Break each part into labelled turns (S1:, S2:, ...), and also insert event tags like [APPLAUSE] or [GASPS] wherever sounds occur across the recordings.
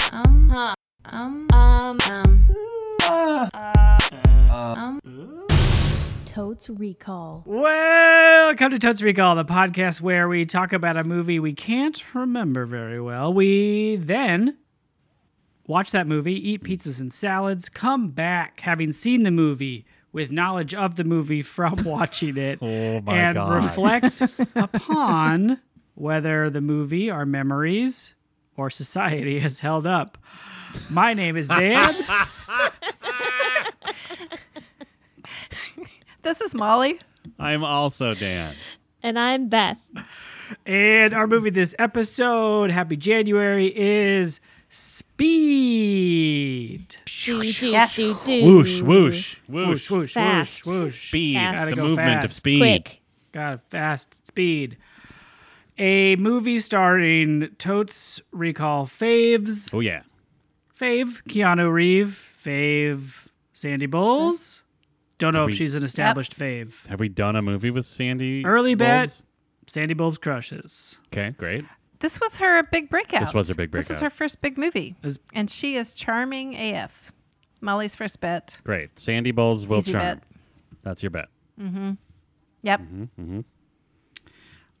S1: Huh. Um. Um. Um.
S2: Totes Recall.
S3: Welcome to Totes Recall, the podcast where we talk about a movie we can't remember very well. We then watch that movie, eat pizzas and salads, come back having seen the movie with knowledge of the movie
S4: [LAUGHS]
S3: from watching it,
S4: Oh my
S3: and
S4: God. [LAUGHS]
S3: reflect upon whether the movie, our memories, or society [LAUGHS] has held up. My name is
S4: [LAUGHS]
S3: Dan.
S5: This is Molly.
S4: I'm also Dan.
S1: And I'm Beth.
S3: And our movie this episode, Happy January, is Speed.
S1: Do, do,
S5: Yes.
S1: do, do.
S4: Whoosh, whoosh,
S3: Whoosh, whoosh,
S4: whoosh.
S3: whoosh,
S1: Fast.
S3: whoosh.
S4: Speed.
S1: Fast.
S3: Gotta
S4: It's the
S3: go
S4: movement of
S3: fast.
S4: speed.
S1: Quick.
S3: Got a fast speed. A movie starring Totes Recall Faves,
S4: Oh, yeah.
S3: Fave Keanu Reeve, Fave Sandy Bowles. Don't know if
S4: We-
S3: she's an established fave.
S4: Have we done a movie with Sandy?
S3: Early bet.
S4: Bowles?
S3: Sandy Bowles crushes.
S4: Okay, great.
S5: This was her big breakout.
S4: This was her big
S5: This is
S4: breakout.
S5: her first big movie.
S3: Is-
S5: And she is charming AF. Molly's first bet.
S4: Great. Sandy Bowles will
S5: Easy
S4: charm. Mm-hmm.
S5: bet.
S4: That's your bet.
S5: Yep.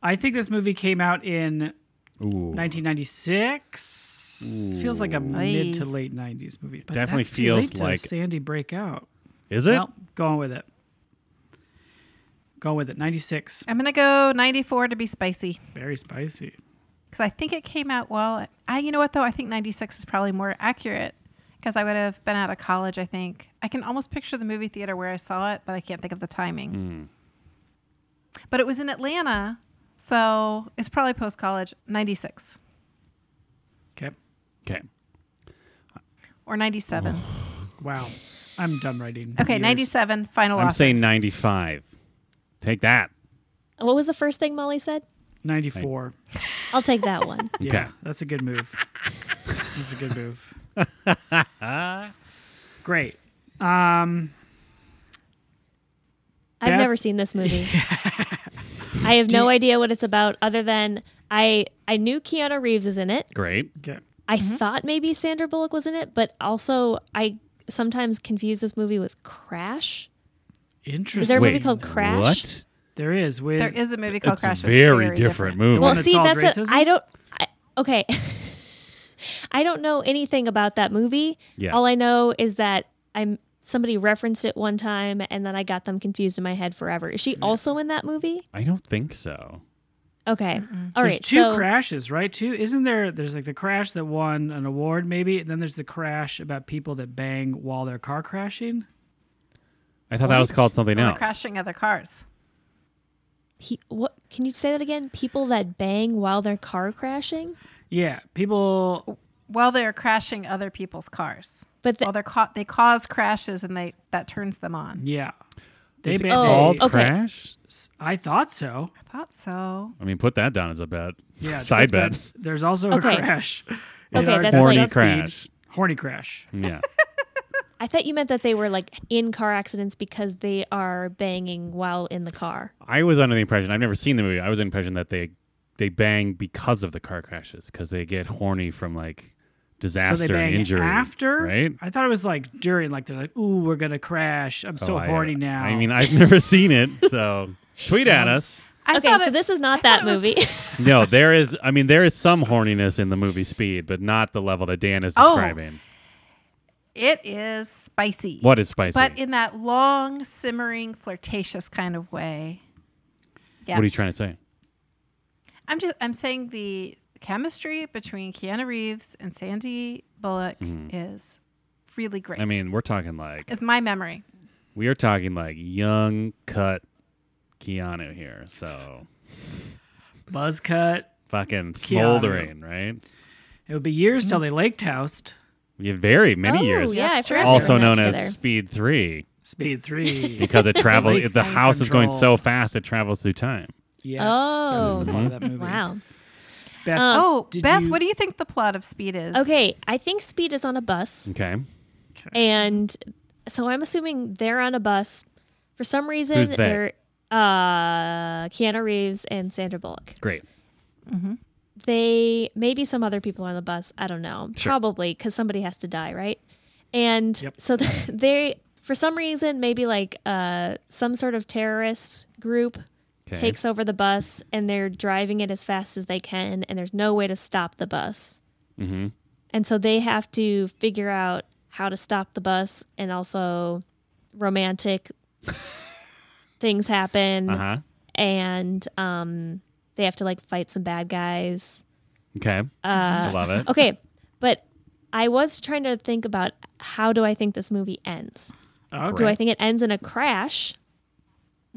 S3: I think this movie came out in
S4: Ooh.
S3: 1996 feels like a mid to late 90s movie but
S4: Definitely
S3: that's too
S4: feels
S3: late to
S4: like-
S3: sandy breakout
S4: Is it?
S3: well going with it going with it 96
S5: I'm going to go 94 to be spicy
S3: very spicy
S5: because I think it came out well. I, you know what, though? I think 96 is probably more accurate because I would have been out of college, I think. I can almost picture the movie theater where I saw it, but I can't think of the timing.
S4: Hmm.
S5: But it was in Atlanta. So it's probably post college, 96
S3: okay
S4: Okay.
S5: or 97.
S4: Oh,
S3: wow i'm done writing
S5: Okay,
S3: years.
S5: 97, final
S4: I'm
S5: offer.
S4: saying 95. Take that.
S1: What was the first thing Molly said?
S3: 94
S1: I'll take that one.
S3: yeah
S4: Okay.
S3: that's a good move that's a good move
S4: [LAUGHS]
S3: great Um,
S1: I've
S3: Beth?
S1: never seen this movie. I have no idea what it's about other than I I knew Keanu Reeves is in it.
S4: Great.
S3: okay
S1: I thought maybe Sandra Bullock was in it, but also I sometimes confuse this movie with Crash.
S3: interesting
S1: Is there a movie
S4: Wait,
S1: called Crash?
S4: What?
S3: there is with
S5: There is a movie
S4: It's
S5: called Crash.
S4: a
S5: but it's
S4: very, different, movie.
S1: Well,
S3: that
S1: see,
S3: solved
S1: that's it.
S3: racism?
S1: I don't. I, okay, [LAUGHS] I don't know anything about that movie.
S4: Yeah.
S1: All I know is that I'm somebody referenced it one time, and then I got them confused in my head forever. Is she also in that movie?
S4: I don't think so.
S1: Okay. All
S3: there's
S1: right.
S3: two
S1: so
S3: crashes, right? Two isn't there? There's like the crash that won an award, maybe. And then there's the crash about people that bang while they're car crashing.
S4: I thought that was
S1: What?
S4: called something
S5: Well, they're
S4: else.
S5: crashing other cars.
S1: he, what? Can you say that again? People that bang while they're car crashing,
S3: Yeah, people.
S5: While they're crashing other people's cars.
S1: but the,
S5: While they're caught, they cause crashes and they that turns them on.
S3: Yeah, they.
S4: Is it
S3: bang.
S4: called
S1: Oh, okay.
S4: Crash?
S3: I thought so.
S5: I thought so.
S4: I mean, put that down as a bet.
S3: Yeah,
S4: [LAUGHS] Side
S3: it's bad.
S4: bet.
S3: There's also
S1: Okay.
S3: a crash. in
S1: Okay,
S3: our
S1: that's
S3: Horny
S4: Horny
S1: like-
S4: Crash.
S3: Horny crash.
S4: Yeah.
S1: I thought you meant that they were like in car accidents because they are banging while in the car.
S4: I was under the impression I've never seen the movie. I was under the impression that they they bang because of the car crashes because they get horny from like
S3: So
S4: disaster
S3: they bang
S4: and injury
S3: after,
S4: right?
S3: I thought it was like during, like they're like, "Ooh, we're gonna crash. I'm so
S4: Oh, I-
S3: horny now."
S4: I mean, I've never [LAUGHS] seen it,
S3: [LAUGHS]
S4: so tweet at us.
S5: I
S1: okay,
S5: thought
S1: so
S5: it-
S1: this is not
S5: I
S1: that
S5: thought it was-
S1: movie.
S4: No, there is. I mean, there is some horniness in the movie Speed, but not the level that Dan is
S5: Oh.
S4: describing.
S5: it is spicy.
S4: What is spicy?
S5: But in that long, simmering, flirtatious kind of way. Yeah.
S4: What are you trying to say?
S5: I'm just I'm saying the chemistry between Keanu Reeves and Sandy Bullock is really great.
S4: Mm-hmm. I mean, we're talking like
S5: is my memory.
S4: we are talking like young cut Keanu here, so
S3: buzz cut.
S4: fucking smoldering, right?
S3: It would be years till they lake housed.
S4: Yeah, very many
S1: [LAUGHS] oh,
S4: years.
S1: Yeah, I
S5: That's
S1: forgot they
S4: also
S1: were not
S4: known
S1: together.
S4: as Speed Three
S3: Speed
S4: [LAUGHS]
S3: three.
S4: because it travels.
S3: Like
S4: the
S3: time
S4: house is going
S3: control.
S4: so fast it travels through time.
S3: yes, that is the plot of that movie.
S1: Wow.
S3: Beth,
S5: oh,
S3: did
S5: Beth,
S3: you-
S5: what do you think the plot of Speed is?
S1: Um, Okay, I think Speed is on a bus,
S4: Okay,
S1: and so I'm assuming they're on a bus. For some reason,
S4: Who's they?
S1: they're uh, Keanu Reeves and Sandra Bullock.
S4: great.
S1: they maybe some other people on the bus. I don't know.
S4: Sure.
S1: Probably because somebody has to die, right? And
S3: Yep.
S1: so [LAUGHS] they, for some reason, maybe like uh, some sort of terrorist group
S4: Okay.
S1: takes over the bus and they're driving it as fast as they can, and there's no way to stop the bus.
S4: Mm-hmm.
S1: And so they have to figure out how to stop the bus and also romantic things happen
S4: Uh huh.
S1: and um, they have to like fight some bad guys.
S4: Okay. I love it.
S1: Uh, Okay, but I was trying to think about how do I think this movie ends?
S3: Oh,
S1: Do I
S4: Right.
S1: think it ends in a crash?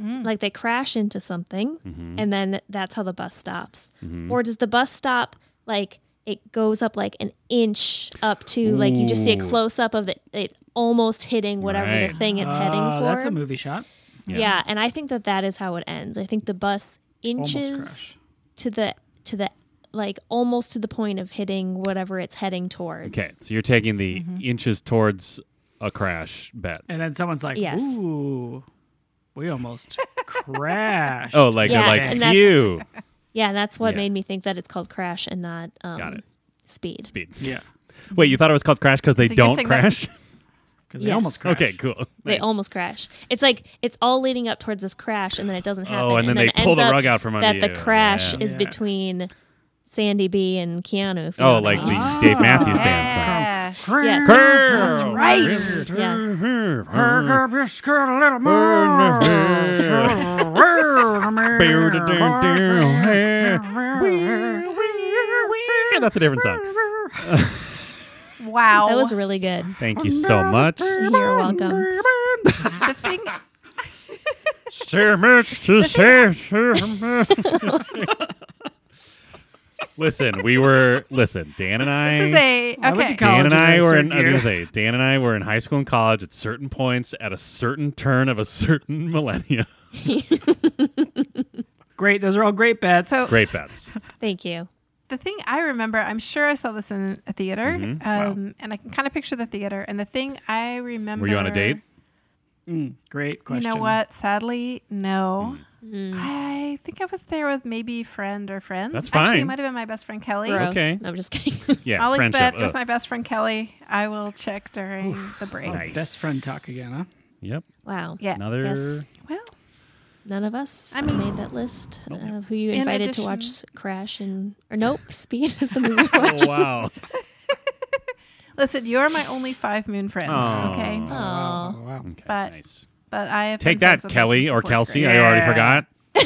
S3: Mm.
S1: Like they crash into something
S4: Mm-hmm.
S1: and then that's how the bus stops. Or does the bus stop like it goes up like an inch up to like you just see a
S4: Ooh.
S1: close up of it, it almost hitting whatever
S4: Right.
S1: the thing it's heading
S3: Uh,
S1: for?
S3: That's a movie shot.
S1: Yeah. and I think that that is how it ends. I think the bus
S3: Almost
S1: inches
S3: crash.
S1: to the to the like almost to the point of hitting whatever it's heading towards.
S4: Okay. So you're taking the
S1: Mm-hmm.
S4: inches towards a crash bet.
S3: And then someone's like,
S1: Yes.
S3: ooh, we almost crashed.
S4: Oh, like
S1: Yeah,
S4: they're
S1: and
S4: like
S1: that's-
S4: you
S1: [LAUGHS] Yeah, and that's what
S4: Yeah.
S1: made me think that it's called crash and not um,
S4: Got it.
S1: speed.
S4: speed.
S3: Yeah.
S4: Wait, you thought it was called crash because they
S5: So you're
S4: don't
S5: saying that- [LAUGHS]
S4: crash?
S3: Because they
S1: Yes.
S3: almost crashed.
S4: Okay, cool.
S1: They almost crash. It's like it's all leading up towards this crash, and then it doesn't happen.
S4: Oh, and then they
S1: it
S4: pull
S1: ends
S4: the
S1: up
S4: rug out from under
S1: that
S4: you.
S1: the crash
S4: Yeah.
S1: is
S3: Yeah.
S1: between Sandy B and Keanu. If you
S4: Oh,
S1: know what I
S4: like
S1: mean.
S4: the Dave Matthews Band
S5: Yeah.
S1: Yes.
S4: Curl.
S5: Right.
S1: Yeah.
S4: song.
S3: Perk up your skirt a little more.
S4: That's a different song.
S5: Wow.
S1: That [LAUGHS] was really good.
S4: Thank you so much.
S1: You're welcome.
S5: the thing.
S4: So much to say. so much. listen, we were listen. Dan [LAUGHS] and I.
S5: This is a
S3: I went to
S5: okay.
S3: college.
S4: Dan and
S3: in
S4: I
S3: my
S4: were
S3: third
S4: in. I was
S3: year.
S4: gonna say Dan and I were in high school and college at certain points at a certain turn of a certain millennia.
S3: [LAUGHS] Great. Those are all great bets.
S5: So-
S4: Great bets.
S1: Thank you.
S5: The thing I remember, I'm sure I saw this in a theater,
S4: Mm-hmm.
S5: um, and I can kind of picture the theater. And the thing I remember.
S4: Were you on a date?
S3: Mm, great
S5: You
S3: question.
S5: know what? Sadly, no. I think I was there with maybe friend or friends.
S4: Mm. That's
S5: Actually, it
S4: fine.
S5: might have been my best friend Kelly.
S1: Gross.
S4: Okay.
S1: No, I'm just kidding. [LAUGHS]
S4: Yeah,
S5: Molly's
S4: friendship.
S5: bet. It was
S4: Ugh.
S5: my best friend Kelly. I will check during the break.
S4: Nice.
S3: Best friend talk again, huh?
S4: Yep.
S1: wow.
S5: Yeah.
S4: Another.
S1: Yes.
S5: Well,
S1: None of us
S5: I mean-
S1: made that list of who you
S5: In
S1: invited to watch Crash and or nope, [LAUGHS] Speed is the movie.
S5: [LAUGHS]
S1: we're watching.
S4: Oh wow.
S5: listen, you are my only five moon friends.
S4: Aw.
S5: Okay.
S1: Aw.
S3: Oh, wow.
S4: Okay.
S5: But-
S4: nice.
S5: But I have
S4: Take
S5: been friends
S4: that,
S5: with her
S4: Kelly
S5: since
S4: or
S5: fourth
S4: Kelsey.
S5: grade.
S4: I already
S3: Yeah.
S4: forgot.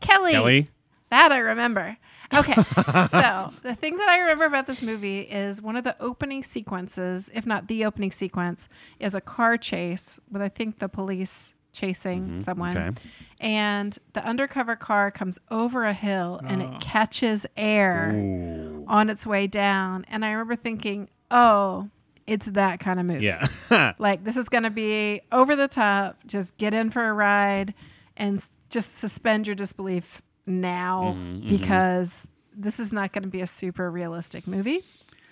S5: Kelly.
S4: Kelly.
S5: That I remember.
S4: [LAUGHS]
S5: Okay. so the thing that I remember about this movie is one of the opening sequences, if not the opening sequence, is a car chase with I think the police chasing someone.
S4: Mm-hmm. okay.
S5: And the undercover car comes over a hill and
S3: Oh.
S5: it catches air
S4: Ooh.
S5: on its way down. And I remember thinking, oh, it's that kind of movie.
S4: Yeah.
S5: Like this is going to be over the top. Just get in for a ride and s- just suspend your disbelief now because this is not going to be a super realistic movie.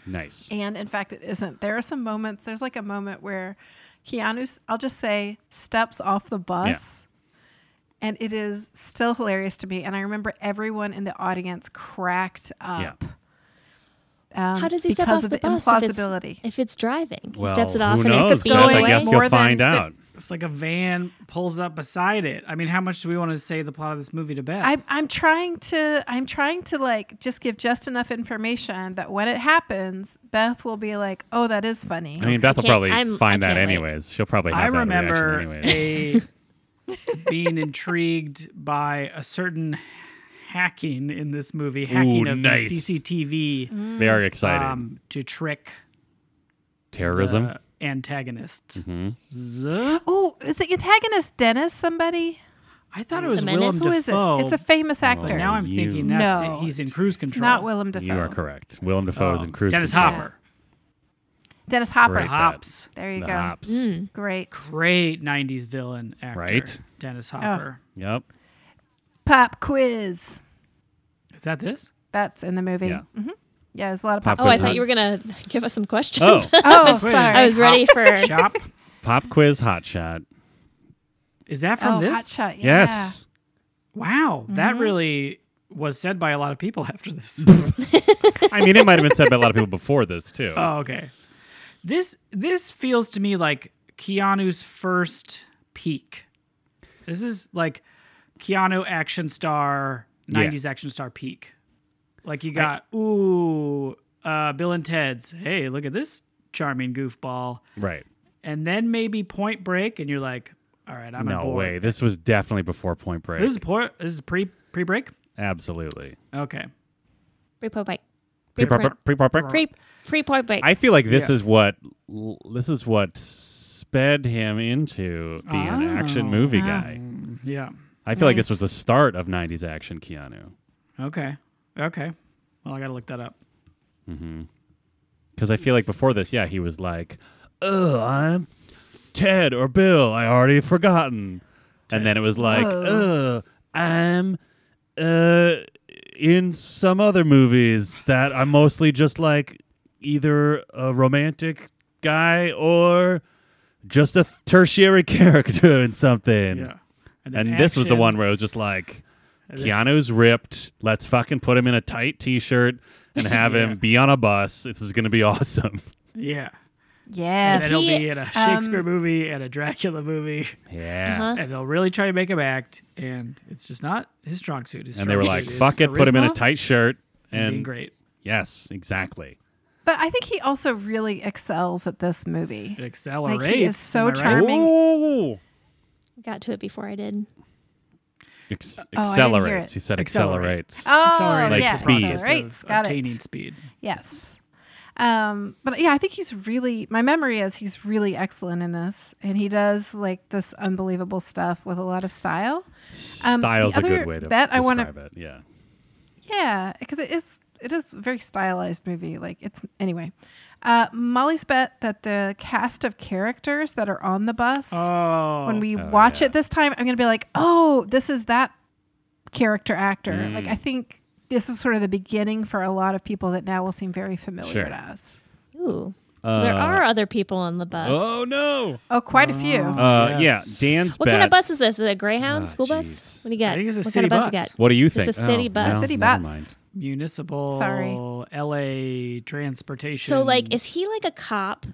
S4: nice.
S5: And in fact, it isn't. There are some moments, there's like a moment where Keanu's, I'll just say, steps off the bus. And it is still hilarious to me. And I remember everyone in the audience cracked up. um,
S1: How does he step
S5: because
S1: off
S5: of
S1: the, bus if it's-
S5: implausibility?
S1: If it's, driving,
S4: Well,
S1: he steps it off
S4: who
S1: and
S4: knows?
S1: it's
S5: If it's
S1: speed.
S5: going
S4: I guess
S5: more
S4: you'll
S5: than
S4: find
S5: fif-
S4: out.
S3: It's like a van pulls up beside it. I mean, how much do we want to say the plot of this movie to Beth?
S5: I'm I'm trying to I'm trying to like just give just enough information that when it happens, Beth will be like, "Oh, that is funny."
S4: I mean, Beth will
S1: can't-
S4: probably
S1: I'm- I
S4: find that
S1: can't wait.
S4: anyways. She'll probably. Have
S3: I
S4: that
S3: remember
S4: Reaction anyways.
S3: a [LAUGHS] being intrigued by a certain hacking in this movie, hacking
S4: Ooh,
S3: of
S4: nice.
S3: the CCTV [LAUGHS]
S4: They are excited.
S3: um, to trick
S4: Terrorism. Hmm?
S3: the antagonists.
S4: Mm.
S5: oh, is the antagonist Dennis somebody?
S3: I thought it was
S1: The
S3: Willem
S1: Menace?
S5: Who is
S3: Dafoe.
S5: it? It's a famous actor.
S4: Oh,
S3: now I'm
S4: You-
S3: thinking that's
S5: No.
S3: it. he's in cruise
S5: it's
S3: control.
S5: not Willem Dafoe.
S4: you are correct. Willem Dafoe is
S3: Um,
S4: Oh, in cruise.
S3: Dennis
S4: Control.
S3: Hopper.
S5: Dennis Hopper.
S4: Great bet.
S3: Hops.
S5: There you
S4: The
S5: go.
S4: Hops.
S1: Hmm.
S5: Great.
S3: Great 90s villain actor.
S4: Right.
S3: Dennis Hopper.
S4: Yep.
S5: Pop quiz.
S3: Is that this?
S5: That's in the movie.
S4: Yeah.
S5: hmm yeah there's a lot of pop.
S4: Pop
S1: Oh, I thought
S4: quiz.
S1: you were gonna give us some questions. [LAUGHS]
S4: Oh,
S5: Oh,
S3: Quiz.
S5: sorry.
S1: I was ready for.
S3: Shop.
S4: pop quiz hot shot.
S3: Is that
S5: oh,
S3: from this?
S5: Hot Shot. Yeah.
S4: Yes.
S3: Wow, that really was said by a lot of people [LAUGHS] after this.
S4: I mean, it might have been said by a lot of people before this too.
S3: [LAUGHS] oh, okay. This this feels to me like Keanu's first peak. This is like Keanu action star,
S4: Yeah.
S3: 90s action star peak. Like you got ooh, uh, Bill and Ted's. Hey, look at this charming goofball.
S4: right.
S3: And then maybe Point Break and you're like, all right, I'm
S4: No
S3: aboard.
S4: way. This was definitely before Point Break.
S3: This is por- this is pre pre break.
S4: Absolutely.
S3: Okay.
S1: Repo bike.
S4: Pre-Point- Pre-Point Break?
S1: Pre pre point bike.
S4: I feel like this
S3: Yeah.
S4: is what this is what sped him into being an action movie guy.
S3: Yeah.
S4: I feel like this was the start of '90s action Keanu
S3: Okay. Okay. Well, I got to look that up.
S4: because Mm-hmm. I feel like before this, yeah, he was like, "Oh, I'm Ted or Bill. I already forgotten," and then it was like, "Oh, I'm uh in some other movies that I'm mostly just like either a romantic guy or." Just a tertiary [LAUGHS] character in something.
S3: Yeah. then
S4: And this was the
S3: action.
S4: one where it was just like, Keanu's ripped. Let's fucking put him in a tight T-shirt
S3: [LAUGHS]
S4: and have him be on a bus. This is gonna be [LAUGHS] awesome.
S5: Uh,
S3: Yeah. And
S5: Yes.
S3: then
S1: Is
S3: he'll
S1: he,
S3: be in
S5: um,
S3: a Shakespeare movie and a Dracula movie, [LAUGHS]
S4: Yeah.
S1: Uh-huh.
S3: and they'll really try to make him act, and it's just not his strong suit. His
S4: And they were
S3: strong
S4: like,
S3: suit is
S4: "Fuck it, put him in a
S3: charisma
S4: tight shirt."
S3: and being
S4: And
S3: great.
S4: yes, exactly.
S5: But I think he also really excels at this movie.
S3: It accelerates.
S5: so
S3: am I right?
S5: charming. Farming.
S4: Ooh.
S1: Got to it before I did.
S4: Ex-
S5: hear
S4: accelerates.
S5: it.
S4: He said
S3: Accelerate. Uh,
S4: accelerates.
S5: Oh,
S3: Accelerates
S4: Like
S5: yeah.
S3: the
S4: speed.
S3: process
S5: Accelerates.
S3: of
S5: Got
S3: attaining
S5: it.
S3: speed.
S5: Yes. Um, but yeah, I think he's really, my memory is he's really excellent in this. And he does like this unbelievable stuff with a lot of style. Um, the
S4: Style's a
S5: other
S4: good way to
S5: bet I
S4: describe
S5: wanna-
S4: it. Yeah.
S5: Yeah, because it is it is a very stylized movie. Like it's anyway. Uh, Molly's bet that the cast of characters that are on the bus
S3: Oh,
S5: when we
S4: Oh,
S5: watch
S4: yeah.
S5: it this time, I'm gonna be like, oh, this is that character actor. Like
S4: Mm.
S5: I think this is sort of the beginning for a lot of people that now will seem very familiar
S4: Sure.
S5: to us.
S1: Ooh. So there
S4: Uh,
S1: are other people on the bus.
S4: Oh no.
S5: Oh, quite a few.
S4: Uh,
S3: yes.
S4: Yeah. Dan's
S1: what
S4: bet.
S1: kind of bus is this? Is it a Greyhound
S4: Ah,
S1: school
S4: jeez.
S1: bus? What do you got?
S3: I think it's a
S1: what
S3: city
S1: kind of bus,
S3: bus.
S1: you got?
S4: What do you
S1: Just
S4: think? Oh,
S1: a city bus.
S5: City
S4: never
S5: bus.
S4: mind.
S3: municipal
S5: Sorry.
S3: LA transportation.
S1: So like, is he like a cop?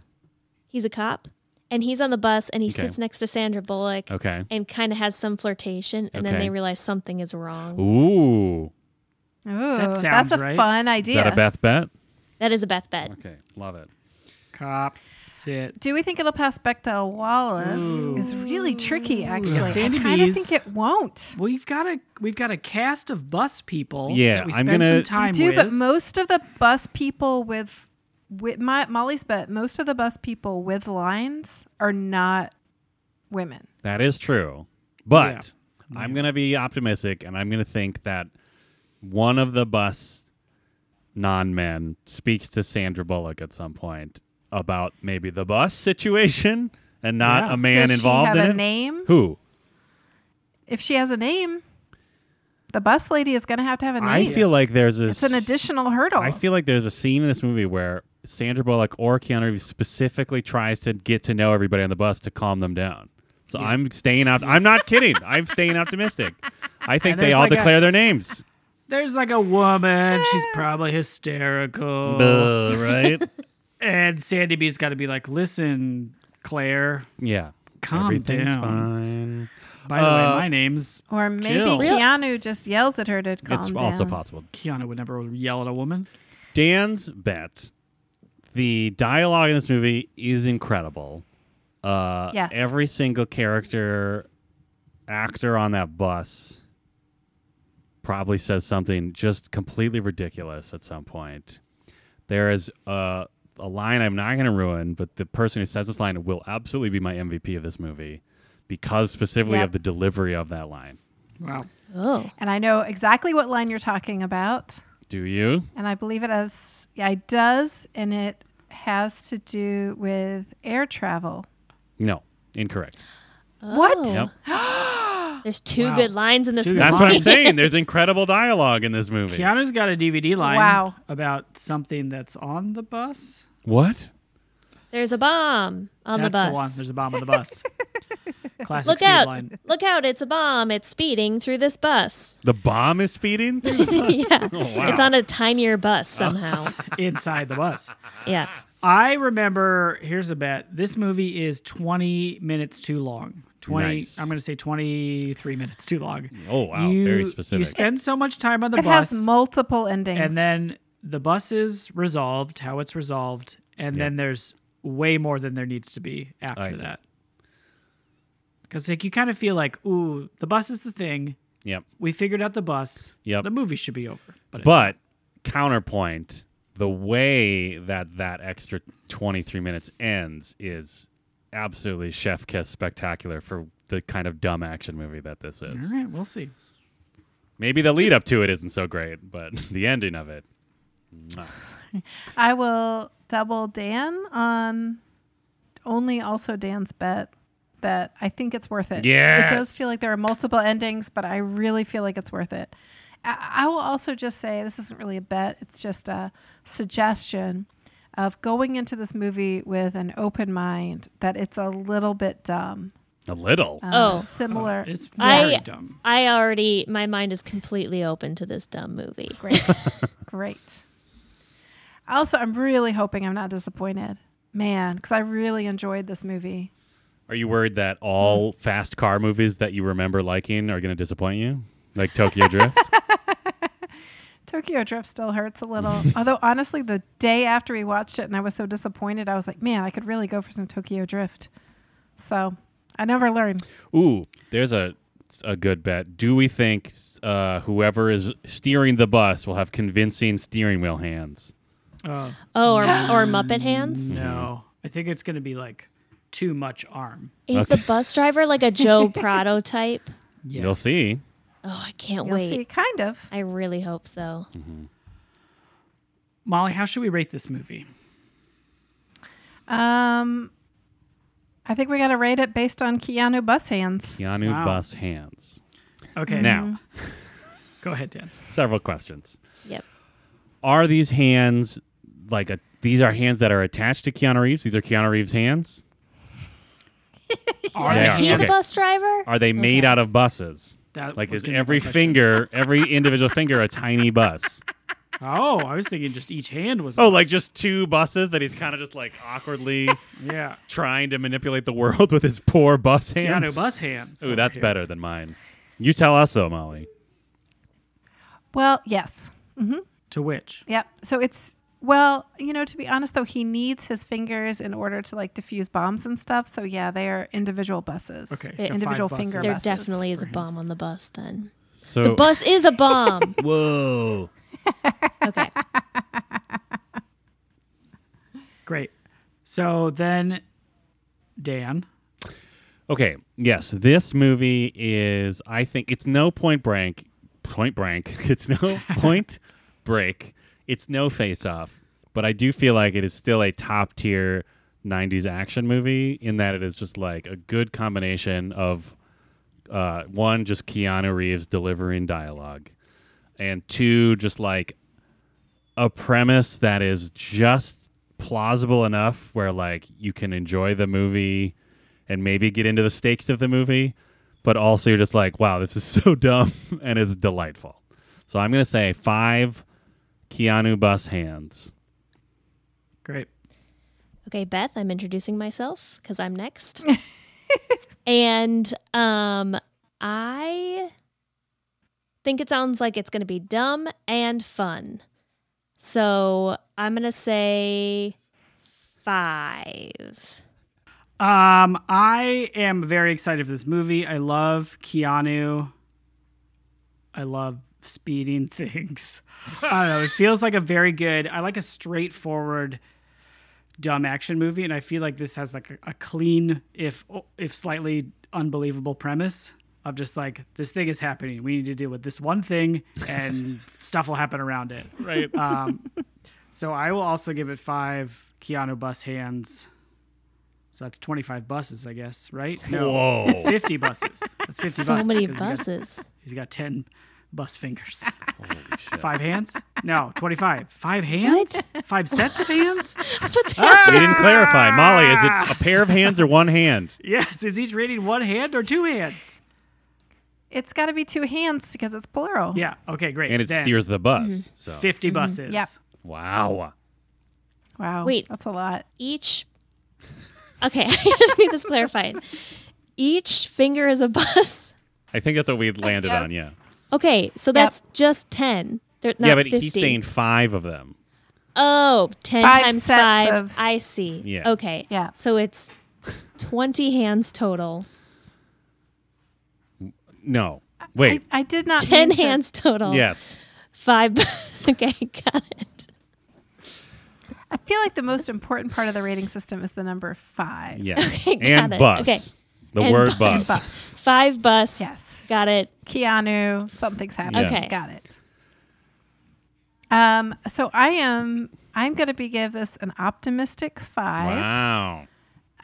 S1: He's a cop, and he's on the bus, and he
S4: Okay.
S1: sits next to Sandra Bullock,
S4: Okay.
S1: and kind of has some flirtation, and then
S4: Okay.
S1: they realize something is wrong.
S4: Ooh.
S5: Ooh,
S3: sounds
S5: that's a
S3: right.
S5: fun
S4: Is
S5: idea.
S4: that a Beth bet?
S1: That is a Beth bet.
S4: Okay. Love it.
S3: cop sit
S5: Do we think it'll pass Bechdel Wallace? Is really tricky, actually.
S3: Sandy
S5: I kind of
S3: Bees.
S5: think it won't.
S3: We've got a we've got a cast of bus people.
S4: Yeah,
S3: that we
S4: I'm
S3: spend
S4: gonna-
S3: some time
S5: I do,
S3: with.
S5: but most of the bus people with with my Molly's bet, most of the bus people with lines are not women.
S4: That is true. But I'm going to be optimistic and I'm going to think that one of the bus non men speaks to Sandra Bullock at some point about maybe the bus situation and not
S3: Yeah.
S4: a man
S5: Does
S4: involved
S5: she have
S4: in
S5: a
S4: it.
S5: name?
S4: Who?
S5: If she has a name, the bus lady is going to have to have a name.
S4: I feel like there's a
S5: it's an additional hurdle.
S4: I feel like there's a scene in this movie where Sandra Bullock or Keanu Reeves specifically tries to get to know everybody on the bus to calm them down. So I'm staying out. I'm not kidding. I'm staying optimistic. I think
S3: And
S4: they
S3: there's
S4: all
S3: like a-
S4: declare their names.
S3: There's like a woman. She's probably hysterical.
S4: Buh, right?
S3: And Sandy B's got to be like, listen, Claire.
S4: [LAUGHS] yeah.
S3: Calm
S4: Everything's
S3: down.
S4: fine.
S3: By the
S4: Uh,
S3: way, my name's
S5: or maybe
S4: Jill.
S5: Keanu just yells at her to calm
S4: it's
S5: down.
S4: also possible.
S3: Kiana. Would never yell at a woman.
S4: Dan's bet. The dialogue in this movie is incredible. Uh,
S5: Yes.
S4: Every single character, actor on that bus probably says something just completely ridiculous at some point. There is a, a line I'm not going to ruin, but the person who says this line will absolutely be my MVP of this movie because specifically
S5: Yep.
S4: of the delivery of that line.
S3: Wow.
S1: Oh,
S5: And I know exactly what line you're talking about.
S4: Do you?
S5: And I believe it has, yeah, it does. And it has to do with air travel.
S4: No, incorrect.
S5: What?
S1: Oh.
S3: [LAUGHS]
S4: Yep.
S1: There's two
S3: Wow.
S1: good lines in this
S3: Two good
S1: movie.
S4: That's what I'm saying. There's incredible dialogue in this movie.
S3: Kiana's got a DVD line.
S5: Wow.
S3: About something that's on the bus.
S4: What?
S1: There's a bomb on
S3: that's
S1: the bus. [LAUGHS]
S3: one. There's a bomb on the bus. Classic
S1: Look
S3: speed
S1: out!
S3: line.
S1: Look out! It's a bomb! It's speeding through this bus.
S4: The bomb
S3: [LAUGHS]
S4: is speeding? Oh, yeah.
S1: It's on a tinier bus somehow.
S3: inside the bus.
S1: yeah.
S3: I remember. Here's a bet. This movie is 20 minutes too long. 20.
S4: Nice.
S3: I'm going to say 23 minutes too long.
S4: Oh, wow.
S3: You-
S4: Very
S3: You
S4: specific.
S3: spend so much time on the
S5: It
S3: bus,
S5: has multiple endings.
S3: and then the bus is resolved, how it's resolved, and then there's way more than there needs to be after
S4: I see.
S3: that. Because like you kind of feel like, ooh, the bus is the thing.
S4: yep.
S3: We figured out the bus.
S4: Yep.
S3: The movie should be over. But, it's-
S4: But counterpoint, the way that that extra 23 minutes ends is absolutely chef kiss spectacular for the kind of dumb action movie that this is.
S3: all right, we'll see.
S4: Maybe the lead up to it isn't so great, but [LAUGHS] the ending of it.
S5: I will double Dan on only also Dan's bet that I think it's worth it.
S4: Yes.
S5: It does feel like there are multiple endings, but I really feel like it's worth it. I, I will also just say this isn't really a bet, it's just a suggestion of going into this movie with an open mind that it's a little bit dumb.
S4: A little.
S5: Um,
S1: Oh.
S5: similar.
S3: It's very
S1: I
S3: dumb.
S1: I already my mind is completely open to this dumb movie.
S5: [LAUGHS]
S3: [LAUGHS]
S5: Great. Great. Also, I'm really hoping I'm not disappointed. Man, because I really enjoyed this movie.
S4: Are you worried that all
S3: Hmm.
S4: fast car movies that you remember liking are going to disappoint you? Like Tokyo [LAUGHS] Drift?
S5: Tokyo Drift still hurts
S3: [LAUGHS]
S5: a little. Although, honestly, the day after we watched it and I was so disappointed, I was like, man, I could really go for some Tokyo Drift. So I never learned.
S4: Ooh, there's a a good bet. Do we think uh, whoever is steering the bus will have convincing steering wheel hands?
S3: Oh.
S1: Oh, or or Muppet Hands?
S3: No,
S4: Mm-hmm.
S3: I think it's going to be like too much arm.
S1: Is the bus driver like a Joe Prado type?
S3: Yeah.
S4: You'll see.
S1: Oh, I can't
S5: You'll
S1: wait.
S5: see, kind of.
S1: I really hope so.
S3: Molly, how should we rate this movie?
S5: Um, I think we got to rate it based on Keanu Bus Hands.
S4: Keanu
S3: Wow.
S4: bus hands.
S3: Okay,
S4: Now,
S3: go ahead, Dan.
S4: several questions.
S1: Yep.
S4: Are these hands like a these are hands that are attached to Keanu Reeves? These are Keanu Reeves' hands?
S3: Are
S4: They
S3: the
S4: are,
S1: He
S3: hand-
S1: the
S4: okay.
S1: bus driver?
S4: Are they made
S1: Okay.
S4: out of buses?
S3: That
S4: Like
S3: was
S4: is
S3: gonna be my
S4: every
S3: question.
S4: finger, every individual finger a
S3: [LAUGHS]
S4: tiny bus?
S3: Oh, I was thinking just each hand was. a
S4: Oh,
S3: bus.
S4: like just two buses that he's kind of just like
S3: [LAUGHS]
S4: awkwardly
S3: yeah,
S4: trying to manipulate the world with his poor bus hands.
S3: Keanu bus hands.
S4: Ooh,
S3: over
S4: that's
S3: here.
S4: better than mine. You tell us though, Molly.
S5: Well, yes.
S3: To which?
S5: Yep. So it's well, you know, to be honest though, he needs his fingers in order to like defuse bombs and stuff. So yeah, they are individual buses.
S3: Okay, he's
S5: They're
S3: got
S5: individual
S3: five buses.
S5: finger
S1: There
S5: buses.
S1: definitely is a bomb on the bus then.
S4: So
S1: The bus is a bomb.
S4: Whoa.
S1: Okay.
S3: Great. So then, Dan.
S4: Okay. Yes, this movie is. I think it's no Point Blank. Point Blank. [LAUGHS] It's no Point Break. It's no Face Off. But I do feel like it is still a top tier '90s action movie in that it is just like a good combination of uh, one, just Keanu Reeves delivering dialogue, and two, just like a premise that is just plausible enough where like you can enjoy the movie and maybe get into the stakes of the movie, but also you're just like, wow, this is [LAUGHS] so dumb and it's delightful. So I'm gonna say five Keanu bus hands.
S3: Great.
S1: Okay, Beth, I'm introducing myself because I'm next. and um, I think it sounds like it's going to be dumb and fun. So I'm going to say five.
S3: Um, I am very excited for this movie. I love Keanu. I love speeding [LAUGHS] things. I don't know. It feels like a very good. I like a straightforward, dumb action movie, and I feel like this has like a, a clean, if if slightly unbelievable premise of just like this thing is happening. We need to deal with this one thing, and stuff will happen around it.
S4: Right.
S3: So I will also give it five Keanu bus hands. So that's 25 buses, I guess, right? No.
S4: Whoa.
S3: 50 buses. That's 50
S1: So
S3: buses.
S1: many
S3: 'cause he's got-
S1: buses.
S3: He's got, 10 bus fingers.
S4: Holy shit.
S3: Five hands? No, 25. Five hands? Five sets of hands?
S4: We didn't clarify. Molly, is it a pair of hands or one hand?
S3: Yes. Is each rating one hand or two hands?
S5: It's got to be two hands because it's plural.
S3: Yeah. Okay, great.
S4: And it
S3: Then
S4: steers the bus.
S5: Mm-hmm.
S4: So
S1: Mhm.
S3: 50 buses.
S5: Yep.
S4: wow.
S5: Wow.
S1: Wait.
S5: That's a lot.
S1: Each. Okay, [LAUGHS] I just need this clarified. Each finger is a bus. [LAUGHS]
S4: I think that's what we landed
S5: Uh, Yes.
S4: on. Yeah.
S1: Okay, so that's just 10. They're not
S4: yeah, but
S1: 50.
S4: he's saying five of them.
S1: Oh, 10
S5: Five
S1: times
S5: sets
S1: 5.
S5: of-
S1: I see.
S4: Yeah.
S1: Okay.
S5: Yeah.
S1: So it's 20 hands total.
S4: No. Wait.
S5: I, I did
S1: [LAUGHS]
S5: not.
S1: 10
S5: mean to-
S1: hands total.
S4: yes.
S1: 5. bu- [LAUGHS] okay, got it.
S5: I feel like the most important part of the rating system is the number five. [LAUGHS]
S4: Yes.
S1: Okay,
S4: and
S1: got it.
S4: bus.
S1: Okay.
S4: The
S1: And
S4: word bus.
S1: bus.
S5: Bus.
S1: 5 bus.
S5: Yes.
S1: Got it.
S5: Keanu, something's happening.
S1: Okay.
S5: Got it. Um, so I am I'm gonna be give this an optimistic five.
S4: Wow.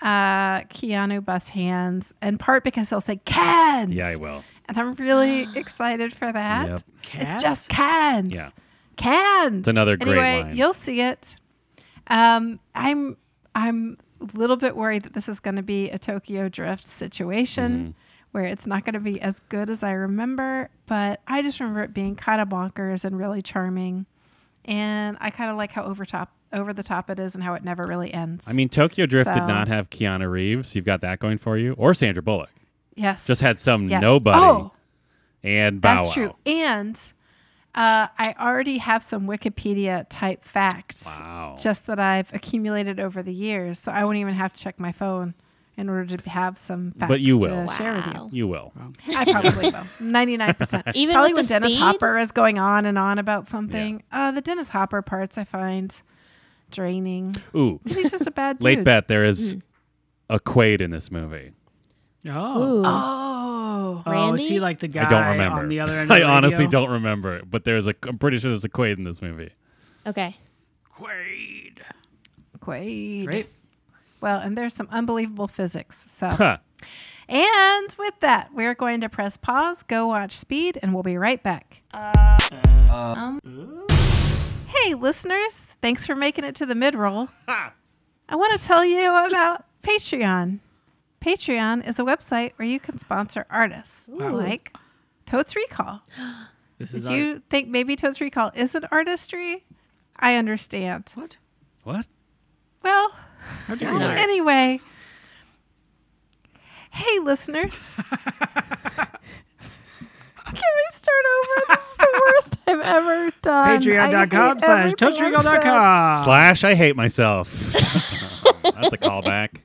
S5: Uh Keanu bus hands, in part because he'll say cans.
S4: Yeah, I will.
S5: And
S4: [GASPS]
S5: I'm really excited for that.
S4: Yep.
S3: Cans?
S5: It's just cans.
S4: Yeah.
S5: Cans. It's
S4: another great
S5: anyway,
S4: line.
S5: You'll see it. Um, I'm I'm a little bit worried that this is going to be a Tokyo Drift situation
S4: Mm-hmm.
S5: where it's not going to be as good as I remember, but I just remember it being kind of bonkers and really charming. And I kind of like how over top over the top it is and how it never really ends.
S4: I mean, Tokyo Drift
S5: So-
S4: did not have Keanu Reeves. You've got that going for you. Or Sandra Bullock.
S5: yes.
S4: Just had some
S5: Yes.
S4: nobody
S5: Oh.
S4: and Bow
S5: That's
S4: Wow.
S5: true. And uh, I already have some Wikipedia type facts.
S4: Wow.
S5: Just that I've accumulated over the years. So I won't even have to check my phone in order to have some facts
S4: But you
S5: to
S4: will.
S5: share with you.
S1: Wow.
S4: You will.
S5: I probably
S1: [LAUGHS]
S5: will. 99%.
S1: Even
S5: probably when
S1: with the
S5: Dennis
S1: speed?
S5: Hopper is going on and on about something. Uh, the Dennis Hopper parts I find draining.
S4: Ooh.
S5: 'Cause
S4: [LAUGHS]
S5: He's just a bad dude. Mm.
S4: Late bet, there is a Quaid in this movie.
S3: Oh.
S1: Ooh.
S5: Oh.
S3: Oh, is
S1: Randy?
S3: he like the guy
S4: I don't remember.
S3: on the
S4: [LAUGHS]
S3: other end? Of
S4: I
S3: the
S4: honestly
S3: radio?
S4: don't remember. But there's a. I'm pretty sure there's a Quaid in this movie.
S1: Okay.
S3: Quaid.
S5: Quaid.
S3: Great.
S5: Well, and there's some unbelievable physics.
S4: [LAUGHS]
S5: So.
S4: Huh.
S5: And with that, we're going to press pause, go watch Speed, and we'll be right back. Um, hey, listeners, thanks for making it to the mid roll. I want to tell you about Patreon. Patreon is a website where you can sponsor artists like Totes Recall.
S3: This
S5: Did
S3: is
S5: you think maybe Totes Recall isn't artistry? I understand.
S3: our... What?
S4: What?
S5: Well,
S3: How dare you?
S5: Anyway, hey [LAUGHS] listeners, can we start over? This is the worst I've ever
S1: Um,
S5: done.
S3: Patreon.com slash
S5: com.
S3: Toadstrigal.com.
S4: Slash, I
S3: [LAUGHS]
S4: hate myself. Oh, That's a callback.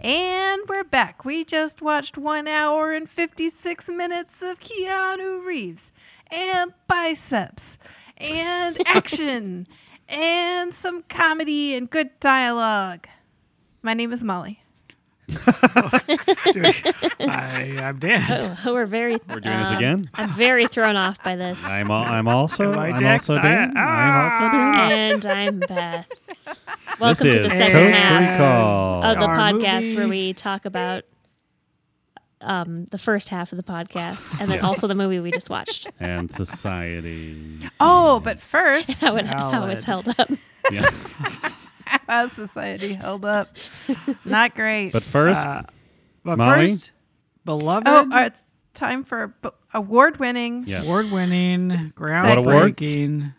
S5: And we're back. We just watched one hour and 56 minutes of Keanu Reeves and biceps [LAUGHS] and action and some comedy and good dialogue. My name is Molly.
S3: [LAUGHS] I, I'm dead.
S1: Oh, we're very.
S4: [LAUGHS] We're doing
S5: Uh,
S4: this again.
S1: [LAUGHS] I'm very thrown off by this.
S4: I'm al- I'm also
S3: Am I
S4: I'm
S3: Dex?
S4: also
S3: I- ah,
S4: Dan. I'm also Dan.
S1: and I'm
S4: [LAUGHS]
S1: Beth. Welcome
S4: this
S1: to the
S4: is
S1: second
S4: Totes
S1: half
S4: Recall.
S1: of the
S3: Our
S1: podcast
S3: movie.
S1: where we talk about um, the first half of the podcast and then also the movie we just
S4: [LAUGHS]
S1: watched.
S4: and society.
S5: Oh, but first,
S1: How, it, how it's held up.
S4: Yeah.
S5: [LAUGHS] how society held up. Not great.
S4: But first,
S3: But
S4: Molly?
S3: first, beloved,
S5: oh, uh, it's time for b- award-winning.
S4: yes.
S3: award-winning,
S5: What
S4: awards?
S3: groundbreaking.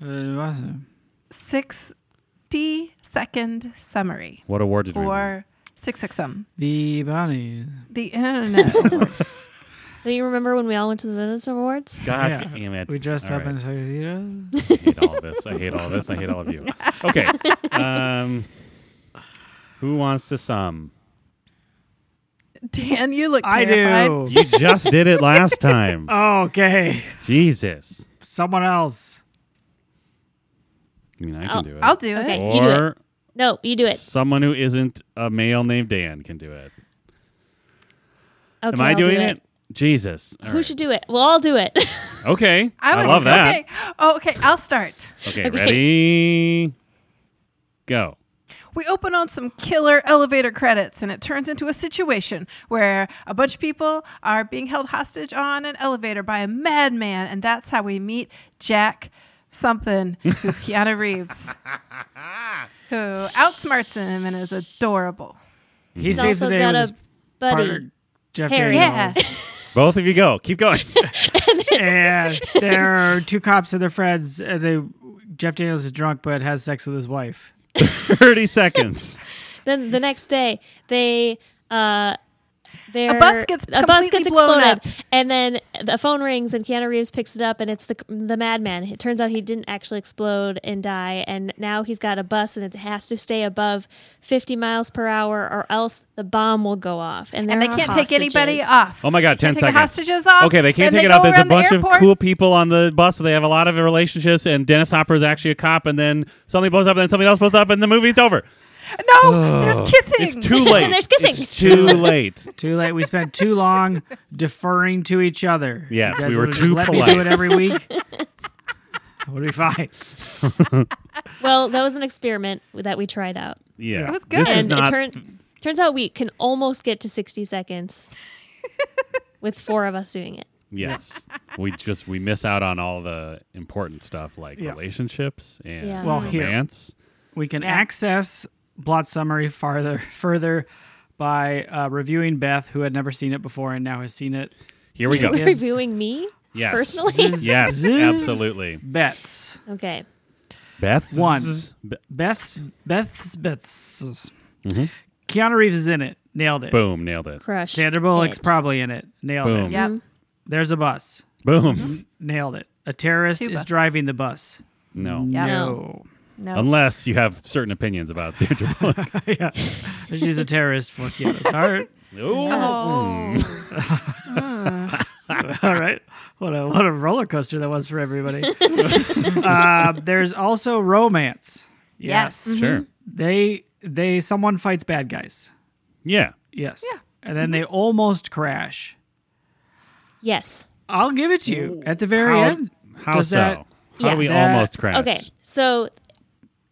S3: Uh, what's it?
S5: 60 second summary
S4: What award did we win?
S5: for 6XM.
S3: the bunnies.
S5: The internet. award.
S1: Do you remember when we all went to the Venice Awards?
S4: God
S3: Yeah.
S4: damn it.
S3: We dressed
S4: All
S3: up
S4: right.
S3: in tuxedos.
S4: I hate all of this. I hate all of this. I hate all of you. Okay. Um, who wants to sum?
S5: Dan, you look
S3: I
S5: terrified.
S3: do.
S4: You just did it last time.
S3: Okay,
S4: [LAUGHS] Jesus.
S3: someone else.
S4: I mean, I can
S1: I'll-
S4: do it.
S5: I'll do
S1: Okay.
S5: it.
S1: You do it.
S4: Or
S1: No, you do it.
S4: someone who isn't a male named Dan can do it.
S1: Okay,
S4: Am I
S1: I'll do
S4: doing it? Jesus. All
S1: Who
S4: right.
S1: should do it? We'll all do it. [LAUGHS]
S4: Okay. I,
S5: was-
S4: love that.
S5: Okay. Oh, okay. I'll start.
S4: Okay, ready? Go.
S5: we open on some killer elevator credits, and it turns into a situation where a bunch of people are being held hostage on an elevator by a madman, and that's how we meet Jack something, who's Keanu Reeves, who outsmarts him and is adorable.
S4: Mm-hmm.
S3: He
S1: He's
S3: stays the
S1: also
S3: day
S1: got
S3: with
S1: a
S3: his partner,
S1: buddy.
S3: Jeff
S1: Harry.
S5: Yeah.
S3: Daniels.
S4: Both of you go. Keep going. [LAUGHS]
S3: [LAUGHS] and there are two cops and their friends. And they, Jeff Daniels is drunk but has sex with his wife.
S4: 30 seconds.
S1: Then the next day, they uh, they're-
S5: A bus gets
S1: a bus
S5: completely
S1: gets
S5: blown
S1: exploded,
S5: up.
S1: and then the phone rings, and Keanu Reeves picks it up, and it's the the madman. It turns out he didn't actually explode and die, and now he's got a bus, and it has to stay above fifty miles per hour, or else the bomb will go off, and,
S5: And they
S1: there are
S5: can't take anybody
S1: hostages.
S5: off.
S4: Oh my God, 10
S5: Can't take
S4: seconds.
S5: the hostages off.
S4: Okay, they can't
S5: Then
S4: take it
S5: go
S4: off. There's a
S5: around the
S4: bunch of
S5: airport.
S4: cool people on the bus. So they have a lot of relationships, and Dennis Hopper is actually a cop, and then something blows up, and then something else blows up, and the movie's over.
S5: No, there's kissing.
S4: It's
S5: [LAUGHS]
S4: too late.
S1: There's kissing.
S4: It's too late.
S3: Too late. We spent too long deferring to each other. If
S4: Yes,
S3: you guys
S4: we were
S3: would've just
S4: too
S3: let me
S4: polite.
S3: do it every week. [LAUGHS] would be fine.
S1: Well, that was an experiment that we tried out,
S4: Yeah.
S5: It was good.
S4: This is
S1: and it
S4: not,
S1: turn, turns out we can almost get to sixty seconds with four of us doing it.
S4: yes. we just, we miss out on all the important stuff like
S3: Yeah.
S4: relationships and
S1: Yeah.
S3: Well, here.
S4: romance.
S3: We can
S5: Yeah.
S3: access plot summary farther further by uh, reviewing Beth, who had never seen it before and now has seen
S5: [LAUGHS]
S3: it.
S4: Here we go.
S3: Yeah.
S1: We're reviewing me
S4: [LAUGHS] Yes.
S1: personally.
S5: [LAUGHS]
S4: Yes,
S3: Zzz.
S4: absolutely.
S3: Bets.
S1: Okay.
S4: Beth?
S3: One.
S4: B-
S3: Beth's Beth's Beth's. Keanu Reeves is in it. Nailed it.
S4: Mm-hmm. boom, nailed it.
S1: Crush.
S3: Sandra Bullock's
S1: it.
S3: probably in it. Nailed
S4: Boom.
S3: it.
S5: Yep.
S3: There's a bus.
S5: Mm-hmm.
S4: Boom.
S3: Nailed it. A terrorist
S5: Two
S3: is
S5: buses.
S3: driving the bus.
S4: No.
S5: Yeah.
S3: No.
S5: No.
S4: Unless you have certain opinions about Sandra Bullock.
S3: [LAUGHS] yeah. She's a terrorist for Keanu's
S4: [LAUGHS]
S3: heart.
S1: Um,
S4: No.
S5: Oh.
S3: All right. What a what a roller coaster that was for
S4: [LAUGHS]
S3: everybody. uh, there's also romance.
S5: Yes.
S4: Sure.
S3: They they someone fights bad guys.
S4: Yeah.
S3: Yes.
S5: Yeah.
S3: And then
S1: Mm-hmm.
S3: they almost crash.
S1: Yes.
S3: I'll give it to you at the very
S4: how,
S3: end.
S4: How
S3: Does
S4: so?
S3: that-
S4: how
S1: Yeah.
S4: do we
S3: That-
S4: almost crash?
S1: Okay. So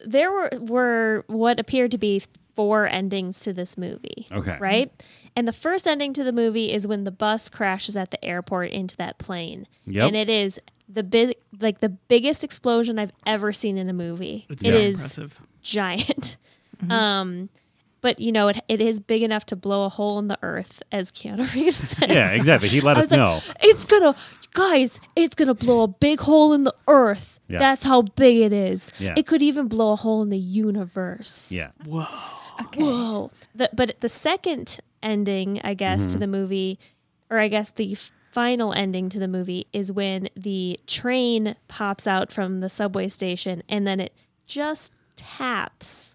S1: there were, were what appeared to be four endings to this movie.
S4: Okay.
S1: Right? And the first ending to the movie is when the bus crashes at the airport into that plane.
S4: Yep.
S1: And it is the big like the biggest explosion I've ever seen in a movie. It
S4: very
S1: is giant.
S4: Mm-hmm.
S1: Um but you know it, it is big enough to blow a hole in the earth as Keanu [LAUGHS] Reeves said.
S4: Yeah, exactly. He let
S1: I
S4: us
S1: was like, [LAUGHS]
S4: know.
S1: it's gonna, guys, it's gonna blow a big hole in the earth.
S4: Yeah.
S1: That's how big it is.
S4: Yeah.
S1: It could even blow a hole in the universe.
S4: Yeah.
S1: Whoa. The, but the second ending, I guess,
S4: Mm-hmm.
S1: to the movie, or I guess the f- final ending to the movie, is when the train pops out from the subway station and then it just taps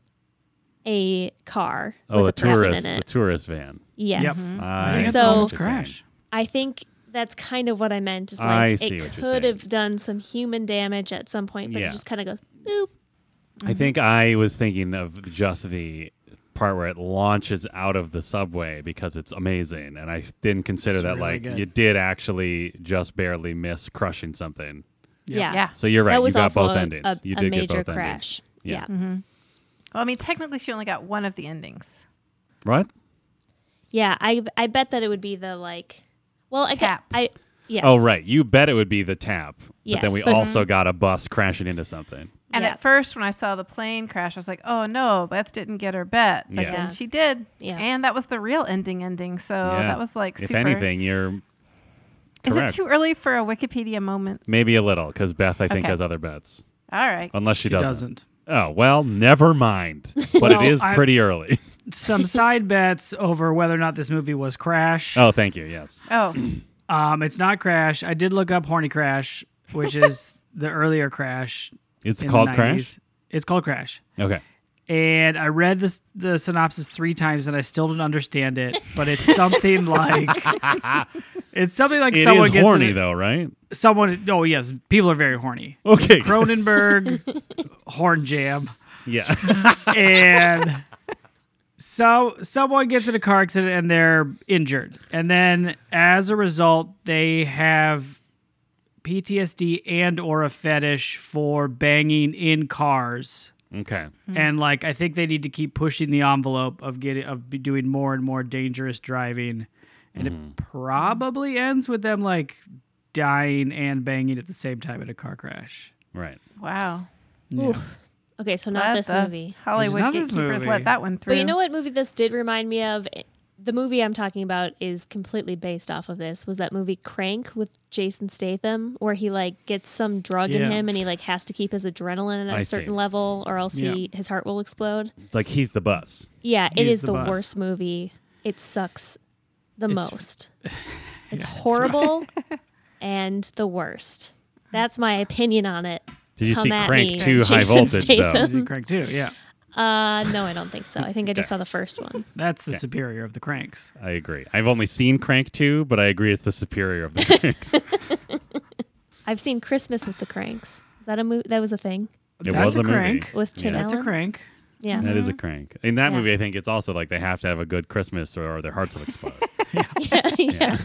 S1: a car
S4: Oh,
S1: with
S4: the
S1: a person
S4: tourist,
S1: in
S4: the
S1: it.
S4: tourist van.
S1: yes. Mm-hmm.
S3: Yep. Mm-hmm. I think
S4: I
S3: it's
S1: So-
S3: almost
S4: see.
S3: crash.
S1: I think that's kind of what I meant. Is like
S4: I see
S1: it
S4: what you're
S1: could
S4: saying.
S1: have done some human damage at some point, but
S4: Yeah.
S1: it just kind of goes boop.
S3: Mm-hmm.
S4: I think I was thinking of just the part where it launches out of the subway because it's amazing, and I didn't consider
S3: It's
S4: that
S3: really
S4: like
S3: good.
S4: you did actually just barely miss crushing something.
S1: Yeah,
S5: Yeah.
S4: So you're right.
S1: That was
S4: you got
S1: also
S4: both
S1: a,
S4: endings.
S1: a,
S4: you
S1: a
S4: did
S1: major
S4: get both endings.
S1: crash.
S4: Yeah.
S1: Yeah,
S5: Well, I mean, technically, she only got one of the endings.
S4: Right?
S1: yeah. I I bet that it would be the like, well, I, gu-
S5: Tap.
S1: I yes.
S4: Oh, right. You bet it would be the tap, but
S1: Yes, Mm-hmm.
S4: then we
S1: but-
S4: also got a bus crashing into something.
S5: And
S1: Yeah.
S5: at first, when I saw the plane crash, I was like, "Oh no, Beth didn't get her bet," but
S4: Yeah.
S5: then she did,
S1: Yeah.
S5: and that was the real ending. Ending. So
S3: Oh,
S4: Yeah.
S5: that was like,
S4: if
S5: super.
S4: anything, you're
S5: is it
S4: correct.
S5: too early for a Wikipedia moment?
S4: maybe a little because Beth, I think,
S5: Okay.
S4: has other bets,
S5: All right.
S4: unless she,
S3: She doesn't.
S4: Oh well, never
S1: [LAUGHS]
S4: mind. But
S3: Well,
S4: it is
S3: I-
S4: pretty early. [LAUGHS]
S3: Some side bets over whether or not this movie was Crash.
S4: oh, thank you. Yes.
S5: Oh,
S3: Um, it's not Crash. I did look up Horny Crash, which
S4: [LAUGHS]
S3: is the earlier Crash.
S4: It's
S3: in the
S4: called
S3: 90s.
S4: Crash.
S3: It's called Crash.
S4: Okay.
S3: And I read this, the synopsis three times and I still didn't understand it, but it's
S4: [LAUGHS]
S3: something like it's something like
S4: It is
S3: someone gets
S4: horny
S3: in a-
S4: though, right?
S3: Someone, oh yes, people are very horny.
S4: Okay.
S3: Cronenberg, horn jam,
S4: [LAUGHS]
S1: [LAUGHS]
S4: yeah.
S3: and so someone gets in a car accident and they're injured, and then as a result, they have PTSD and or a fetish for banging in cars
S4: Okay.
S3: and like I think they need to keep pushing the envelope of getting of be doing more and more dangerous driving, and it probably ends with them like dying and banging at the same time in a car crash.
S4: Right.
S5: Wow.
S1: Oof. Okay, so not
S5: Let
S1: this
S5: the
S1: movie.
S5: Hollywood
S3: Not this
S5: gatekeepers
S3: movie.
S5: let that one through.
S1: But you know what movie this did remind me of? It- The movie I'm talking about is completely based off of this. Was that movie Crank with Jason Statham, where he like gets some drug
S3: Yeah.
S1: in him and he like has to keep his adrenaline at a
S4: I
S1: certain
S4: see.
S1: level, or else he his heart will explode.
S4: Like he's the bus.
S1: Yeah, it
S3: He's
S1: is
S3: the
S1: the,
S3: boss.
S1: worst movie. It sucks the
S3: It's-
S1: most. It's horrible and the worst. That's my opinion on it.
S4: Did you
S1: Come
S4: see
S1: at
S4: Crank
S1: me,
S4: 2 High
S1: Jason
S4: Voltage, though?
S1: Statham.
S3: Is it crank too? Yeah,
S1: Uh, no, I don't think so. I think I just
S4: Okay.
S1: saw the first one.
S3: that's the
S4: Okay.
S3: superior of the cranks.
S4: I agree. I've only seen Crank 2, but I agree it's the superior of the
S1: [LAUGHS]
S4: Cranks. it
S1: I've seen Christmas with the Cranks. Is that a movie? That was a thing
S3: That's
S4: was
S3: a
S4: a,
S3: crank.
S4: movie.
S1: with Tim
S4: Yeah.
S3: That's a
S1: Allen.
S3: crank.
S1: Yeah.
S4: That is a crank. In that
S1: Yeah.
S4: movie, I think it's also like they have to have a good Christmas or, their hearts
S1: [LAUGHS]
S4: will explode.
S1: yeah,
S5: [LAUGHS]
S1: yeah.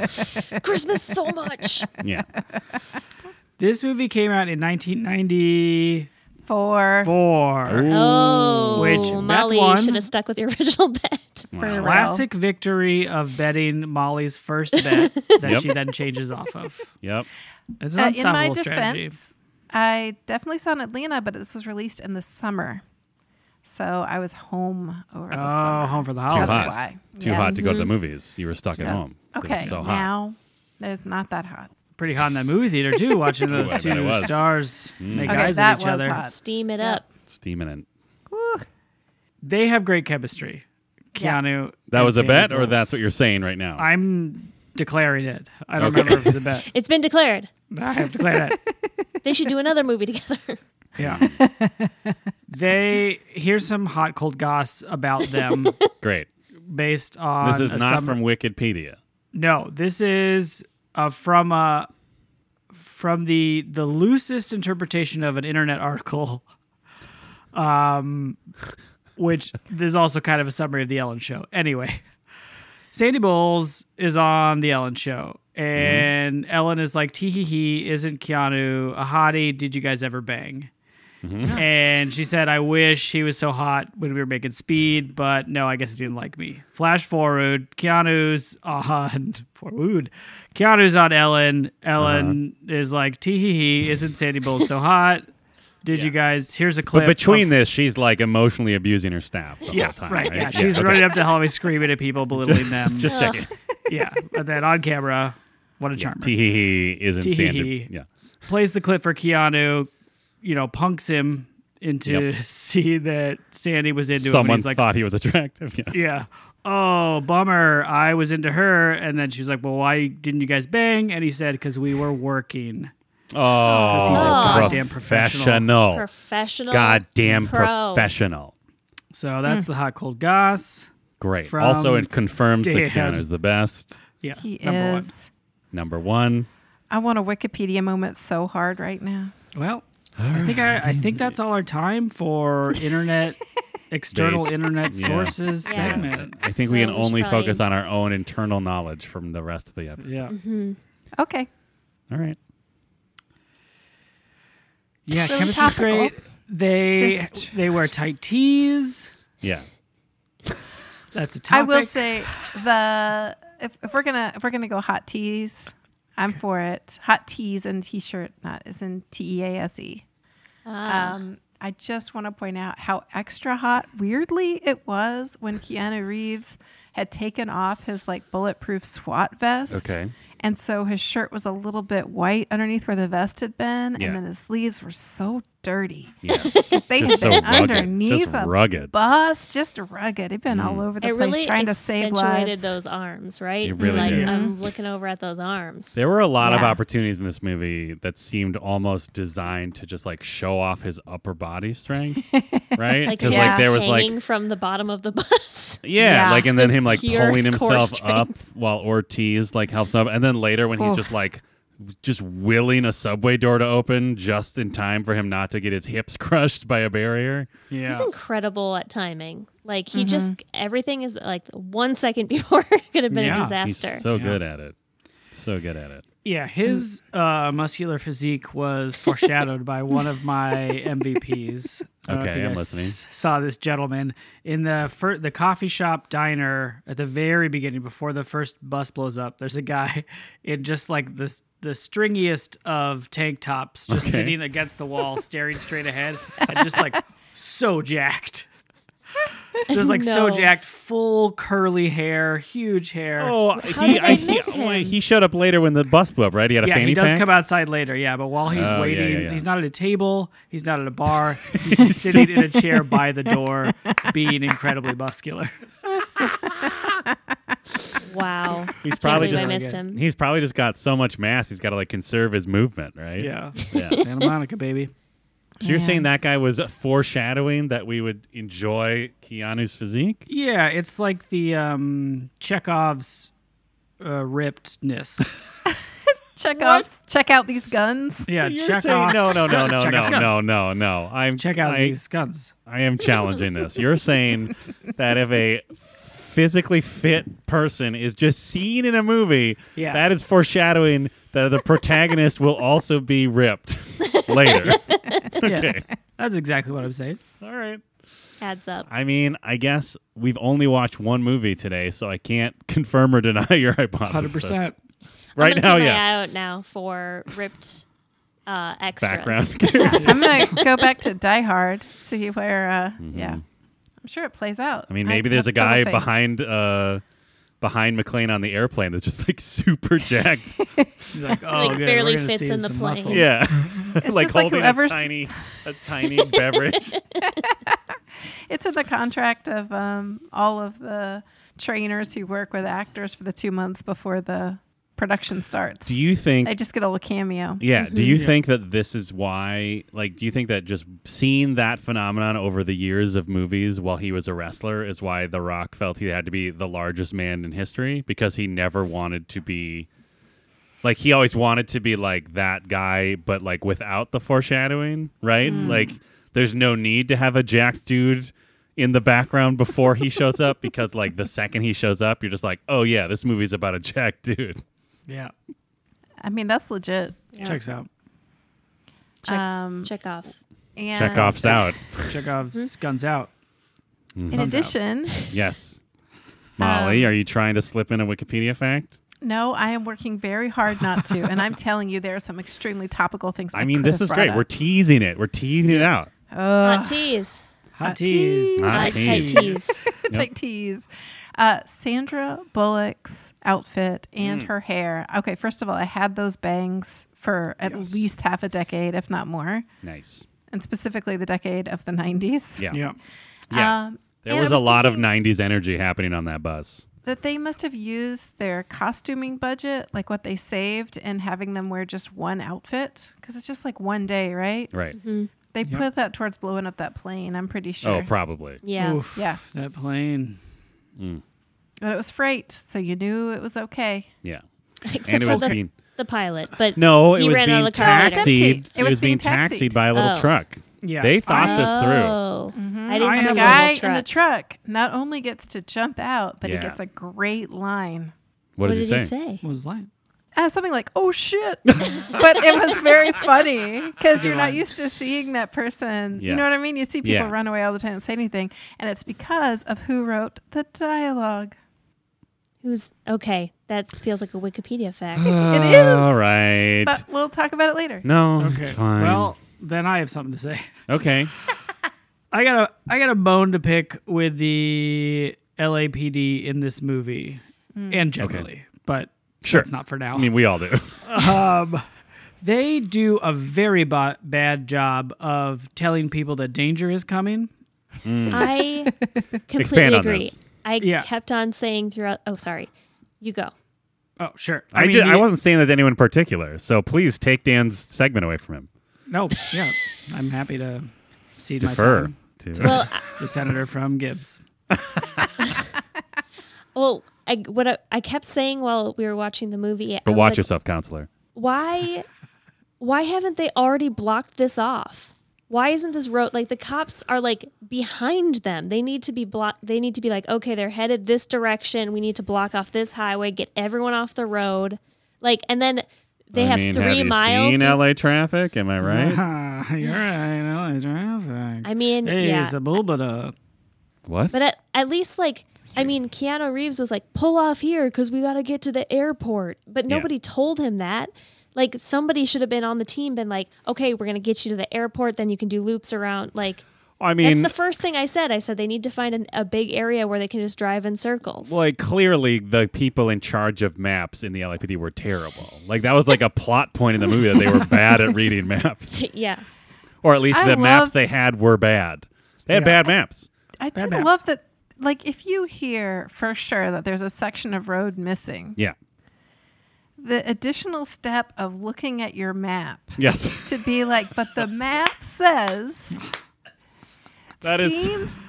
S1: Christmas so much.
S4: yeah.
S3: This movie came out in 1994,
S5: for
S4: Ooh.
S1: [LAUGHS] Oh,
S3: Which Beth
S1: Molly
S3: won.
S1: should have stuck with your [LAUGHS] original bet.
S5: for real.
S3: classic victory of betting Molly's
S5: [LAUGHS]
S3: first bet that
S4: Yep.
S3: she then changes off of.
S4: Yep.
S3: It's an
S5: Uh, in
S3: unstoppable
S5: my defense,
S3: strategy.
S5: I definitely saw it in Atlanta, but this was released in the summer, so I was home over the summer.
S3: Oh, home for the
S4: Too
S3: holidays.
S4: hot.
S5: why.
S4: Too
S5: Yes.
S4: hot to go to the movies. You were stuck at
S5: Yeah.
S4: home. It was
S5: Okay,
S4: so hot.
S5: now it's not that hot.
S3: pretty hot in that movie theater
S5: [LAUGHS]
S3: too, watching those
S4: I bet it
S3: two
S4: was. Hmm.
S3: stars make
S5: Okay,
S3: eyes
S5: that
S3: at each
S5: was
S3: other.
S5: hot.
S1: Steam it
S5: Yeah.
S1: up.
S4: Steaming it.
S5: Woo.
S3: They have great chemistry.
S5: Yeah.
S3: Keanu.
S4: That
S3: and
S4: was a
S3: Danny
S4: bet, or
S3: Gross.
S4: that's what you're saying right now?
S3: I'm declaring it. I don't remember if it's a bet.
S1: It's been declared.
S3: I have
S4: [LAUGHS]
S3: declared it.
S1: They should do another movie together.
S3: Yeah. [LAUGHS] they here's some hot cold goss about
S4: [LAUGHS]
S3: them
S4: Great.
S3: based on
S4: This is
S3: a
S4: not
S3: sum-
S4: from Wikipedia.
S3: No, this is uh, from uh, from the the loosest interpretation of an internet article, um, which there's also kind of a summary of the Ellen Show. Anyway, Sandy Bowles is on the Ellen Show, and Ellen is like, "Tee hee hee, isn't Keanu a hottie? Did you guys ever bang?"
S4: Mm-hmm.
S3: And she said, I wish he was so hot when we were making speed, but no, I guess he didn't like me. Flash forward, Keanu's on [LAUGHS] forward. Keanu's on Ellen. Ellen
S4: Uh-huh.
S3: is like, tee hee hee, isn't Sandy Bulls so hot? Did you guys here's a clip
S4: But between
S3: of-
S4: this, she's like emotionally abusing her staff the
S3: yeah,
S4: whole time.
S3: right. Yeah, she's running up the hallway screaming at people, belittling them.
S4: [LAUGHS] Just checking.
S3: yeah. And then on camera, what a charmer.
S4: Tee hee hee is
S3: Tee hee
S4: insanity.
S3: hee.
S4: Yeah.
S3: plays the clip for Keanu, you know, punks him into
S4: Yep.
S3: [LAUGHS] seeing that Sandy was into him. And
S4: Someone
S3: he's like,
S4: thought he was
S3: [LAUGHS]
S4: attractive. Yeah.
S3: yeah. Oh, bummer. I was into her. And then she was like, well, why didn't you guys bang? And he said, because we were working.
S4: Oh,
S3: he's a goddamn professional.
S4: professional.
S1: Professional.
S4: Oh. Goddamn
S1: pro.
S4: professional.
S3: So that's
S5: Hmm.
S3: the hot cold goss.
S4: Great.
S3: From
S4: also, it confirms
S3: dead.
S4: that Keanu is the best.
S3: Yeah.
S5: He
S3: number
S5: is.
S4: Number one.
S5: I want a Wikipedia moment so hard right now.
S3: one. Well, I think I, I think that's all our time for internet external
S4: Based.
S3: internet
S4: Yeah.
S3: sources
S1: Yeah.
S3: segment.
S4: I think we
S1: Yeah,
S4: can
S1: we should
S4: only
S1: probably-
S4: focus on our own internal knowledge from the rest of the episode.
S3: Yeah.
S5: Okay.
S4: All right.
S3: Yeah,
S5: So
S3: chemistry's
S5: topical.
S3: great. They
S5: Just-
S3: they wear tight tees.
S1: [LAUGHS]
S4: Yeah.
S3: That's a
S5: I
S3: topic.
S5: will say the if, if we're gonna if we're gonna go hot teas, I'm for it. Hot tees and t-shirt, not is in T E A S E. Um, I just want to point out how extra hot, weirdly, it was when Keanu Reeves had taken off his like bulletproof SWAT vest.
S4: Okay.
S5: And so his shirt was a little bit white underneath where the vest had been,
S4: Yeah.
S5: and then his sleeves were so dirty.
S4: Yes.
S5: They
S4: Just
S5: had
S4: so
S5: been
S4: rugged.
S5: underneath
S4: Just
S5: a
S4: rugged. Mm.
S5: bus, just rugged. It'd been all over the
S1: it
S5: place
S1: really
S5: trying to save
S1: accentuated
S5: lives.
S1: those arms, right?
S4: It really
S1: like
S4: did.
S1: I'm looking over at those arms.
S4: There were a lot of
S5: Yeah.
S4: opportunities in this movie that seemed almost designed to just like show off his upper body strength,
S1: [LAUGHS]
S4: right?
S1: like,
S4: 'Cause,
S5: Yeah.
S4: like there was like
S1: hanging from the bottom of the [LAUGHS] bus.
S4: yeah,
S5: Yeah.
S4: like and then
S1: His
S4: him like
S1: pure
S4: pulling
S1: core
S4: himself
S1: strength.
S4: up while Ortiz like helps him up, and then later when he's
S5: Oh.
S4: just like just willing a subway door to open just in time for him not to get his hips [LAUGHS] crushed by a barrier.
S3: yeah.
S1: He's incredible at timing. Like he just everything is like one second [LAUGHS] before it could have been
S3: Yeah,
S1: a
S3: he's
S1: disaster.
S4: He's so good at it. So good at it.
S3: Yeah,
S4: [LAUGHS]
S3: his uh, muscular physique was foreshadowed by one of my MVPs, I don't know if
S4: Okay,
S3: you
S4: I'm
S3: guys
S4: listening.
S3: s- Saw this gentleman in the fir- the coffee shop diner at the very beginning, before the first bus blows up. There's a guy [LAUGHS] in just like this the stringiest of tank tops, just
S4: Okay.
S3: sitting against the wall, staring straight ahead, and just like so
S4: [LAUGHS]
S3: jacked. Just like so
S1: No.
S3: jacked, full curly hair, huge hair.
S4: Oh,
S1: How
S4: he,
S1: did
S4: I,
S1: I
S4: he,
S1: miss him?
S4: wait, he showed up later when the bus blew up, right? He had a
S3: yeah,
S4: fanny
S3: he does
S4: pack.
S3: come outside later. Yeah, but while he's
S4: Oh, yeah,
S3: waiting,
S4: yeah, yeah.
S3: he's not at a table. He's not at a
S4: [LAUGHS]
S3: bar. He's just sitting in a chair by the door, being incredibly muscular.
S1: Wow.
S4: [LAUGHS] He's probably
S1: Can't believe
S4: just
S1: I missed him.
S4: he's probably just got so much mass. He's got to like conserve his movement, right?
S3: Yeah,
S4: [LAUGHS]
S3: [LAUGHS]
S4: Yeah.
S3: Santa Monica, baby.
S4: So you're
S5: Man.
S4: saying that guy was foreshadowing that we would enjoy Keanu's physique?
S3: Yeah, it's like the um, Chekhov's uh,
S4: [LAUGHS]
S3: rippedness.
S5: Check out check out these guns.
S3: Yeah,
S4: You're
S3: Chekhov.
S4: saying- no,
S3: [LAUGHS]
S4: no, no, no,
S3: Chekhov's
S4: no,
S3: guns.
S4: no, no, no. I'm
S3: Check out
S4: I,
S3: these
S4: [LAUGHS]
S3: guns.
S4: I am challenging this. You're saying that if a physically fit person is just seen in a movie,
S3: Yeah.
S4: that is foreshadowing that the protagonist will also
S3: [LAUGHS]
S4: be ripped later.
S3: Yeah, that's exactly what I'm saying.
S4: All right.
S1: Adds up.
S4: I mean, I guess we've only watched one movie today, so I can't confirm or deny your
S3: Hundred
S4: hypothesis.
S3: percent.
S4: Right
S1: I'm gonna
S4: now,
S1: keep my
S4: yeah.
S1: eye out now for ripped uh, extras.
S4: Background.
S1: [LAUGHS]
S5: I'm gonna go back to Die Hard. See where. Uh, Yeah, I'm sure it plays
S4: [LAUGHS]
S5: out.
S4: Mm-hmm. I mean, maybe
S5: have
S4: there's a
S5: total
S4: guy
S5: faith.
S4: behind uh, behind McLean on the airplane that's just like super jacked.
S3: You're Like, oh,
S1: [LAUGHS] Like,
S3: good,
S1: barely
S3: we're gonna
S1: fits
S3: see
S1: in the
S3: some
S1: plane.
S3: muscles.
S4: yeah, [LAUGHS] like
S5: just like
S4: holding a
S5: whoever's-
S4: tiny a tiny beverage.
S5: It's in the contract of um, all of the trainers who work with actors for the two months before the production starts.
S4: Do you think?
S5: they just get a little cameo.
S4: yeah. Do you
S3: Yeah.
S4: think that this is why? Like, do you think that just seeing that phenomenon over the years of movies while he was a wrestler is why The Rock felt he had to be the largest man in history because he never wanted to be. Like he always wanted to be like that guy, but like without the foreshadowing, right? Like there's no need to have a jacked dude in the background before he shows up because like the second he shows up, you're just like, oh yeah, this movie's about a jacked dude.
S3: Yeah,
S5: I mean, that's legit.
S3: checks out.
S1: Checks,
S5: Um,
S1: check off.
S5: And
S4: Chekhov's out.
S1: Mm-hmm.
S3: Chekhov's guns out.
S5: In addition,
S4: Yes. Molly, are you trying to slip in a Wikipedia fact?
S5: no, I am working very hard not to, and I'm telling you, there are some extremely topical things. I,
S4: I mean,
S5: could
S4: this
S5: have
S4: is
S5: brought
S4: great.
S5: up.
S4: We're teasing it. We're teasing it out.
S5: uh,
S1: Hot teas.
S3: Hot
S5: teas.
S3: teas.
S4: Hot
S1: Hot
S4: teas.
S1: teas.
S5: Take tease. Uh, Sandra Bullock's outfit and
S4: Mm.
S5: her hair. Okay, first of all, I had those bangs for at least half a decade, if not more,
S4: Nice.
S5: and specifically the decade of the 90s.
S4: Yeah.
S3: Yeah.
S4: Yeah.
S5: Um,
S4: there
S5: and I
S4: was a lot
S5: thinking
S4: of 90s energy happening on that bus.
S5: that they must have used their costuming budget, like what they saved, and having them wear just one outfit because it's just like one day, right?
S4: Right.
S5: They put that towards blowing up that plane. I'm pretty sure.
S4: Oh, probably.
S1: Yeah.
S3: Oof,
S5: Yeah.
S3: That plane.
S5: but it was freight, so you knew it was okay.
S4: Yeah.
S1: [LAUGHS] Except
S4: And it
S1: for
S4: was
S1: the,
S4: being.
S1: the pilot, but
S4: No, it
S1: he
S4: was
S1: ran out
S4: being
S1: of the car. later.
S5: taxi.
S4: taxied.
S5: It was
S4: being
S5: being taxied.
S4: taxied by a little
S1: Oh.
S4: truck.
S3: Yeah.
S4: They thought this through.
S1: Oh, I didn't
S3: I have
S1: see
S5: The
S1: the
S3: a-
S5: guy
S1: little
S5: in the truck not only gets to jump out, but
S4: Yeah.
S5: he gets a great line.
S4: What,
S1: What
S4: does
S1: did
S4: he
S1: he
S4: say?
S1: say?
S3: What was lying?
S5: Uh, something like "Oh shit," [LAUGHS] but it was very funny because you're not
S3: line.
S5: used to seeing that person.
S4: Yeah.
S5: You know what I mean? You see people
S4: Yeah.
S5: run away all the time and say anything, and it's because of who wrote the dialogue.
S1: Who's okay? That feels like a
S4: [GASPS]
S1: Wikipedia fact. [LAUGHS]
S4: it
S5: is.
S4: All right.
S5: But we'll talk about it later.
S4: no,
S3: Okay.
S4: it's fine.
S3: Well, then I have something to say. [LAUGHS]
S4: okay.
S3: I got a I got a bone to pick with the LAPD in this movie and generally, but
S4: Sure.
S3: that's not for now.
S4: I mean, we all do.
S3: they do a very ba- bad job of telling people that danger is coming.
S1: I
S4: [LAUGHS] Expand
S1: completely
S4: on
S1: agree.
S4: this.
S1: I
S3: Yeah.
S1: kept on saying throughout. Oh, sorry. You go.
S3: Oh, sure.
S4: I,
S3: mean,
S4: ju-
S3: the- [LAUGHS]
S4: I wasn't saying that to anyone in particular, so please take Dan's segment away from him.
S3: No, yeah, I'm happy to cede my
S4: Defer.
S3: time
S4: To [LAUGHS]
S3: to
S1: Well,
S3: this- the senator from Gibbs.
S1: Well, I what I, I kept saying while we were watching the movie. I
S4: but
S1: was
S4: watch
S1: like,
S4: yourself, counselor.
S1: why why haven't they already blocked this off why isn't this road like the cops are like behind them they need to be blocked they need to be like okay they're headed this direction we need to block off this highway get everyone off the road like and then They
S4: I
S1: have
S4: mean,
S1: three
S4: have
S1: miles.
S4: You seen
S1: be-
S4: LA traffic? Am I
S3: [LAUGHS]
S4: right?
S3: You're right. LA traffic.
S1: I mean,
S3: hey,
S1: yeah.
S3: Zabulbada.
S4: what?
S1: But uh, at, at least, like, I mean, Keanu Reeves was like, pull off here because we got to get to the airport. But
S4: Yeah.
S1: nobody told him that. Like, somebody should have been on the team, been like, okay, we're going to get you to the airport. Then you can do loops around. Like,
S4: I mean,
S1: that's the first thing I said. I said they need to find an, a big area where they can just drive in circles.
S4: like clearly the people in charge of maps in the LAPD were terrible. Like that was like a plot point in the movie that they were bad at reading [LAUGHS] maps,
S1: [LAUGHS] yeah.
S4: or at least
S5: I
S4: the maps
S5: loved-
S4: they had were bad. They had
S3: Yeah.
S4: bad maps.
S5: I
S3: Bad
S5: did
S3: maps.
S5: love that. Like, if you hear for sure that there's a section of road missing,
S4: Yeah.
S5: the additional step of looking at your map
S4: Yes. [LAUGHS]
S5: to be like, but the map says
S4: That is-
S5: seems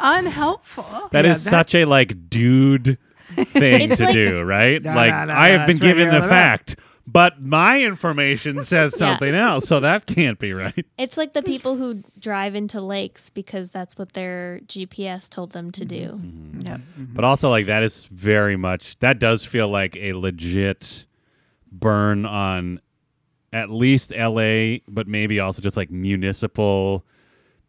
S5: unhelpful.
S4: that is
S3: Yeah, that-
S4: such a like dude thing
S1: It's
S4: to
S1: like-
S4: do, right?
S3: Da,
S4: like
S3: da, da,
S4: I
S3: da,
S4: have been
S3: it's right
S4: given
S3: here,
S4: the
S3: da, da.
S4: fact, but my information says something else, so that can't be right.
S1: It's like the people who drive into lakes because that's what their GPS told them
S4: Mm-hmm.
S1: to do.
S5: Yep.
S4: But also, like, that is very much, that does feel like a legit burn on at least LA, but maybe also just like municipal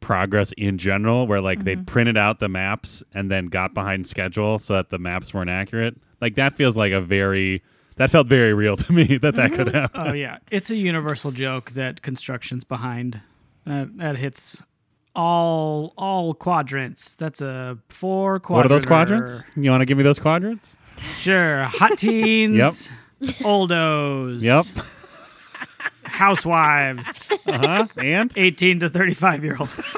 S4: progress in general, where like they printed out the maps and then got behind schedule so that the maps weren't accurate. Like, that feels like a very, that felt very real to me [LAUGHS] that that could happen.
S3: Oh yeah, it's a universal joke that construction's behind. That that hits all all quadrants. That's a four
S4: What are
S3: quadrants.
S4: those quadrants? You want to give me those quadrants?
S3: Sure,
S4: [LAUGHS]
S3: hot teens. Oldos.
S4: Yep.
S3: Housewives.
S4: Uh huh. And?
S3: Eighteen to thirty-five year
S4: [LAUGHS]
S3: olds.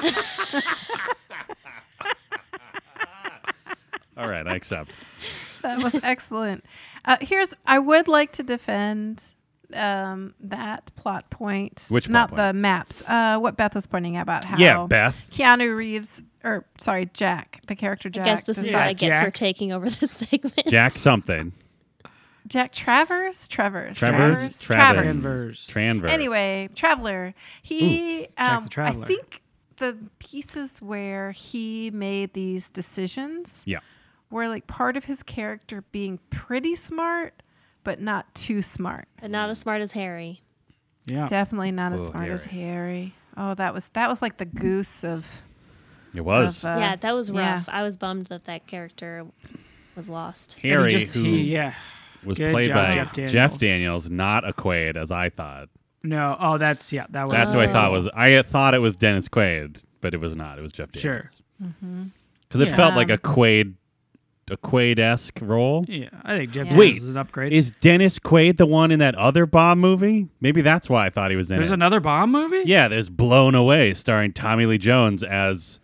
S4: All right, I accept.
S5: That was excellent. Uh, here's I would like to defend um, that plot point.
S4: Which plot
S5: not
S4: point?
S5: the maps. Uh, what Beth was pointing out about how
S4: Yeah, Beth.
S5: Keanu Reeves or sorry Jack, the character Jack.
S1: I guess this is what
S5: decide-
S1: I get
S3: Jack.
S1: for taking over this [LAUGHS] segment.
S4: Jack something.
S5: Jack Travers, Travers,
S4: Travers,
S5: Travers.
S3: Travers.
S4: Tranver.
S5: Anyway, Traveler. He,
S3: the
S5: um,
S3: Traveler.
S5: I think the pieces where he made these decisions
S4: Yeah.
S5: were like part of his character being pretty smart, but not too smart.
S1: But not as smart as Harry.
S3: Yeah.
S5: Definitely not as
S4: Oh,
S5: smart as Harry. Oh, that was that was like the goose of.
S4: It was.
S5: of, uh,
S1: yeah, that was
S5: yeah.
S1: rough. I was bummed that that character was lost.
S3: And he
S4: Harry,
S3: just-
S4: who
S3: he- yeah.
S4: was
S3: Good
S4: played
S3: job,
S4: by
S3: Jeff
S4: Jeff
S3: Daniels.
S4: Daniels. not a Quaid, as I thought.
S3: No. Oh, that's yeah. That was.
S4: That's who I thought was. I thought it was Dennis Quaid, but it was not. It was Jeff
S3: Sure. Mm-hmm.
S4: Daniels. Because it felt like a Quaid, a Quaid esque role.
S3: Yeah, I think Jeff
S5: Yeah.
S3: Daniels
S4: Wait,
S3: is an upgrade.
S4: Is Dennis Quaid the one in that other bomb movie? Maybe that's why I thought he was in
S3: There's
S4: it.
S3: another bomb movie.
S4: yeah, there's Blown Away, starring Tommy Lee Jones as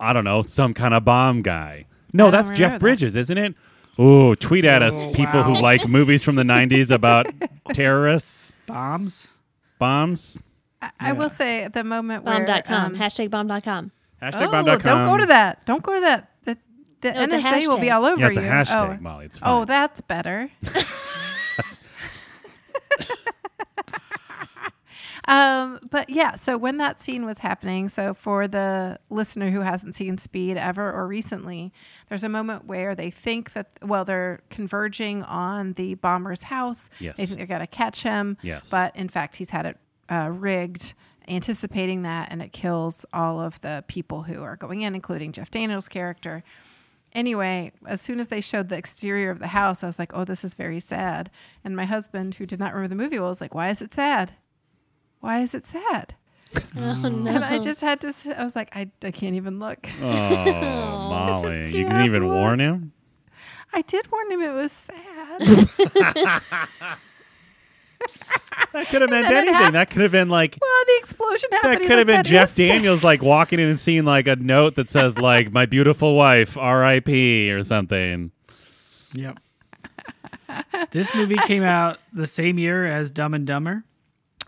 S4: I don't know some kind of bomb guy. No,
S5: I don't
S4: that's Jeff
S5: remember that.
S4: Bridges, isn't it? Ooh, tweet at us,
S3: Oh,
S4: people who
S3: wow.
S4: like movies
S5: [LAUGHS]
S4: from the '90s about terrorists.
S3: Bombs.
S4: bombs.
S5: I, I will say at the moment where
S1: Bomb.com.
S5: um,
S1: hashtag bomb.com.
S4: Hashtag
S5: oh,
S4: bomb.com.
S5: Don't go to that. Don't go to that. The, the
S1: No, it's a
S5: NSA will be
S1: hashtag.
S5: all over
S4: Yeah, it's a
S5: you.
S4: hashtag,
S5: oh.
S4: Molly. It's fine.
S5: Oh,
S4: [LAUGHS]
S5: that's better. um, but yeah, so when that scene was happening, so for the listener who hasn't seen Speed ever or recently, there's a moment where they think that, well, they're converging on the bomber's house.
S4: Yes.
S5: They think they're going to catch him.
S4: Yes.
S5: But in fact, he's had it uh, rigged. Anticipating that, and it kills all of the people who are going in, including Jeff Daniels' character. Anyway, as soon as they showed the exterior of the house, I was like, oh, this is very sad. And my husband, who did not remember the movie, was like, why is it sad? Why is it sad?
S1: [LAUGHS] Oh,
S4: Mm.
S1: no.
S5: And I just had to, s- I was like, I, I can't even look.
S4: Oh, Molly. You didn't
S5: can't
S4: even
S5: look.
S4: warn him?
S5: I did warn him it was
S4: [LAUGHS]
S5: sad.
S4: That could have meant
S5: then it
S4: anything.
S5: happened.
S4: That could have been like.
S5: well, the explosion happened.
S4: That
S5: He's
S4: could have been
S5: like, "That
S4: Jeff
S5: is sad."
S4: Daniels
S5: [LAUGHS]
S4: like walking in and seeing like a note that says like my beautiful wife R.I.P. or something.
S3: Yep. this movie came out the same year as Dumb and Dumber.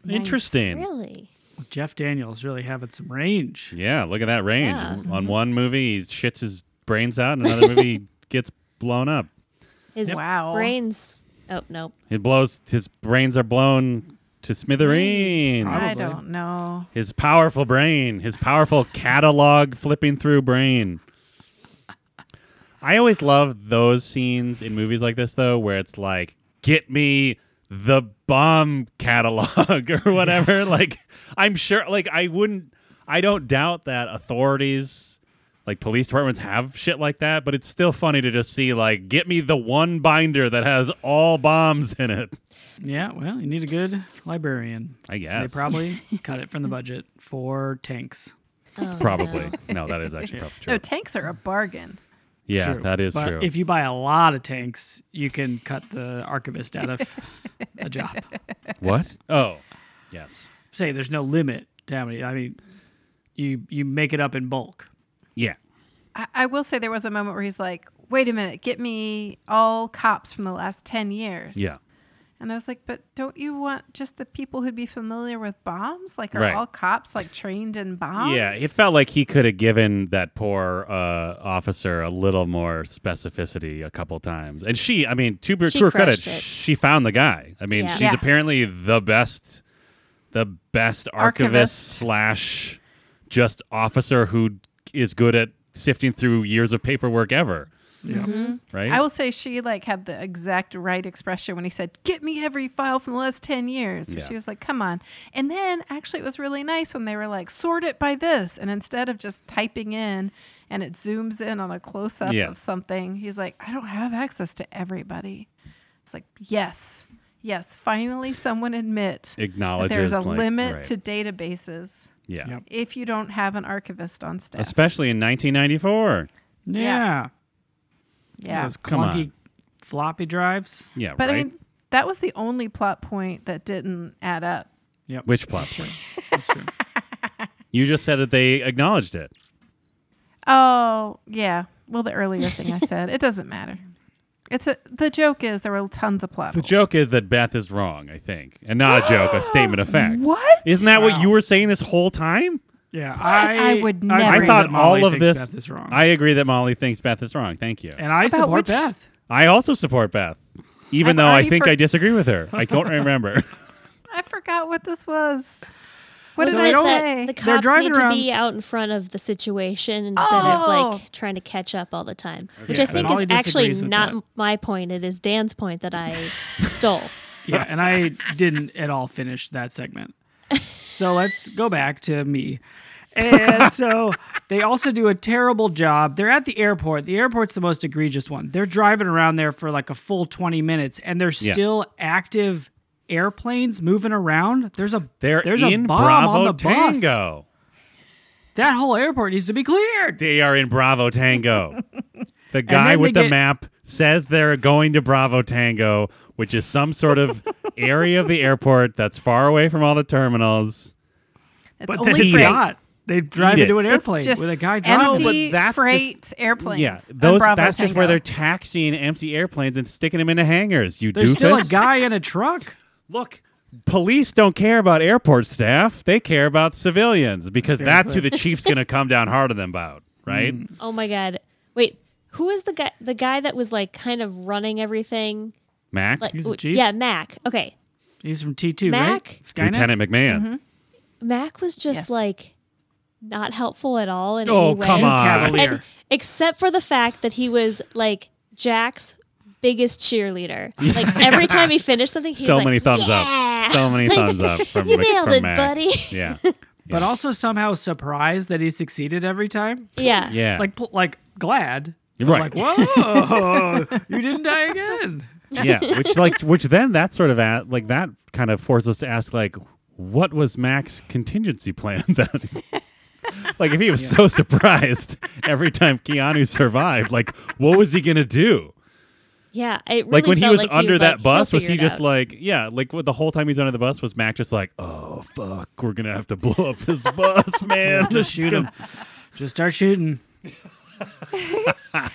S4: Interesting.
S1: Really?
S3: Jeff Daniels really having some range.
S4: Yeah, look at that range.
S1: Yeah.
S4: On one movie he shits his brains out, and another movie he gets blown up.
S1: His
S5: Wow.
S1: brains. Oh, nope.
S4: He blows his brains are blown to smithereens.
S5: I
S3: Probably.
S5: don't know.
S4: His powerful brain, his powerful catalog flipping through brain. I always love those scenes in movies like this, though, where it's like, get me the bomb catalog [LAUGHS] or whatever.
S3: [LAUGHS]
S4: Like I'm sure like I wouldn't I don't doubt that authorities like police departments have shit like that, but it's still funny to just see like get me the one binder that has all bombs in it.
S3: Yeah, well, you need a good librarian.
S4: I guess.
S3: They
S4: [LAUGHS]
S3: probably cut it from the budget for tanks.
S1: Oh,
S4: probably.
S3: [LAUGHS]
S4: No,
S1: no.
S4: that is actually probably true.
S5: No, tanks are a bargain.
S4: yeah,
S3: True.
S4: that is
S3: But
S4: true.
S3: If you buy a lot of tanks, you can cut the archivist out of a
S4: [LAUGHS]
S3: job.
S4: what? Oh. Yes.
S3: Say there's no limit to how many. I mean, you you make it up in bulk.
S4: Yeah.
S5: I, I will say there was a moment where he's like, wait a minute, get me all cops from the last 10 years.
S4: Yeah.
S5: And I was like, but don't you want just the people who'd be familiar with bombs? Like, are
S4: Right.
S5: all cops like trained in bombs?
S4: Yeah, it felt like he could have given that poor uh, officer a little more specificity a couple times. And she, I mean, to, her-
S1: She
S4: to her credit,
S1: crushed it.
S4: she found the guy. I mean,
S1: Yeah.
S4: she's
S5: Yeah.
S4: apparently the best, the best archivist,
S5: Archivist.
S4: slash just officer who is good at sifting through years of paperwork ever.
S3: Yeah.
S4: Right?
S5: Mm-hmm. I will say she like had the exact right expression when he said, "Get me every file from the last ten years."
S4: Yeah.
S5: She was like, "Come on!" And then actually, it was really nice when they were like, "Sort it by this," and instead of just typing in and it zooms in on a close up
S4: Yeah.
S5: of something, he's like, "I don't have access to everybody." It's like, yes, yes, finally someone admit that
S4: acknowledges
S5: there's a
S4: like,
S5: limit
S4: right.
S5: to databases
S4: yeah.
S3: Yep.
S5: if you don't have an archivist on staff.
S4: Especially in 1994.
S3: Yeah.
S5: yeah,
S3: Those
S4: Come
S3: clunky
S4: on.
S3: floppy drives.
S4: Yeah,
S5: but
S4: right.
S5: I mean, that was the only plot point that didn't add up.
S3: Yep.
S4: Which plot point?
S3: That's true.
S4: You just said that they acknowledged it.
S5: Oh, yeah. Well, the earlier thing I said, it doesn't matter. It's a, the joke is there were tons of plot.
S4: The
S5: holes.
S4: joke is that Beth is wrong, I think. And not a joke, a statement of fact.
S5: What?
S4: Isn't that what
S3: Wow.
S4: you were saying this whole time?
S3: Yeah,
S5: I
S3: I
S5: would
S3: agree
S5: never-
S4: I thought
S3: that Molly
S4: all of
S3: thinks
S4: this
S3: Beth is wrong.
S4: I agree that Molly thinks Beth is wrong. Thank you.
S3: and I support
S4: [LAUGHS]
S5: which-
S3: Beth.
S4: I also support Beth, even
S5: I've
S4: though I
S5: already
S4: think
S5: for-
S4: I disagree with her. I
S3: [LAUGHS]
S4: don't remember.
S5: I forgot what this was. What
S1: So
S5: did I
S1: it's that
S5: say?
S1: The
S3: They're
S1: cops
S3: driving
S1: need to
S3: around-
S1: be out in front of the situation instead
S5: Oh.
S1: of like trying to catch up all the time, which
S4: Yeah,
S1: I think
S3: Molly
S1: is actually
S3: disagrees with
S1: not
S3: that.
S1: m- my point. It is Dan's point that I stole.
S3: Yeah, and I didn't at all finish that segment. So let's go back to me.
S4: [LAUGHS]
S3: And so they also do a terrible job. They're at the airport. The airport's the most egregious one. They're driving around there for like a full 20 minutes and there's
S4: Yeah.
S3: still active airplanes moving around. There's a
S4: They're
S3: there's
S4: in
S3: a bomb
S4: Bravo
S3: on the bus.
S4: Tango.
S3: That whole airport needs to be cleared.
S4: They are in
S3: [LAUGHS]
S4: Bravo Tango. the guy
S3: then
S4: with
S3: they
S4: the
S3: get-
S4: map says they're going to Bravo Tango, which is some
S3: [LAUGHS]
S4: sort of area of the airport that's far away from all the terminals.
S5: it's
S3: But
S5: only
S3: they
S5: freight.
S3: not. They drive
S4: Eat it.
S3: into an
S5: It's
S3: airplane
S5: just
S3: with a guy driving.
S5: empty
S4: No, but that's just-
S5: freight airplanes.
S4: Yeah,
S5: on
S4: those.
S5: Bravo
S4: that's just where
S5: Tango.
S4: they're taxiing empty airplanes and sticking them into hangars. You
S3: There's
S4: doofus.
S3: still a guy in a truck.
S4: Look, police don't care about airport staff. They care about civilians because that's who the chief's going to come down hard on them about, right?
S3: Hmm.
S1: Oh my god! Wait, who is the guy? The guy that was like kind of running everything.
S4: Mac,
S1: Like,
S3: He's the
S1: w-
S3: chief?
S1: yeah, Mac. Okay,
S3: He's from T2, right?
S1: Mac?
S3: Skynet? Mm-hmm.
S4: Lieutenant McMahon.
S1: Mac was just
S5: Yes.
S1: like not helpful at all in
S4: Oh,
S1: any way.
S4: come on.
S3: Cavalier.
S1: And, except for the fact that he was like Jack's biggest cheerleader. Like every time he finished something, he
S4: [LAUGHS] So
S1: was
S4: many
S1: like,
S4: thumbs
S1: "Yeah!"
S4: up. So
S1: [LAUGHS]
S4: many
S1: Like,
S4: thumbs up from,
S1: you
S4: Mc-
S1: nailed
S4: from
S1: it,
S4: Mac.
S1: buddy. [LAUGHS]
S4: Yeah,
S3: but also somehow surprised that he succeeded every time.
S1: Yeah.
S4: yeah.
S3: Like pl- like glad.
S4: You're
S3: Like
S4: right.
S3: whoa, you didn't die
S4: [LAUGHS]
S3: again.
S4: yeah,
S1: [LAUGHS]
S4: which like which then that sort of at, like that kind of forces us to ask like what was Mac's contingency plan [LAUGHS] that like if he was so surprised every time Keanu survived, like what was he gonna do?
S1: Yeah. It really
S4: like when he
S1: felt
S4: was
S1: like
S4: under
S1: was
S4: that
S1: like,
S4: bus,
S1: "He'll
S4: was he
S1: figure it
S4: just
S1: out."
S4: like yeah, like what, the whole time he's under the bus was Mac just like oh fuck, we're gonna have to blow up
S1: [LAUGHS]
S4: this bus, man.
S3: Just shoot him. Just start shooting.
S4: I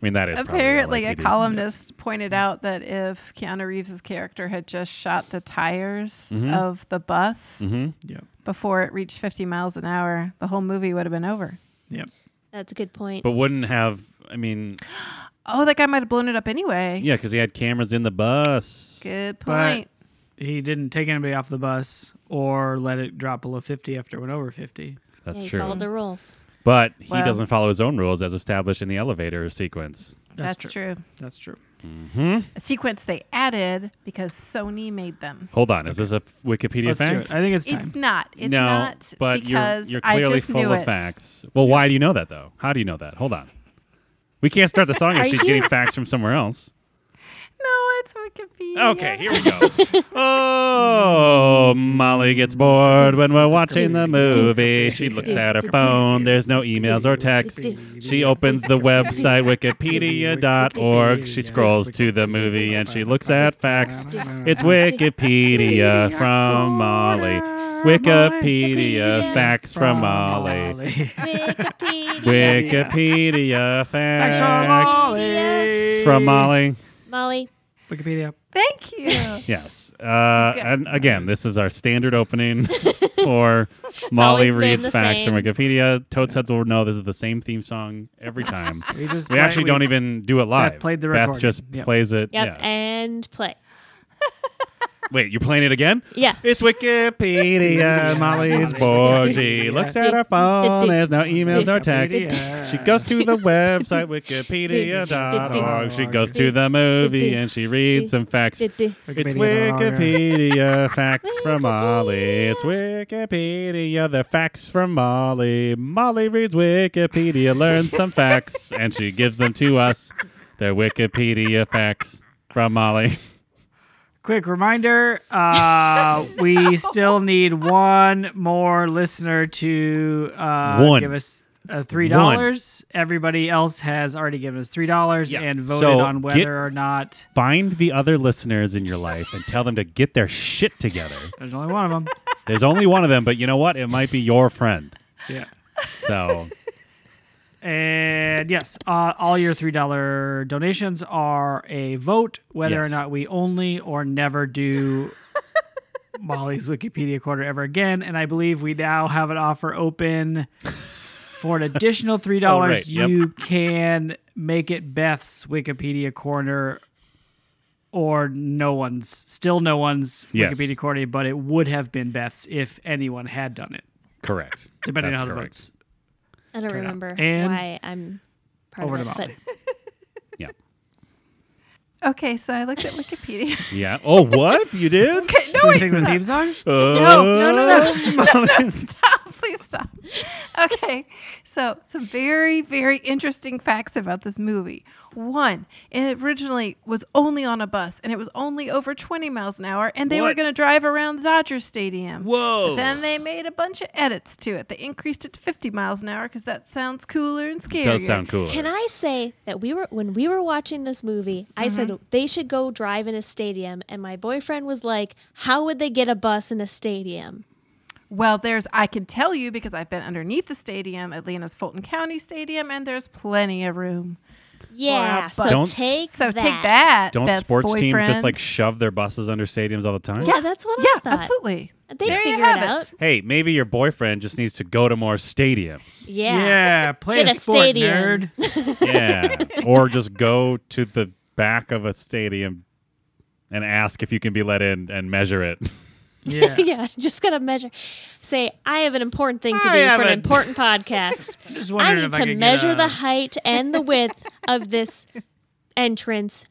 S4: mean that is probably
S5: Apparently, a
S4: LAPD.
S5: columnist pointed out that if Keanu Reeves' character had just shot the tires of the bus
S3: Yep.
S5: before it reached 50 miles an hour, the whole movie would have been over.
S3: Yep.
S1: That's a good point.
S4: But wouldn't have I mean
S5: Oh, that guy might have blown it up anyway.
S4: yeah, because he had cameras in the bus.
S5: Good
S3: But-
S5: point.
S3: He didn't take anybody off the bus or let it drop below 50 after it went over 50.
S1: yeah,
S4: That's
S1: he
S4: true.
S1: followed the
S4: [LAUGHS]
S1: rules.
S4: But he
S5: Well-
S4: doesn't follow his own rules as established in the elevator sequence.
S5: That's, true.
S3: That's true.
S5: a sequence they added because Sony made them.
S4: Hold on. Is this a Wikipedia
S3: Let's do
S4: fact?
S3: it. I think it's time.
S5: It's not. It's
S4: no,
S5: not
S4: but you're,
S5: because
S4: you're
S5: I
S4: clearly
S5: just
S4: full
S5: knew
S4: of
S5: it.
S4: facts. Well, why do you know that though? How do you know that? Hold on. We can't start the song if
S1: Are
S4: she's
S1: you-
S4: getting facts from somewhere else.
S5: No, it's Wikipedia.
S4: Okay, here we go. [LAUGHS] oh, Molly gets bored when we're watching the movie. She looks at her phone. There's no emails or texts. She opens the website wikipedia.org. She scrolls to the movie and she looks at
S3: [LAUGHS]
S4: facts.
S1: [LAUGHS]
S4: It's Wikipedia from Molly. Wikipedia facts from uh, Molly.
S1: Wikipedia.
S4: Wikipedia
S3: Thanks from
S4: facts
S3: Molly.
S4: from Molly.
S1: Molly.
S3: Wikipedia.
S5: Thank
S4: [LAUGHS]
S5: you.
S4: Yes. Uh, and again, this is our standard
S1: [LAUGHS]
S4: opening for Molly
S1: always been
S4: Reads
S1: the
S4: Facts from
S1: same.
S4: Wikipedia. Totes heads will know this is the same theme song every
S1: [LAUGHS]
S4: time.
S3: We, just
S4: we
S3: play-
S4: actually don't even do it live.
S3: played the
S4: Beth
S3: recording.
S4: just
S3: Yep.
S4: plays it.
S1: Yep.
S4: Yeah.
S1: And play.
S4: Wait, you're playing it again?
S1: Yeah.
S4: It's Wikipedia. Molly's bored. She looks at her phone. There's no emails or texts.
S3: Wikipedia.
S4: She goes to the website wikipedia.org. She goes to the movie and she reads some facts.
S1: Did
S4: It's
S3: Wikipedia.
S4: Wikipedia facts from Molly. It's Wikipedia. They're facts from Molly. Molly reads Wikipedia, learns some facts, and she gives them to us. They're Wikipedia facts from Molly.
S3: Quick reminder: [LAUGHS] uh, we still need one more listener to uh,
S4: One.
S3: give us uh, three dollars. Everybody else has already given us three dollars
S4: Yeah.
S3: and voted
S4: So
S3: on whether
S4: get-
S3: or not
S4: Find the other listeners in your life and tell them to get their shit together.
S3: there's only one of them.
S4: There's only one of them, but you know what? It might be your friend.
S3: [LAUGHS] yeah.
S4: So
S3: And yes, uh, all your three dollar donations are a vote whether or
S4: Yes.
S3: not we only or never
S4: [LAUGHS]
S3: do Molly's Wikipedia quarter ever again. And I believe we now have an offer open for an additional three
S4: [LAUGHS]
S3: dollars.
S4: Oh, right, yep.
S3: You can make it Beth's Wikipedia corner. Or no one's, still no one's
S4: Yes.
S3: Wikipedia corner, but it would have been Beth's if anyone had done it,
S4: correct.
S3: depending
S4: That's
S3: on how
S4: correct.
S3: the votes.
S1: I don't
S3: Turn up.
S1: remember
S3: And
S1: why I'm part
S3: over
S1: of
S3: to
S1: it, but
S3: Molly.
S4: Yeah.
S5: okay, so I looked at Wikipedia.
S4: Yeah. Oh, what? You did?
S5: okay, no,
S3: Can we
S5: wait,
S3: sing the
S5: stop.
S3: theme song?
S4: no, no, no.
S5: stop, [LAUGHS] please stop. Okay, so some very, very interesting facts about this movie. One, it originally was only on a bus and it was only over 20 miles an hour, and they were
S4: What?
S5: going to drive around Dodger
S4: [LAUGHS]
S5: Stadium.
S4: Whoa.
S5: Then they made a bunch of edits to it. They increased it to 50 miles an hour because that sounds cooler and scarier.
S4: does sound cool.
S1: Can I say that we were when we were watching this movie, I said they should go drive in a stadium, and my boyfriend was like, "How would they get a bus in a stadium?"
S5: Well, there's, I can tell you because I've been underneath the stadium, Atlanta's Fulton County Stadium, and there's plenty of room.
S1: Yeah, so
S4: Don't-
S1: take
S5: So
S1: that.
S5: take that.
S4: Don't
S5: Beth's
S4: sports teams just
S5: boyfriend.
S4: like shove their buses under stadiums all the time?
S1: Yeah, that's what I
S5: Yeah,
S1: thought.
S5: absolutely.
S1: They
S5: There you
S1: figure
S5: have
S1: it
S5: it.
S1: out.
S4: Hey, maybe your boyfriend just needs to go to more stadiums.
S1: Yeah.
S3: play
S1: Get
S3: a
S1: a
S3: sport,
S1: stadium.
S3: nerd.
S4: Yeah. or just go to the back of a stadium and ask if you can be let in and measure it.
S3: Yeah.
S1: [LAUGHS] yeah, just gotta measure. Say, I have an important thing to
S4: I
S1: do
S4: have
S1: for an
S4: a-
S1: important podcast.
S3: Just
S1: I
S3: wondering
S1: need
S3: if
S1: to
S3: could get
S1: measure
S3: a-
S1: the height and the width of this entrance.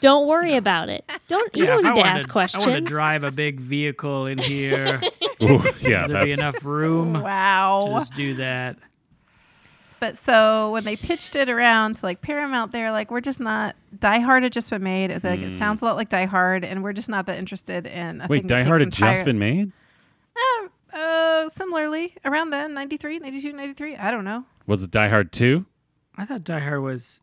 S1: Don't worry about it. Don't you
S3: Yeah, if
S1: don't
S3: I
S1: need to
S3: wanted
S1: ask
S3: I want
S1: questions.
S3: to drive a big vehicle in here. [LAUGHS]
S4: Ooh, yeah,
S3: There'd be
S4: that's
S3: enough room
S5: Wow.
S3: to just do that.
S5: But so when they pitched it around to like Paramount, they're like, we're just not. Die Hard had just been made. It's like, It sounds a lot like Die Hard, and we're just not that interested in. A
S4: Hmm. Wait,
S5: thing that
S4: Die
S5: takes
S4: Hard had
S5: entire-
S4: just been made?
S5: Uh, uh, similarly, around then, 93, 92, 93. I don't know.
S4: Was it Die Hard 2?
S3: I thought Die Hard was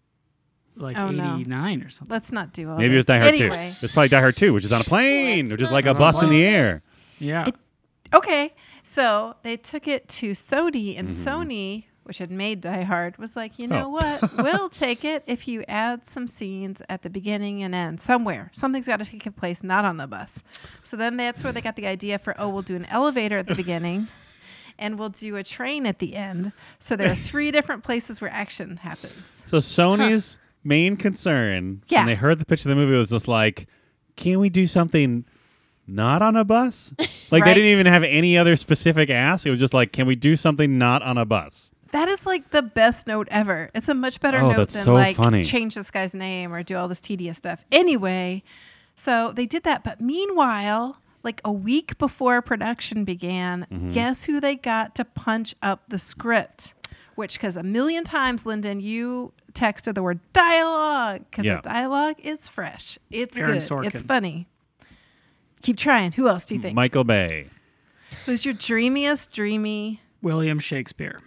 S3: like
S5: Oh, no.
S3: 89 or something.
S5: Let's not do all
S4: Maybe it was
S5: this.
S4: Die Hard 2.
S5: anyway,
S4: It was probably Die Hard 2, which
S5: [LAUGHS]
S4: is on a plane, which is like a
S3: not
S4: bus in the air.
S3: Yeah.
S5: Okay. So they took it to Sony, and Sony, which had made Die Hard, was like, you know
S4: Oh.
S5: what? we'll take it if you add some scenes at the beginning and end somewhere. Something's got to take place not on the bus. So then that's where they got the idea for, oh, we'll do an elevator at the beginning. And we'll do a train at the end. So there are three different places where action happens.
S4: So Sony's main concern
S5: Yeah.
S4: when they heard the pitch of the movie was just like, can we do something not on a
S5: [LAUGHS]
S4: bus? Like they
S5: Right.
S4: didn't even have any other specific ask. It was just like, can we do something not on a bus?
S5: That is like the best note ever. It's a much better
S4: Oh,
S5: note
S4: that's
S5: than
S4: so
S5: like
S4: funny.
S5: change this guy's name or do all this tedious stuff. Anyway, so they did that. But meanwhile, like a week before production began,
S4: Mm-hmm.
S5: guess who they got to punch up the script? Which, because a million times, Lyndon, you texted the word dialogue because
S4: Yeah.
S5: the dialogue is fresh. It's
S3: Aaron
S5: good. It's
S3: Sorkin.
S5: funny. Keep trying. Who else do you think?
S4: Michael Bay,
S5: Who's your dreamiest, dreamy?
S3: William Shakespeare.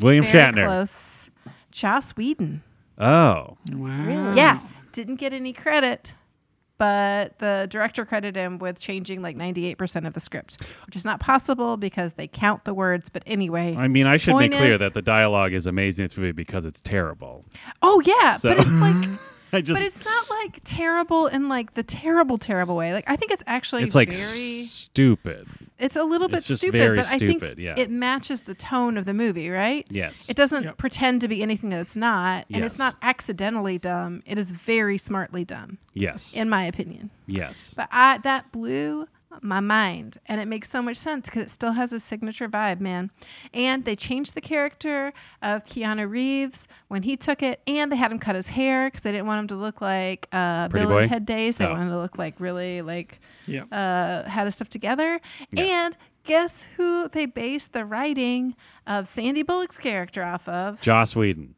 S4: William
S5: Very
S4: Shatner.
S5: close. Joss Whedon.
S4: Oh,
S3: Wow.
S5: Yeah. Didn't get any credit, but the director credited him with changing like 98% of the script, which is not possible because they count the words. But anyway.
S4: I mean, I should
S5: Point
S4: make clear
S5: is-
S4: that the dialogue is amazing in this movie because it's terrible. [LAUGHS]
S5: oh, yeah.
S4: So-
S5: But it's like.
S4: I [LAUGHS] just
S5: But it's not like terrible in like the terrible, terrible way. Like I think it's actually
S4: it's like
S5: very,
S4: stupid.
S5: it's a little
S4: it's
S5: bit
S4: just
S5: stupid,
S4: very
S5: but I
S4: stupid,
S5: think
S4: yeah.
S5: it matches the tone of the movie, right?
S4: Yes.
S5: It doesn't
S3: Yep.
S5: pretend to be anything that it's not, and
S4: Yes.
S5: it's not accidentally dumb. It is very smartly dumb,
S4: Yes.
S5: in my opinion.
S4: yes.
S5: But I that blew my mind, and it makes so much sense because it still has a signature vibe, man. And they changed the character of Keanu Reeves when he took it, and they had him cut his hair because they didn't want him to look like uh,
S4: Pretty
S5: Bill and
S4: boy?
S5: Ted Days. They
S4: Oh.
S5: wanted him to look like really like
S3: Yeah.
S5: uh, had his stuff together. And guess who they based the writing of Sandy Bullock's character off of?
S4: Joss Whedon.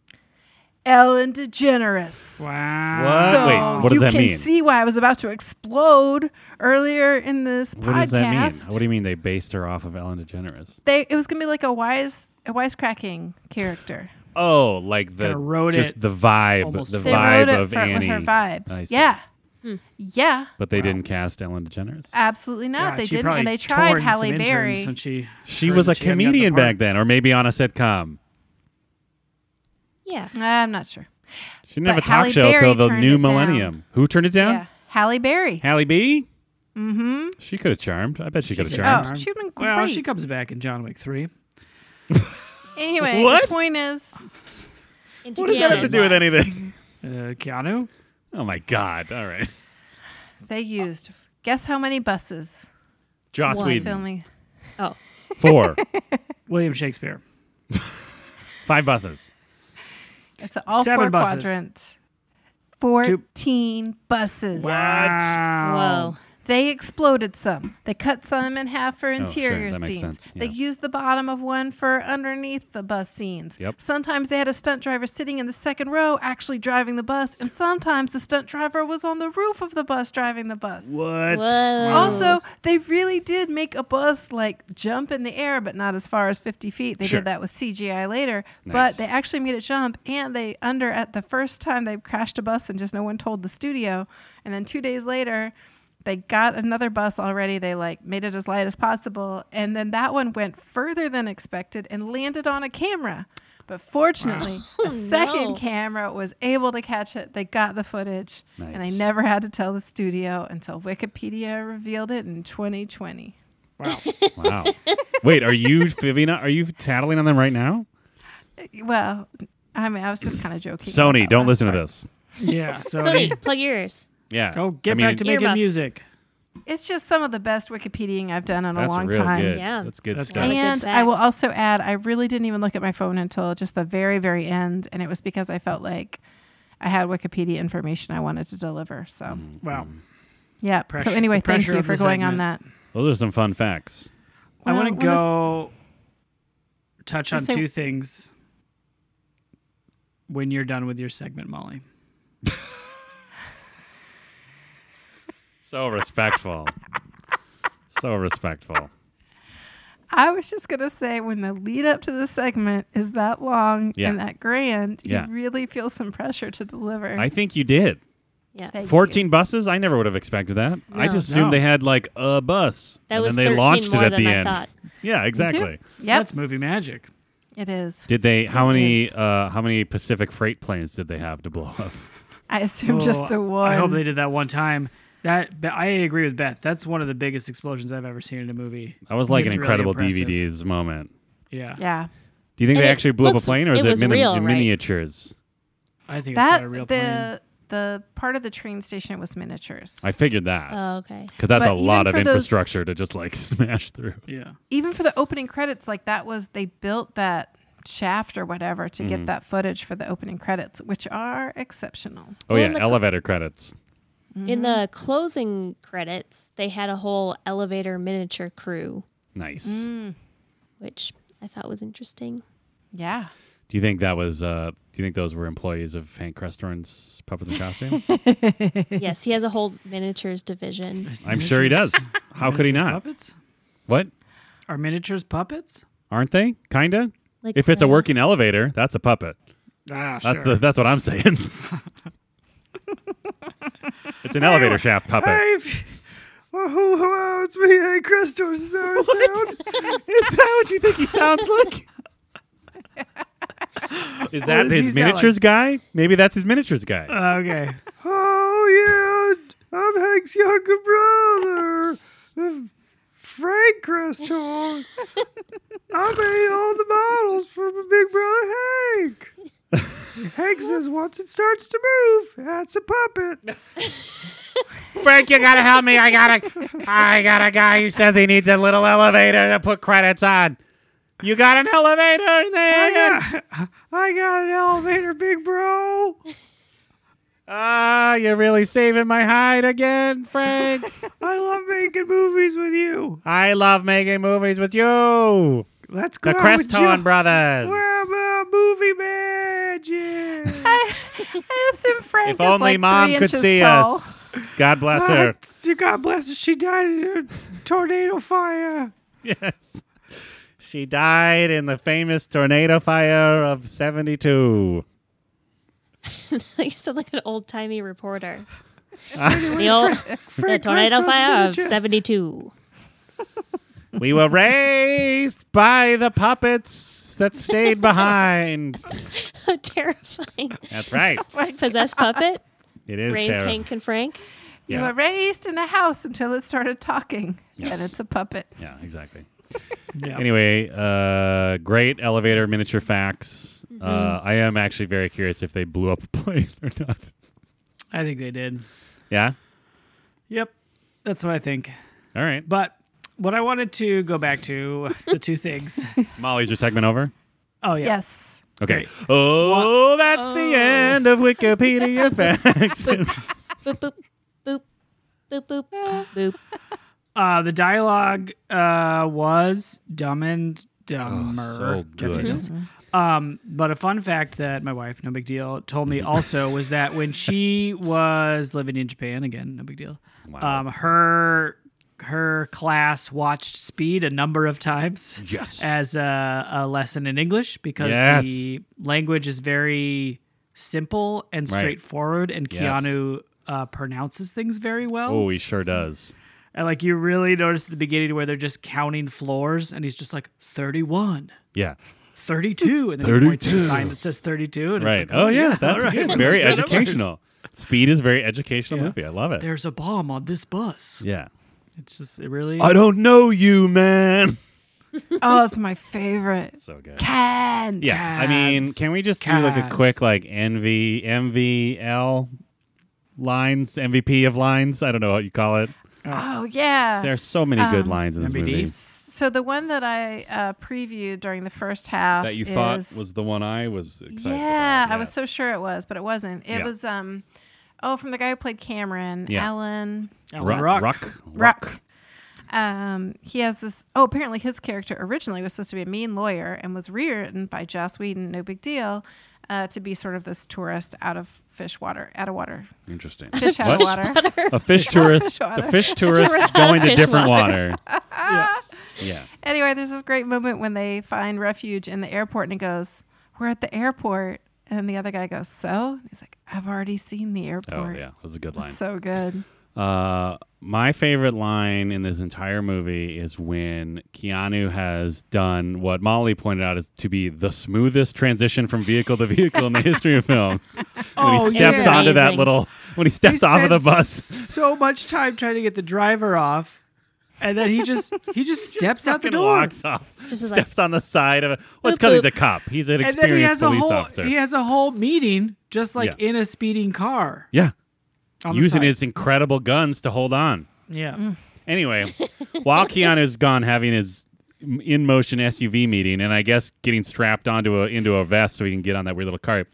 S5: Ellen DeGeneres.
S3: Wow.
S4: What?
S5: So
S4: Uh, Wait, what does
S5: you
S4: that
S5: can
S4: mean?
S5: see why I was about to explode earlier in this
S4: What
S5: podcast.
S4: does that mean? What do you mean they based her off of Ellen DeGeneres?
S5: they it was gonna be like a wise a wisecracking character.
S4: Oh, like the
S3: Kinda wrote
S4: just
S3: it
S4: the vibe,
S3: almost
S4: the
S3: full.
S5: They
S4: vibe
S5: wrote it
S4: of
S5: for,
S4: Annie.
S5: with her vibe.
S4: I see.
S5: Yeah. Yeah.
S4: but they didn't cast Ellen DeGeneres.
S5: Absolutely not.
S3: God,
S5: they
S3: she
S5: didn't
S3: probably
S5: and they tried
S3: torn some
S5: Halle
S3: interns
S5: Berry.
S3: When she
S4: She
S3: heard
S4: was
S3: that hadn't got
S4: a
S3: the
S4: comedian
S3: part.
S4: back then, or maybe on a sitcom.
S1: Yeah.
S5: I'm not sure.
S4: She didn't have a
S5: But
S4: talk
S5: Halle
S4: show
S5: Berry
S4: until the
S5: turned
S4: new
S5: it down.
S4: millennium. Who turned it down?
S5: Yeah. Halle Berry.
S4: Halle B. Mm-hmm. She could have charmed. I bet she could have
S3: She's
S4: charmed.
S5: Oh, she'd been great.
S3: Well, she comes back in John Wick 3.
S5: anyway,
S4: What?
S5: the point is
S1: Into
S4: what does that have to do with anything? [LAUGHS]
S3: Uh, Keanu?
S4: oh my God! All right,
S5: they used guess how many buses
S4: Joss
S1: One.
S4: Whedon.
S5: filming
S1: Oh,
S5: [LAUGHS]
S4: Four,
S3: William Shakespeare.
S4: five buses.
S5: It's an all
S3: Seven
S5: four
S3: buses.
S5: quadrant. 14 buses.
S3: Wow.
S1: whoa.
S5: They exploded some. They cut some in half for
S4: Oh, sure.
S5: interior
S4: That makes
S5: scenes.
S4: sense.
S5: They
S4: Yeah.
S5: used the bottom of one for underneath the bus scenes.
S4: Yep.
S5: Sometimes they had a stunt driver sitting in the second row actually driving the bus, and sometimes the stunt driver was on the roof of the bus driving the bus.
S4: What?
S1: Whoa.
S5: Also, they really did make a bus like jump in the air, but not as far as 50 feet. They
S4: Sure.
S5: did that with CGI later,
S4: Nice.
S5: but they actually made it jump. And they under at the first time they crashed a bus and just no one told the studio. And then two days later, they got another bus already. They like made it as light as possible, and then that one went further than expected and landed on a camera. But fortunately,
S4: [LAUGHS]
S5: a
S4: Oh,
S5: second
S1: no.
S5: camera was able to catch it. They got the footage, and they
S4: Nice.
S5: never had to tell the studio until Wikipedia revealed it in 2020.
S3: Wow.
S4: Wow. Wait, are you Fivina? Are you tattling on them right now?
S5: Well, I mean, I was just kind of joking.
S4: Sony,
S5: about
S4: don't
S5: that
S4: listen to
S5: part.
S4: this.
S3: Yeah. So,
S1: Sony, plug your ears.
S4: Yeah.
S3: go get
S4: I mean,
S3: back to making
S1: Earmuffs.
S3: music.
S5: It's just some of the best Wikipediaing I've done in a
S4: That's
S5: long
S4: real
S5: time.
S4: good.
S1: Yeah.
S4: That's good
S3: That's
S4: stuff.
S1: Really good
S5: And I will
S1: facts.
S5: also add, I really didn't even look at my phone until just the very, very end. And it was because I felt like I had Wikipedia information I wanted to deliver. So,
S4: Mm.
S3: Wow.
S4: Hmm.
S5: yeah.
S3: Pressure-
S5: so, anyway,
S3: the
S5: thank
S3: pressure
S5: you
S3: of
S5: for
S3: the
S5: going on that.
S3: segment.
S4: Those are some fun facts.
S3: I
S5: Well,
S3: want
S5: when
S3: to
S5: this-
S3: go touch
S5: I
S3: on
S5: say-
S3: two things when you're done with your segment, Molly.
S4: So respectful. so respectful.
S5: I was just gonna say when the lead up to the segment is that long
S4: Yeah.
S5: and that grand,
S4: Yeah.
S5: you really feel some pressure to deliver.
S4: I think you did.
S1: Yeah.
S5: Thank you.
S4: 14 buses? I never would have expected that. I
S1: No.
S4: just assumed
S3: No.
S4: they had like a bus.
S1: That
S4: and
S1: was
S4: then they
S1: 13
S4: launched
S1: more
S4: it at
S1: than
S4: the
S1: I
S4: end.
S1: thought.
S4: Yeah,
S5: Me too.
S4: exactly.
S5: Yep,
S3: That's movie magic.
S5: it is.
S4: Did they how many
S5: Yes.
S4: uh how many Pacific freight planes did they have to blow up?
S5: I assume [LAUGHS] just
S3: Oh,
S5: the one.
S3: I hope they did that one time. That but I agree with Beth. That's one of the biggest explosions I've ever seen in a movie.
S4: That was like
S3: It's
S4: an
S3: really
S4: incredible
S3: impressive.
S4: DVDs moment.
S3: Yeah,
S5: yeah,
S4: Do you think
S1: And
S4: they
S1: it
S4: actually blew up a
S1: looks-
S4: plane or is
S1: it was
S4: it mini-
S1: real,
S4: in
S1: right?
S4: miniatures?
S3: I think it's
S5: that
S3: got a
S5: the
S3: real plane.
S5: the part of the train station was miniatures.
S4: I figured that.
S1: Oh, okay.
S4: Because that's
S5: But
S4: a
S5: even
S4: lot of
S5: for those-
S4: infrastructure to just like [LAUGHS] smash through.
S3: Yeah,
S5: Even for the opening credits, like that was they built that shaft or whatever to
S4: Mm-hmm.
S5: get that footage for the opening credits, which are exceptional.
S4: Oh
S1: Well,
S4: yeah,
S1: in the co-
S4: elevator credits. Mm-hmm.
S1: In the closing credits, they had a whole elevator miniature crew,
S4: Nice.
S1: Mm. which I thought
S4: [LAUGHS]
S1: was interesting.
S5: Yeah.
S4: Do you think that was? Uh, do you think those were employees of Hank Crestern's puppets and
S1: [LAUGHS]
S4: costumes?
S1: yes, he has a whole miniatures division.
S4: I'm sure he does. How could he
S3: Miniatures
S4: not?
S3: Puppets?
S4: What?
S3: Are miniatures puppets?
S4: Aren't they? Kinda.
S1: Like
S4: if it's a
S1: what? [LAUGHS]
S4: working elevator, that's a puppet.
S3: Ah,
S4: That's
S3: sure.
S4: the, that's what
S3: [LAUGHS]
S4: I'm saying. it's an elevator shaft puppet.
S3: Hey, if- well, who, who owns me? Hey, Crystal Snow Sound.
S4: Is that what you think he sounds like? Is that
S3: does he sound
S4: his miniatures guy? Maybe that's his miniatures guy.
S3: Okay. Oh, yeah. I'm Hank's younger brother, F- Frank Crystal. I made all the models for my big brother Hank. Hank says once it starts to move, that's a puppet.
S4: Frank, you gotta help me. I got a, I got a guy who says he needs a little elevator to put credits on. You got an elevator in
S5: Oh,
S3: I
S4: there?
S3: got, I got an elevator, big bro.
S4: Ah, you're really saving my hide again,
S5: [LAUGHS]
S4: Frank.
S3: I love making movies with you.
S4: I love making movies with you,
S3: Let's go. with
S4: the
S3: you.
S4: Creston brothers.
S3: We're about movie
S4: [LAUGHS]
S3: magic.
S5: I, [LAUGHS] I assume Frank
S4: if
S5: is
S4: only
S5: like
S4: mom
S5: three
S4: could
S5: inches
S4: see
S5: tall.
S4: us. God bless her.
S3: What? God bless her. She died in a tornado
S1: [LAUGHS]
S3: fire.
S4: [LAUGHS] Yes. She died in the famous tornado fire of 72.
S1: he sound like an old
S4: [LAUGHS]
S1: timey reporter.
S4: Ah.
S1: the old the
S3: Frank
S1: tornado
S3: Christos
S1: fire of
S3: miniatures.
S4: [LAUGHS]
S1: seventy two.
S4: We were raised by the puppets that stayed behind.
S1: [LAUGHS] terrifying.
S4: That's right.
S1: [LAUGHS] Possessed puppet.
S4: It Oh is
S1: Raised
S4: terrible.
S1: Hank and Frank.
S5: You
S4: Yeah.
S5: were raised in a house until it started talking, and it's a puppet.
S4: Yeah, exactly.
S3: Yeah.
S4: Anyway, uh, great elevator miniature facts. Uh, I am actually very curious if they blew up a [LAUGHS] plane or not.
S3: I think they did.
S4: Yeah?
S3: Yep. That's what I think.
S4: All right.
S3: But what I wanted to go back to the two
S1: [LAUGHS]
S3: things.
S4: Molly's your segment over?
S3: Oh, yeah.
S5: Yes.
S4: Okay. Oh, that's the end of Wikipedia facts.
S1: Boop boop boop boop boop boop.
S3: Uh, the dialogue uh, was dumb and dumber.
S4: Oh, so
S3: Jeff
S4: good. Mhm.
S3: Daniels. Um, but a fun fact that my wife, no big deal, told me also was that
S4: [LAUGHS]
S3: when she was living in Japan again, no big deal.
S4: Wow.
S3: Um, her her class watched Speed a number of times
S4: [LAUGHS] Yes.
S3: as a, a lesson in English because
S4: Yes.
S3: the language is very simple and
S4: Right.
S3: straightforward, and
S4: Yes.
S3: Keanu uh, pronounces things very well.
S4: Oh, he sure does.
S3: And like you really notice at the beginning where they're just counting floors and he's just like 31,
S4: Yeah.
S3: 32 and then he points to the
S4: 32.
S3: sign that says 32 and
S4: Right.
S3: it's like,
S4: oh, yeah. That's
S3: all right.
S4: good. Very
S3: That works.
S4: educational. Speed is very educational movie. I love it.
S3: There's a bomb on this bus.
S4: yeah.
S3: It's just it really
S4: don't know you, man.
S5: Oh, it's my favorite.
S4: So good.
S5: Ken.
S4: Yeah. I mean,
S3: Cats.
S4: can we just do like a
S3: Cats.
S4: quick like NV, MVL lines, MVP of lines? I don't know what you call it.
S5: Oh, yeah.
S4: There are so many good lines in this movie.
S3: MVDs.
S5: So the one that I uh, previewed during the first half
S4: That you
S5: is,
S4: thought was the one I was excited
S5: yeah,
S4: about.
S5: I was so sure it was, but it wasn't. It
S4: Yeah.
S5: was um, oh, from the guy who played Cameron,
S4: Yeah.
S5: Alan
S3: Alan
S4: Ruck.
S3: Ruck.
S4: Ruck.
S5: Ruck. Um, he has this. Oh, apparently his character originally was supposed to be a mean lawyer and was rewritten by Joss Whedon. No big deal. Uh, to be sort of this tourist out of fish water, out of
S4: [LAUGHS]
S5: water,
S4: Interesting.
S5: fish out of
S4: What?
S5: water.
S4: a fish tourist.
S5: water.
S4: The fish tourist is going to different water. Yeah.
S5: Anyway, there's this great moment when they find refuge in the airport and he goes, We're at the airport. And the other guy goes, So? He's like, I've already seen the
S4: Oh
S5: airport.
S4: yeah, that was a good
S5: It's
S4: line.
S5: So good.
S4: Uh, my favorite line in this entire movie is when Keanu has done what Molly pointed out is to be the smoothest transition from vehicle to vehicle in the history
S3: [LAUGHS]
S4: of films. when
S3: Oh,
S4: he steps
S1: yeah.
S4: onto that
S1: Amazing.
S4: little, when he
S3: They
S4: steps off of the
S3: spent
S4: bus,
S3: So much time trying to get the driver off and then he just
S4: [LAUGHS]
S3: he just steps out the
S4: fucking
S3: door.
S4: walks off,
S1: Just is like
S4: steps on the side of a. Well, it's
S1: Boop,
S4: because he's
S1: boop.
S4: a cop. He's an
S3: And then he has
S4: experienced
S3: a
S4: police
S3: whole
S4: officer.
S3: he has a whole meeting just like
S4: Yeah.
S3: in a speeding car.
S4: yeah,
S3: on the
S4: using
S3: side.
S4: his incredible guns to hold on.
S3: Yeah.
S4: Anyway, while Keanu's gone having his m- in motion SUV meeting, and I guess getting strapped onto a into a vest so he can get on that weird little cart.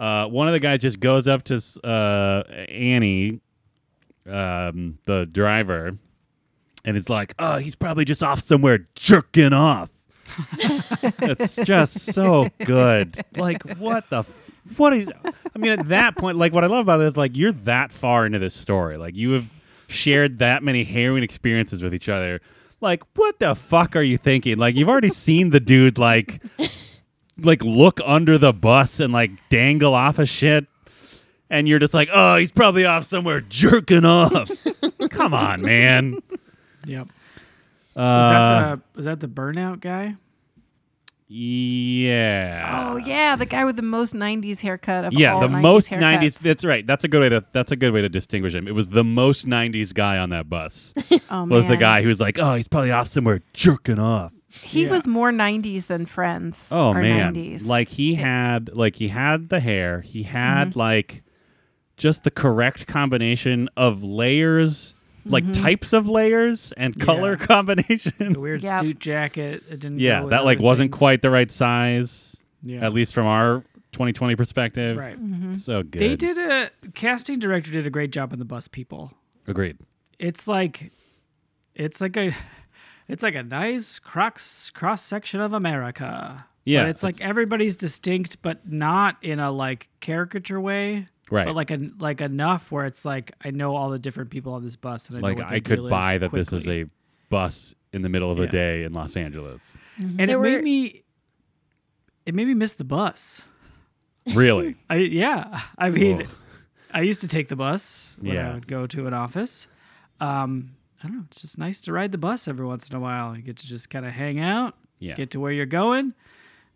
S4: Uh, one of the guys just goes up to uh, Annie, um, the driver, and it's like, "Oh, he's probably just off somewhere jerking off." it's just so good. Like, what the, f- what is? I mean, at that point, like, what I love about it is like you're that far into this story. Like, you have shared that many harrowing experiences with each other. Like, what the fuck are you thinking? Like, you've already seen the dude like, like look under the bus and like dangle off of shit. And you're just like, oh, he's probably off somewhere jerking off. Come on, man.
S3: Yep. Was,
S4: Uh,
S3: that the, was that the burnout guy?
S4: yeah.
S5: Oh yeah, the guy with the most '90s haircut of
S4: Ah. yeah,
S5: all
S4: the
S5: 90s
S4: most
S5: haircuts.
S4: '90s. That's right. That's a good way to. That's a good way to distinguish him. It was the most '90s guy on
S3: [LAUGHS]
S4: that bus.
S5: Oh,
S4: was the
S5: man.
S4: guy who was like, "Oh, he's probably off somewhere jerking off."
S5: He
S3: Yeah.
S5: was more '90s than Friends.
S4: Oh
S5: or
S4: man,
S5: 90s.
S4: like he had, like he had the hair. He had
S3: Mm-hmm.
S4: like just the correct combination of layers, like
S3: Mm-hmm.
S4: types of layers and color [LAUGHS]
S3: The
S4: combination.
S3: weird
S5: Yep.
S3: suit jacket. It didn't.
S4: yeah,
S3: go with
S4: that like
S3: other
S4: wasn't
S3: things.
S4: quite the right size,
S3: Yeah.
S4: at least from our 2020 perspective.
S3: right.
S4: So good.
S3: They did a casting director did a great job on the bus people.
S4: Agreed.
S3: It's like, it's like a, [LAUGHS] it's like a nice cross cross section of America.
S4: Yeah,
S3: but it's like
S4: it's-
S3: everybody's distinct, but not in a like caricature way.
S4: Right.
S3: but like a like enough where it's like I know all the different people on this bus, and I
S4: like
S3: know what
S4: I could buy that this is a bus in the middle of a
S3: Yeah.
S4: day in Los Angeles.
S3: and it
S1: There
S3: made
S1: were-
S3: me, it made me miss the bus.
S4: Really?
S3: I yeah. [LAUGHS] I mean,
S4: Whoa.
S3: I used to take the bus when
S4: Yeah.
S3: I would go to an office. Um, I don't know. It's just nice to ride the bus every once in a while. You get to just kind of hang out.
S4: Yeah.
S3: Get to where you're going.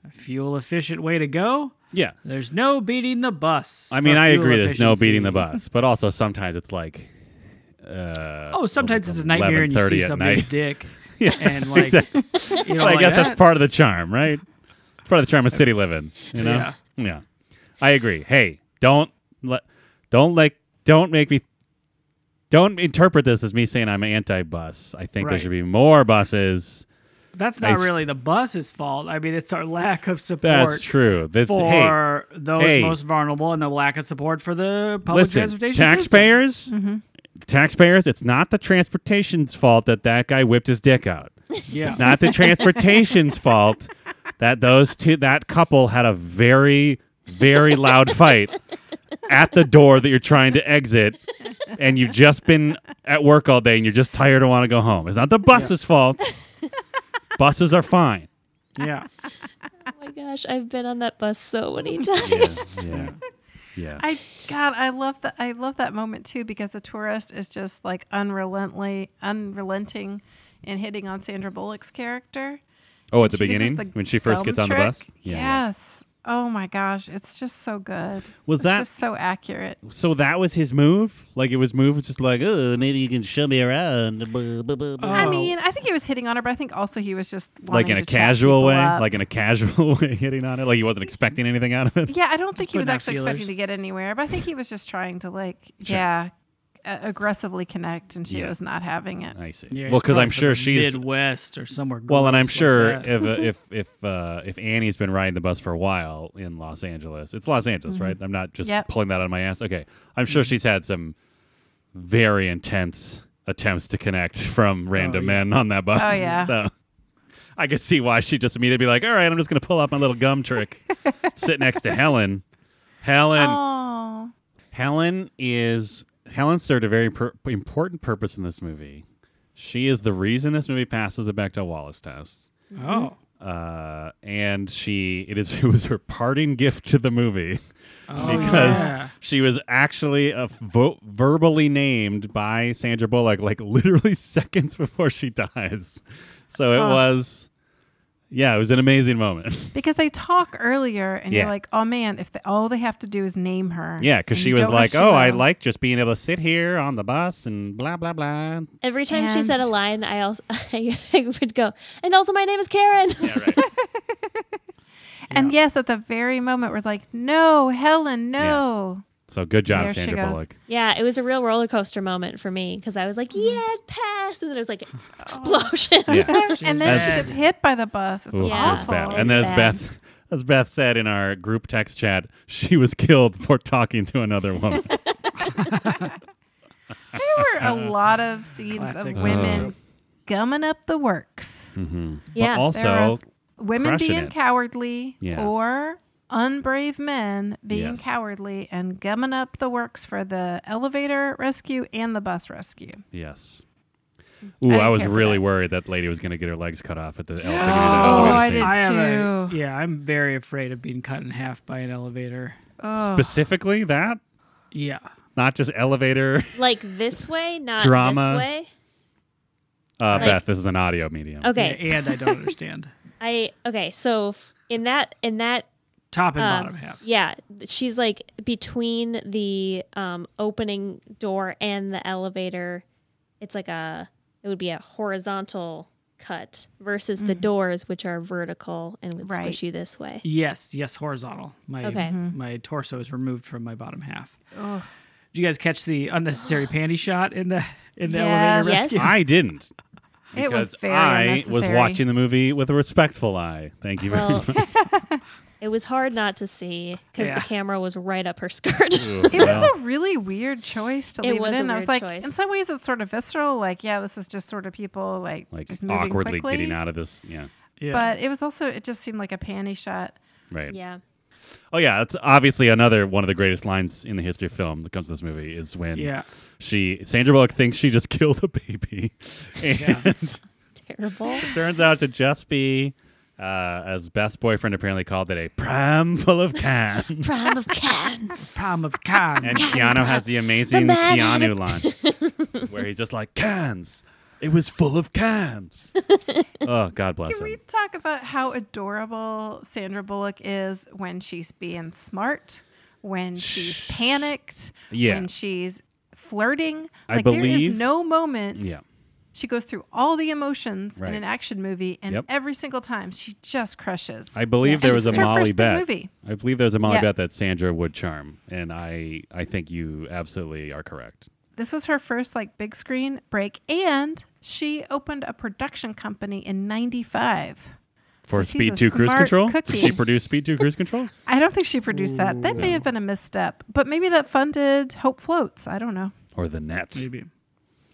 S3: A fuel efficient way to go.
S4: yeah.
S3: There's no beating the bus.
S4: I mean,
S3: for
S4: I
S3: fuel
S4: agree. There's no beating the
S3: efficiency.
S4: bus, but also sometimes it's like, uh,
S3: Oh, sometimes it's a nightmare and you
S4: 11:30
S3: see
S4: at
S3: somebody's
S4: night. [LAUGHS]
S3: dick. And like, you know,
S4: But I
S3: like
S4: guess
S3: that.
S4: that's part of the charm, right? It's part of the charm of city living. You know?
S3: Yeah.
S4: Yeah. I agree. Hey, don't let, don't like, don't make me. Don't interpret this as me saying I'm anti-bus. I think there
S3: Right.
S4: should be more buses.
S3: that's not
S4: I-
S3: really the bus's fault. I mean, it's our lack of support.
S4: That's true. This, hey,
S3: for those
S4: hey.
S3: most vulnerable and the lack of support for the public transportation system.
S4: taxpayers,
S5: Mm-hmm.
S4: taxpayers. It's not the transportation's fault that that guy whipped his dick out.
S3: Yeah.
S4: Not
S5: [LAUGHS]
S4: the transportation's fault that those two, that couple had a very, very loud fight at the door that you're trying to exit, and you've just been at work all day and you're just tired and want to go home. It's not the bus's fault. Buses are fine.
S3: yeah.
S1: Oh my gosh, I've been on that bus so many times.
S4: Yeah,
S1: [LAUGHS]
S4: yeah, yeah.
S5: I God, I love that. I love that moment too because the tourist is just like unrelentingly, unrelenting, in hitting on Sandra Bullock's character.
S4: Oh, at the
S5: She uses
S4: beginning
S5: the
S4: when she first
S5: gum
S4: gets on the
S5: trick.
S4: bus.
S5: Yes. Oh my gosh, it's just so good.
S4: Was
S5: It's
S4: that-
S5: just so accurate?
S4: So that was his move. Like it was move. It's just like, oh, maybe you can show me around.
S5: I
S3: Oh.
S5: mean, I think he was hitting on her, but I think also he was just
S4: like
S5: wanting
S4: in a
S5: to chat
S4: casual
S5: people
S4: way,
S5: up.
S4: like in a casual [LAUGHS] way, hitting on it. Like he wasn't expecting anything out of it.
S5: yeah, I don't think he was
S3: putting out
S5: actually
S3: feelers.
S5: expecting to get anywhere, but I think he was just trying to like
S4: Sure.
S5: yeah, uh, aggressively connect, and she
S4: Yeah.
S5: was not having it.
S4: I see.
S3: yeah he's
S4: well, because
S3: probably
S4: I'm
S3: from
S4: sure
S3: the
S4: she's
S3: Midwest or somewhere.
S4: well, and I'm
S3: gross like
S4: sure
S3: that.
S4: if if
S5: [LAUGHS]
S4: if uh, if Annie's been riding the bus for a while in Los Angeles, it's Los Angeles, right? I'm not just
S5: Mm-hmm. Yep. Mm-hmm.
S4: pulling that out of my ass. Okay, I'm sure she's had some very intense attempts to connect from random
S3: yeah.
S4: men on that bus.
S5: Oh, yeah.
S4: so I could see why she just immediately be like, "All right, I'm just gonna pull out my little gum
S5: [LAUGHS]
S4: trick, sit next to Helen." Helen,
S5: Oh,
S4: Helen is Helen served a very per- important purpose in this movie. She is the reason this movie passes the Bechdel Wallace test,
S3: oh,
S4: uh, and she it is [LAUGHS] it was her parting gift to the movie [LAUGHS]
S3: Oh,
S4: because
S3: yeah.
S4: she was actually uh, vo- verbally named by Sandra Bullock like literally [LAUGHS] seconds before she dies. So it
S5: Huh.
S4: was, yeah, it was an amazing moment. [LAUGHS]
S5: because they talk earlier, and
S4: Yeah.
S5: you're like, oh man, if they, all they have to do is name her.
S4: yeah, because
S5: and
S4: she
S5: you
S4: was
S5: don't have
S4: like,
S5: to
S4: "Oh, I
S5: know."
S4: like just being able to sit here on the bus and blah blah blah."
S1: Every time she said a
S5: And-
S1: line, I also [LAUGHS] I, would go, and also my name is Karen. [LAUGHS]
S4: Yeah, right.
S3: [LAUGHS]
S5: And yes, at the very moment, we're like, no, Helen, no.
S4: So good job,
S5: There she
S4: Sandra
S5: goes.
S4: Bullock.
S1: Yeah, it was a real roller coaster moment for me because I was like, yeah, it passed. And then it was like
S4: [SIGHS]
S1: explosion.
S5: [LAUGHS]
S4: Yeah.
S5: and then she
S3: bad.
S5: gets hit by the bus. It's
S4: Ooh, that's
S5: awful.
S4: bad.
S1: It's
S4: And then as
S1: bad.
S4: Beth, [LAUGHS] as Beth said in our group text chat, she was killed for talking to another
S5: [LAUGHS]
S4: woman.
S5: there were a
S4: [LAUGHS]
S5: lot of scenes
S3: Classic.
S5: of women
S4: Uh-huh.
S5: gumming up the works.
S1: [LAUGHS] Yeah.
S4: but also,
S5: There was women
S4: crushing
S5: being
S4: it.
S5: cowardly
S4: Yeah.
S5: or unbrave men being
S4: Yes.
S5: cowardly and gumming up the works for the elevator rescue and the bus rescue.
S4: yes. Ooh,
S5: didn't
S4: I, was
S5: care for
S4: really
S5: that.
S4: worried that lady was going to get her legs cut off at
S5: [GASPS]
S4: the. Oh,
S5: Oh, I did
S3: I have a,
S5: too.
S3: yeah, I'm very afraid of being cut in half by an elevator.
S5: Oh,
S4: Specifically that,
S3: Yeah.
S4: not just elevator.
S1: like this way, not
S4: Drama.
S1: this way.
S4: Uh,
S1: Like-
S4: Beth, this is an audio medium.
S1: Okay.
S3: Yeah, and I don't understand.
S1: I okay, so in that in that
S3: Top and
S1: um,
S3: bottom half.
S1: yeah, she's like between the um opening door and the elevator. It's like a it would be a horizontal cut versus the
S3: Mm-hmm.
S1: doors which are vertical and would
S5: Right.
S1: squish you
S3: [LAUGHS]
S1: this way.
S3: Yes, yes, horizontal. My
S1: Okay. Mhm.
S3: my torso is removed from my bottom half. Did you guys catch the unnecessary panty shot in the in the
S5: Yes.
S3: elevator
S1: Yes.
S3: rescue?
S4: [LAUGHS] I didn't.
S5: it was
S4: because
S5: very
S4: I was
S5: unnecessary.
S4: watching the movie with a respectful eye. Thank you very
S1: Well,
S3: [LAUGHS]
S1: [LAUGHS]
S4: much.
S1: it was hard not to see because
S3: Yeah.
S1: the camera was right up
S3: [LAUGHS]
S1: her skirt. [LAUGHS]
S4: Ooh,
S5: [LAUGHS] It was
S4: well,
S5: a really weird choice to
S1: It
S5: leave
S1: was
S5: it
S1: a
S5: in. I was
S1: weird
S5: like,
S1: choice.
S5: in some ways, it's sort of visceral. Like, yeah, this is just sort of people like,
S4: like
S5: just moving
S4: awkwardly
S5: quickly.
S4: getting out of this. Yeah,
S3: Yeah.
S5: But it was also it just seemed like a panty shot.
S4: right.
S1: yeah.
S4: Oh yeah, that's obviously another one of the greatest lines in the history of film that comes to this movie is when
S3: yeah.
S4: she Sandra Bullock thinks she just [LAUGHS] killed a baby, and
S1: Terrible.
S4: turns out to just be, uh, as Beth's boyfriend apparently called it, a pram full of cans.
S1: [LAUGHS] Prime of cans.
S3: Palm of con.
S4: and Keanu has the amazing
S1: The man had
S4: Keanu line, where he's just like cans. It was full of cans. oh God bless
S5: Can
S4: him.
S5: we talk about how adorable Sandra Bullock is when she's being smart, when she's panicked,
S4: Yeah.
S5: when she's flirting?
S4: I
S5: like there
S4: believe-
S5: is no moment
S4: Yeah.
S5: she goes through all the emotions
S4: Right.
S5: in an action movie, and
S4: Yep.
S5: every single time she just crushes.
S4: I believe
S5: And
S4: there was
S5: this
S4: a
S5: is her
S4: Molly
S5: first big
S4: bet.
S5: movie.
S4: I believe there's a Molly
S5: Yeah.
S4: bet that Sandra would charm, and I I think you absolutely are correct.
S5: this was her first like big screen break, and she opened a production company in '95.
S4: For
S5: So she's
S4: Speed
S5: a
S4: 2 Cruise
S5: smart
S4: Control?
S5: cookie.
S4: Did she produce Speed 2 Cruise Control?
S5: I don't think she produced that. That may have been a misstep, but maybe that funded Hope Floats. I don't know.
S4: [LAUGHS] Or The Net?
S3: Maybe.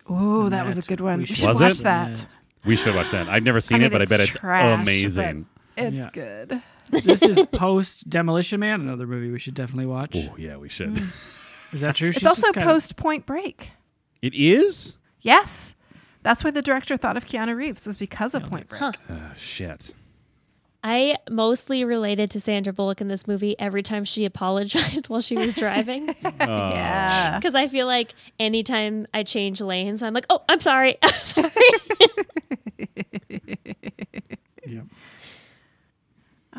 S5: Oh, that was a
S3: Net.
S5: good one.
S3: We
S5: We
S3: should
S5: should
S4: Was
S5: watch
S4: it?
S5: that.
S4: We should watch that. I've never seen
S5: mean,
S4: it, but I
S5: it's
S4: bet it's
S5: trash,
S4: amazing.
S5: It's
S3: Yeah.
S5: good.
S3: This
S5: [LAUGHS]
S3: is post Demolition Man, another movie we should definitely watch.
S4: Oh, yeah, we should.
S5: Mm.
S3: Is that true?
S5: It's
S3: She's
S5: also
S3: just kinda-
S5: post Point Break.
S4: [LAUGHS] it is?
S5: Yes, that's why the director thought of Keanu Reeves was because of Point Break.
S1: Huh.
S4: Oh, shit.
S1: [LAUGHS] I mostly related to Sandra Bullock in this movie every time she apologized [LAUGHS] while she was driving.
S5: [LAUGHS]
S4: Oh,
S5: Yeah.
S1: Because I feel like anytime I change lanes, I'm like, oh, I'm sorry. [LAUGHS] I'm sorry.
S3: Yeah.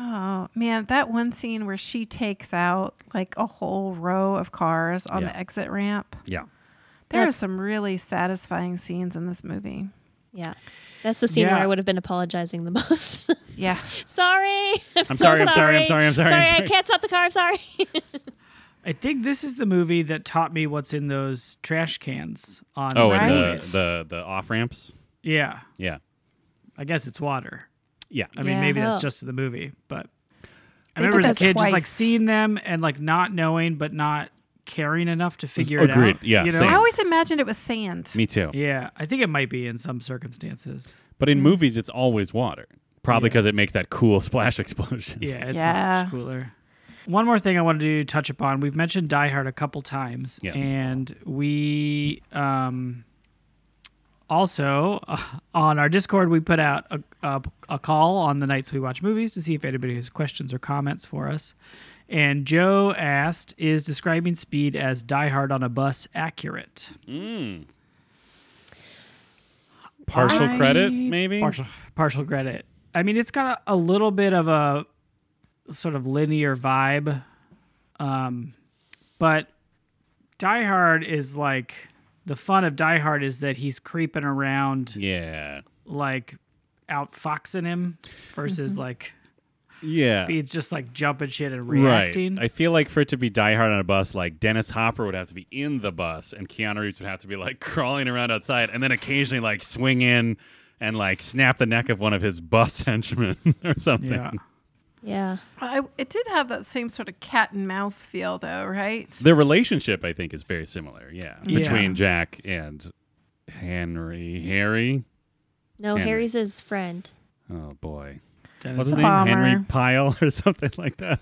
S5: Oh man, that one scene where she takes out like a whole row of cars on
S4: Yeah.
S5: the exit ramp.
S4: Yeah.
S5: There
S1: That's-
S5: are some really satisfying scenes in this movie.
S1: yeah. That's the scene
S3: Yeah.
S1: where I would have been apologizing the most. [LAUGHS]
S5: Yeah.
S1: sorry. I'm, so
S4: sorry, I'm sorry, I'm sorry, I'm sorry, I'm
S1: Sorry, I
S4: sorry.
S1: can't stop the car. I'm sorry.
S3: I think this is the movie that taught me what's in those trash cans on
S4: Oh, and
S5: Right.
S4: the, the, the off ramps?
S3: Yeah.
S4: Yeah.
S3: I guess it's water.
S4: Yeah.
S3: I mean,
S5: Yeah.
S3: maybe that's
S1: Oh.
S3: just the movie, but I
S5: They
S3: remember
S5: did
S3: as a
S5: that
S3: kid just like
S5: twice.
S3: seeing them and like not knowing, but not caring enough to figure it
S4: Agreed.
S3: out.
S4: Yeah,
S3: you know?
S5: I
S4: same.
S5: always imagined it was sand.
S4: Me too.
S3: Yeah, I think it might be in some circumstances.
S4: But
S5: Mm.
S4: in movies, it's always water. Probably because it makes that cool [LAUGHS] splash explosion.
S3: Yeah, it's
S5: Yeah.
S3: much cooler. One more thing I wanted to touch upon. We've mentioned Die Hard a couple times,
S4: Yes.
S3: and we um, also uh, on our Discord we put out a, a, a call on the nights we watch movies to see if anybody has questions or comments for us. And Joe asked, "Is describing Speed as Die Hard on a bus accurate?"
S4: Partial
S3: I-
S4: credit, maybe?
S3: partial partial credit. I mean, it's got a, a little bit of a sort of linear vibe, um, but Die Hard is like the fun of Die Hard is that he's creeping around
S4: Yeah.
S3: like out foxing him versus like
S4: Mm-hmm. yeah.
S3: Speed's just like jumping shit and
S4: Right.
S3: reacting.
S4: I feel like for it to be Die Hard on a bus, like Dennis Hopper would have to be in the bus, and Keanu Reeves would have to be like [LAUGHS] crawling around outside, and then occasionally like swing in and like snap the neck of one of his bus [LAUGHS] henchmen or something.
S3: yeah.
S1: Yeah.
S5: I, it did have that same sort of cat and mouse feel, though, right?
S4: [LAUGHS] Their relationship, I think, is very similar. Yeah,
S3: Yeah.
S4: between Jack and Henry, Harry.
S1: No,
S4: Henry.
S1: Harry's his friend.
S4: Oh boy,
S3: Dennis-
S4: what's his
S5: a
S4: name? Henry
S5: bummer.
S4: Pyle [LAUGHS] or something like that.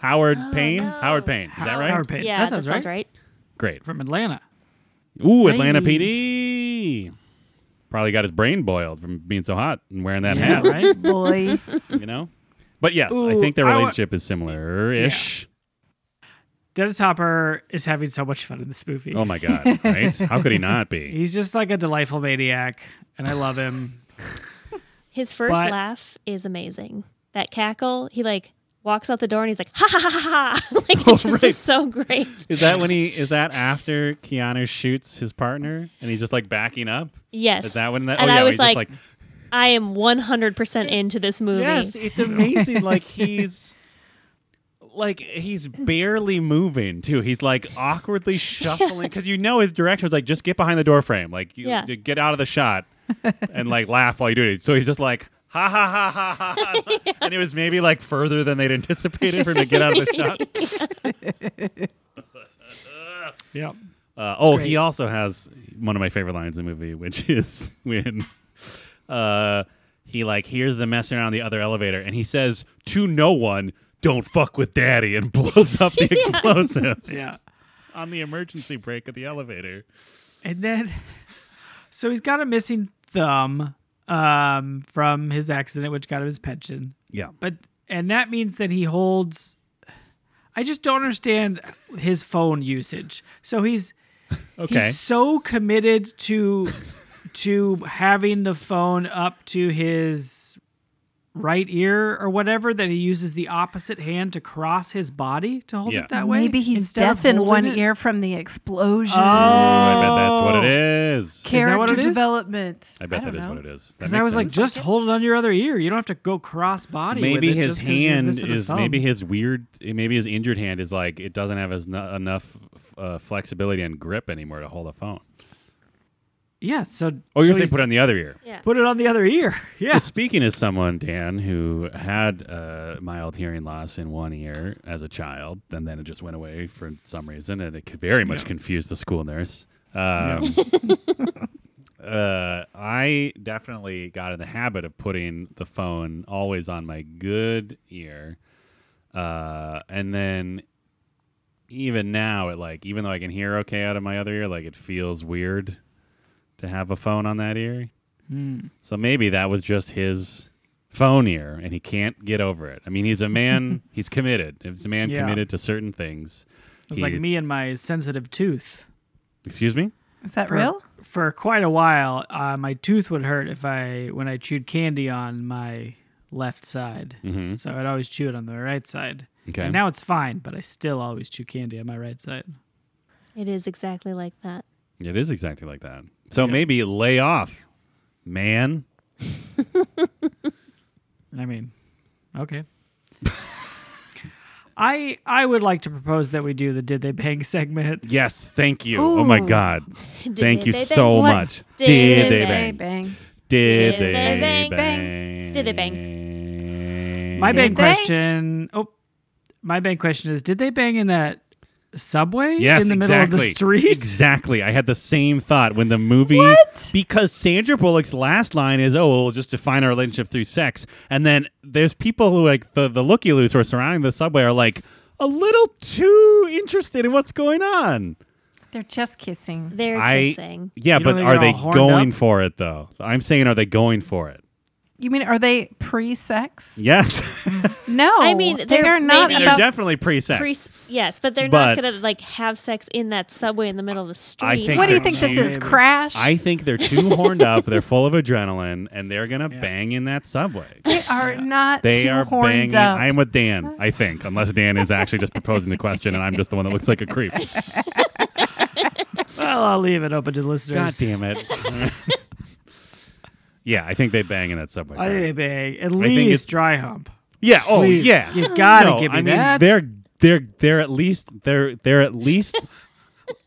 S4: Howard
S1: Oh,
S4: Payne.
S1: no.
S4: Howard Payne. Is that right?
S3: Howard Payne.
S1: Yeah,
S3: that
S1: that
S3: sounds right.
S4: Great.
S3: From Atlanta.
S4: Ooh, Atlanta
S3: Hey.
S4: PD. Probably got his brain boiled from being so hot and wearing that
S3: Yeah,
S4: hat,
S3: right?
S5: Boy.
S4: you know? But yes, I
S3: Ooh,
S4: think their
S3: I wa-
S4: relationship is similar ish.
S3: Dennis Hopper is having so much fun in this movie.
S4: Oh my God, right? How could he not be?
S3: He's just like a delightful maniac, and I love
S4: [LAUGHS]
S3: him.
S1: His first
S3: But-
S1: laugh is amazing. That cackle, he like walks out the door and he's like, ha ha ha ha. [LAUGHS] ha.
S4: [LAUGHS]
S1: like, it just
S4: Oh, right.
S1: is so great.
S4: [LAUGHS] Is that when he is that after Keanu shoots his partner and he's just like backing up?
S1: Yes.
S4: Is that when that?
S1: and
S4: oh, yeah,
S1: I
S4: when
S1: was
S4: he's just
S1: like, I am 100% into this movie.
S4: Yes, it's amazing. like he's like he's barely moving too. He's like awkwardly shuffling because you know his direction was like just get behind the door frame, like you,
S1: Yeah.
S4: you get out of the shot, and like laugh while you do it. So he's just like. Ha ha ha ha ha! ha.
S1: [LAUGHS]
S4: And it was maybe like further than they'd anticipated for him to get out of the shot.
S3: yep.
S4: Uh, oh,
S3: great.
S4: he also has one of my favorite lines in the movie, which [LAUGHS] is when uh, he like hears them messing around the other elevator, and he says to no one, "Don't fuck with Daddy," and [LAUGHS] blows up
S3: [LAUGHS]
S4: the explosives
S3: Yeah.
S4: on the emergency brake of the elevator.
S3: And then, [LAUGHS] so he's got a missing thumb um, from his accident, which got him his pension.
S4: Yeah,
S3: But, and that means that he holds, I just don't understand his phone usage. So he's,
S4: okay,
S3: He's so committed to to having the phone up to his right ear or whatever that he uses the opposite hand to cross his body to hold
S4: Yeah.
S3: it that way.
S5: Maybe he's
S3: instead of
S5: deaf in
S3: holding
S5: one
S3: it-
S5: ear from the explosion.
S4: Oh,
S3: Oh,
S4: I bet that's what it is.
S5: Character
S3: what it is?
S5: development.
S4: I bet that
S5: don't
S4: is
S5: know.
S4: what it is. That
S3: Because
S4: makes
S3: I was like,
S4: sense.
S3: just hold it on your other ear. You don't have to go cross body. with
S4: maybe
S3: it
S4: his
S3: just 'cause you're
S4: hand
S3: missing a
S4: is
S3: thumb.
S4: maybe his weird maybe his injured hand is like it doesn't have as n- enough uh, flexibility and grip anymore to hold a phone.
S3: yeah. So
S4: Oh, you're
S3: so
S4: saying
S3: he's-
S4: put it on the other ear.
S1: Yeah.
S3: put it on the other ear. [LAUGHS] Yeah.
S4: Speaking as someone, Dan, who had uh, mild hearing loss in one ear as a child, and then it just went away for some reason, and it could very much confused the school nurse. Um, uh, I definitely got in the habit of putting the phone always on my good ear, uh, and then even now, it like even though I can hear okay out of my other ear, like it feels weird to have a phone on that ear.
S3: Hmm.
S4: So maybe that was just his phone ear, and he can't get over it. I mean, he's
S3: [LAUGHS]
S4: a man. he's committed. If he's a man
S3: Yeah.
S4: committed to certain things,
S3: It's like
S4: he-
S3: me and my sensitive tooth.
S4: Excuse me.
S5: Is that
S3: for,
S5: real?
S3: For quite a while, uh, my tooth would hurt if I when I chewed candy on my left side. So I'd always chew it on the right side.
S4: Mm-hmm. Okay.
S3: And now it's fine, but I still always chew candy on my right side.
S1: It is exactly like that.
S4: It is exactly like that. So maybe lay off, man.
S3: I mean,
S4: [LAUGHS]
S3: okay. I I would like to propose that we do the did they bang segment.
S4: Yes, thank you. Oh my
S5: Ooh.
S4: God,
S5: [LAUGHS]
S1: Did
S4: thank you
S1: they bang?
S4: so
S5: What?
S4: much.
S1: Did
S4: Did
S1: they
S4: they
S5: bang?
S4: bang? Did
S1: Did
S4: they
S1: they
S4: bang?
S1: bang? Did they
S4: bang?
S3: My bang
S5: they?
S3: question. Oh, my bang question is: Did they bang in that subway
S4: Yes,
S3: in the
S4: exactly.
S3: middle of the street?
S4: Exactly. I had the same thought when the movie
S5: What?
S4: because Sandra Bullock's last line is, "Oh, we'll just define our relationship through sex," and then there's people who like the the looky loos who are surrounding the subway are like a little too interested in what's going on.
S5: They're just kissing.
S1: They're
S4: I
S1: kissing.
S4: yeah,
S3: You don't
S4: but
S3: think
S4: are
S3: they're
S4: they
S3: all horned
S4: going
S3: up?
S4: for it though? I'm saying, are they going for it?
S5: You mean are they pre-sex?
S4: Yes, [LAUGHS]
S5: No.
S1: I mean,
S5: they
S1: they're
S5: are not
S1: maybe-
S4: they're
S5: about
S4: definitely pre-sex.
S1: Pre- yes, but they're
S4: But-
S1: not going to like have sex in that subway in the middle of the street.
S4: I think
S5: What do you
S4: they're
S5: think this
S4: cheating.
S5: is? Crash?
S4: I think they're too horned up. They're full of adrenaline, and they're gonna
S3: Yeah.
S4: bang in that subway.
S5: they are not
S4: They
S5: too
S4: are
S5: horned
S4: banging.
S5: up.
S4: I am with Dan, I think, unless Dan is actually just proposing the question and I'm just the one that looks like a creep.
S3: [LAUGHS] Well, I'll leave it open to the
S4: God
S3: listeners.
S4: damn it. [LAUGHS] yeah, I think they bang in that subway.
S3: I think they bang at
S4: think it's-
S3: least dry hump.
S4: Yeah. Oh,
S3: Please,
S4: yeah.
S3: you gotta
S4: No,
S3: give me
S4: I mean,
S3: that.
S4: They're they're they're at least they're they're
S3: [LAUGHS]
S4: at least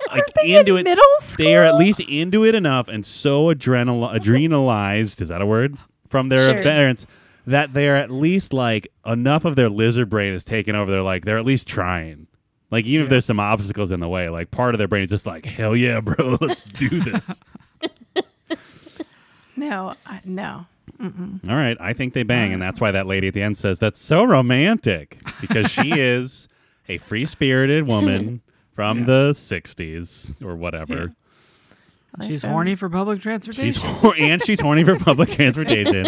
S4: like
S5: they
S4: into
S5: in
S4: it.
S5: middle school?
S4: They are at least into it enough and so adrenal adrenalized is that a word from their
S1: Sure.
S4: parents that they are at least like enough of their lizard brain is taken over. They're like they're at least trying. Like even if there's some obstacles in the way, like part of their brain is just like hell yeah, bro, [LAUGHS] let's do this.
S5: No, I, no.
S4: All right, I think they bang, and that's why that lady at the end says that's so romantic because she is a free spirited woman from the '60s or whatever.
S5: I like um,
S3: She's
S5: them.
S3: horny for public
S4: She's
S3: transportation,
S4: hor- and she's horny for public transportation,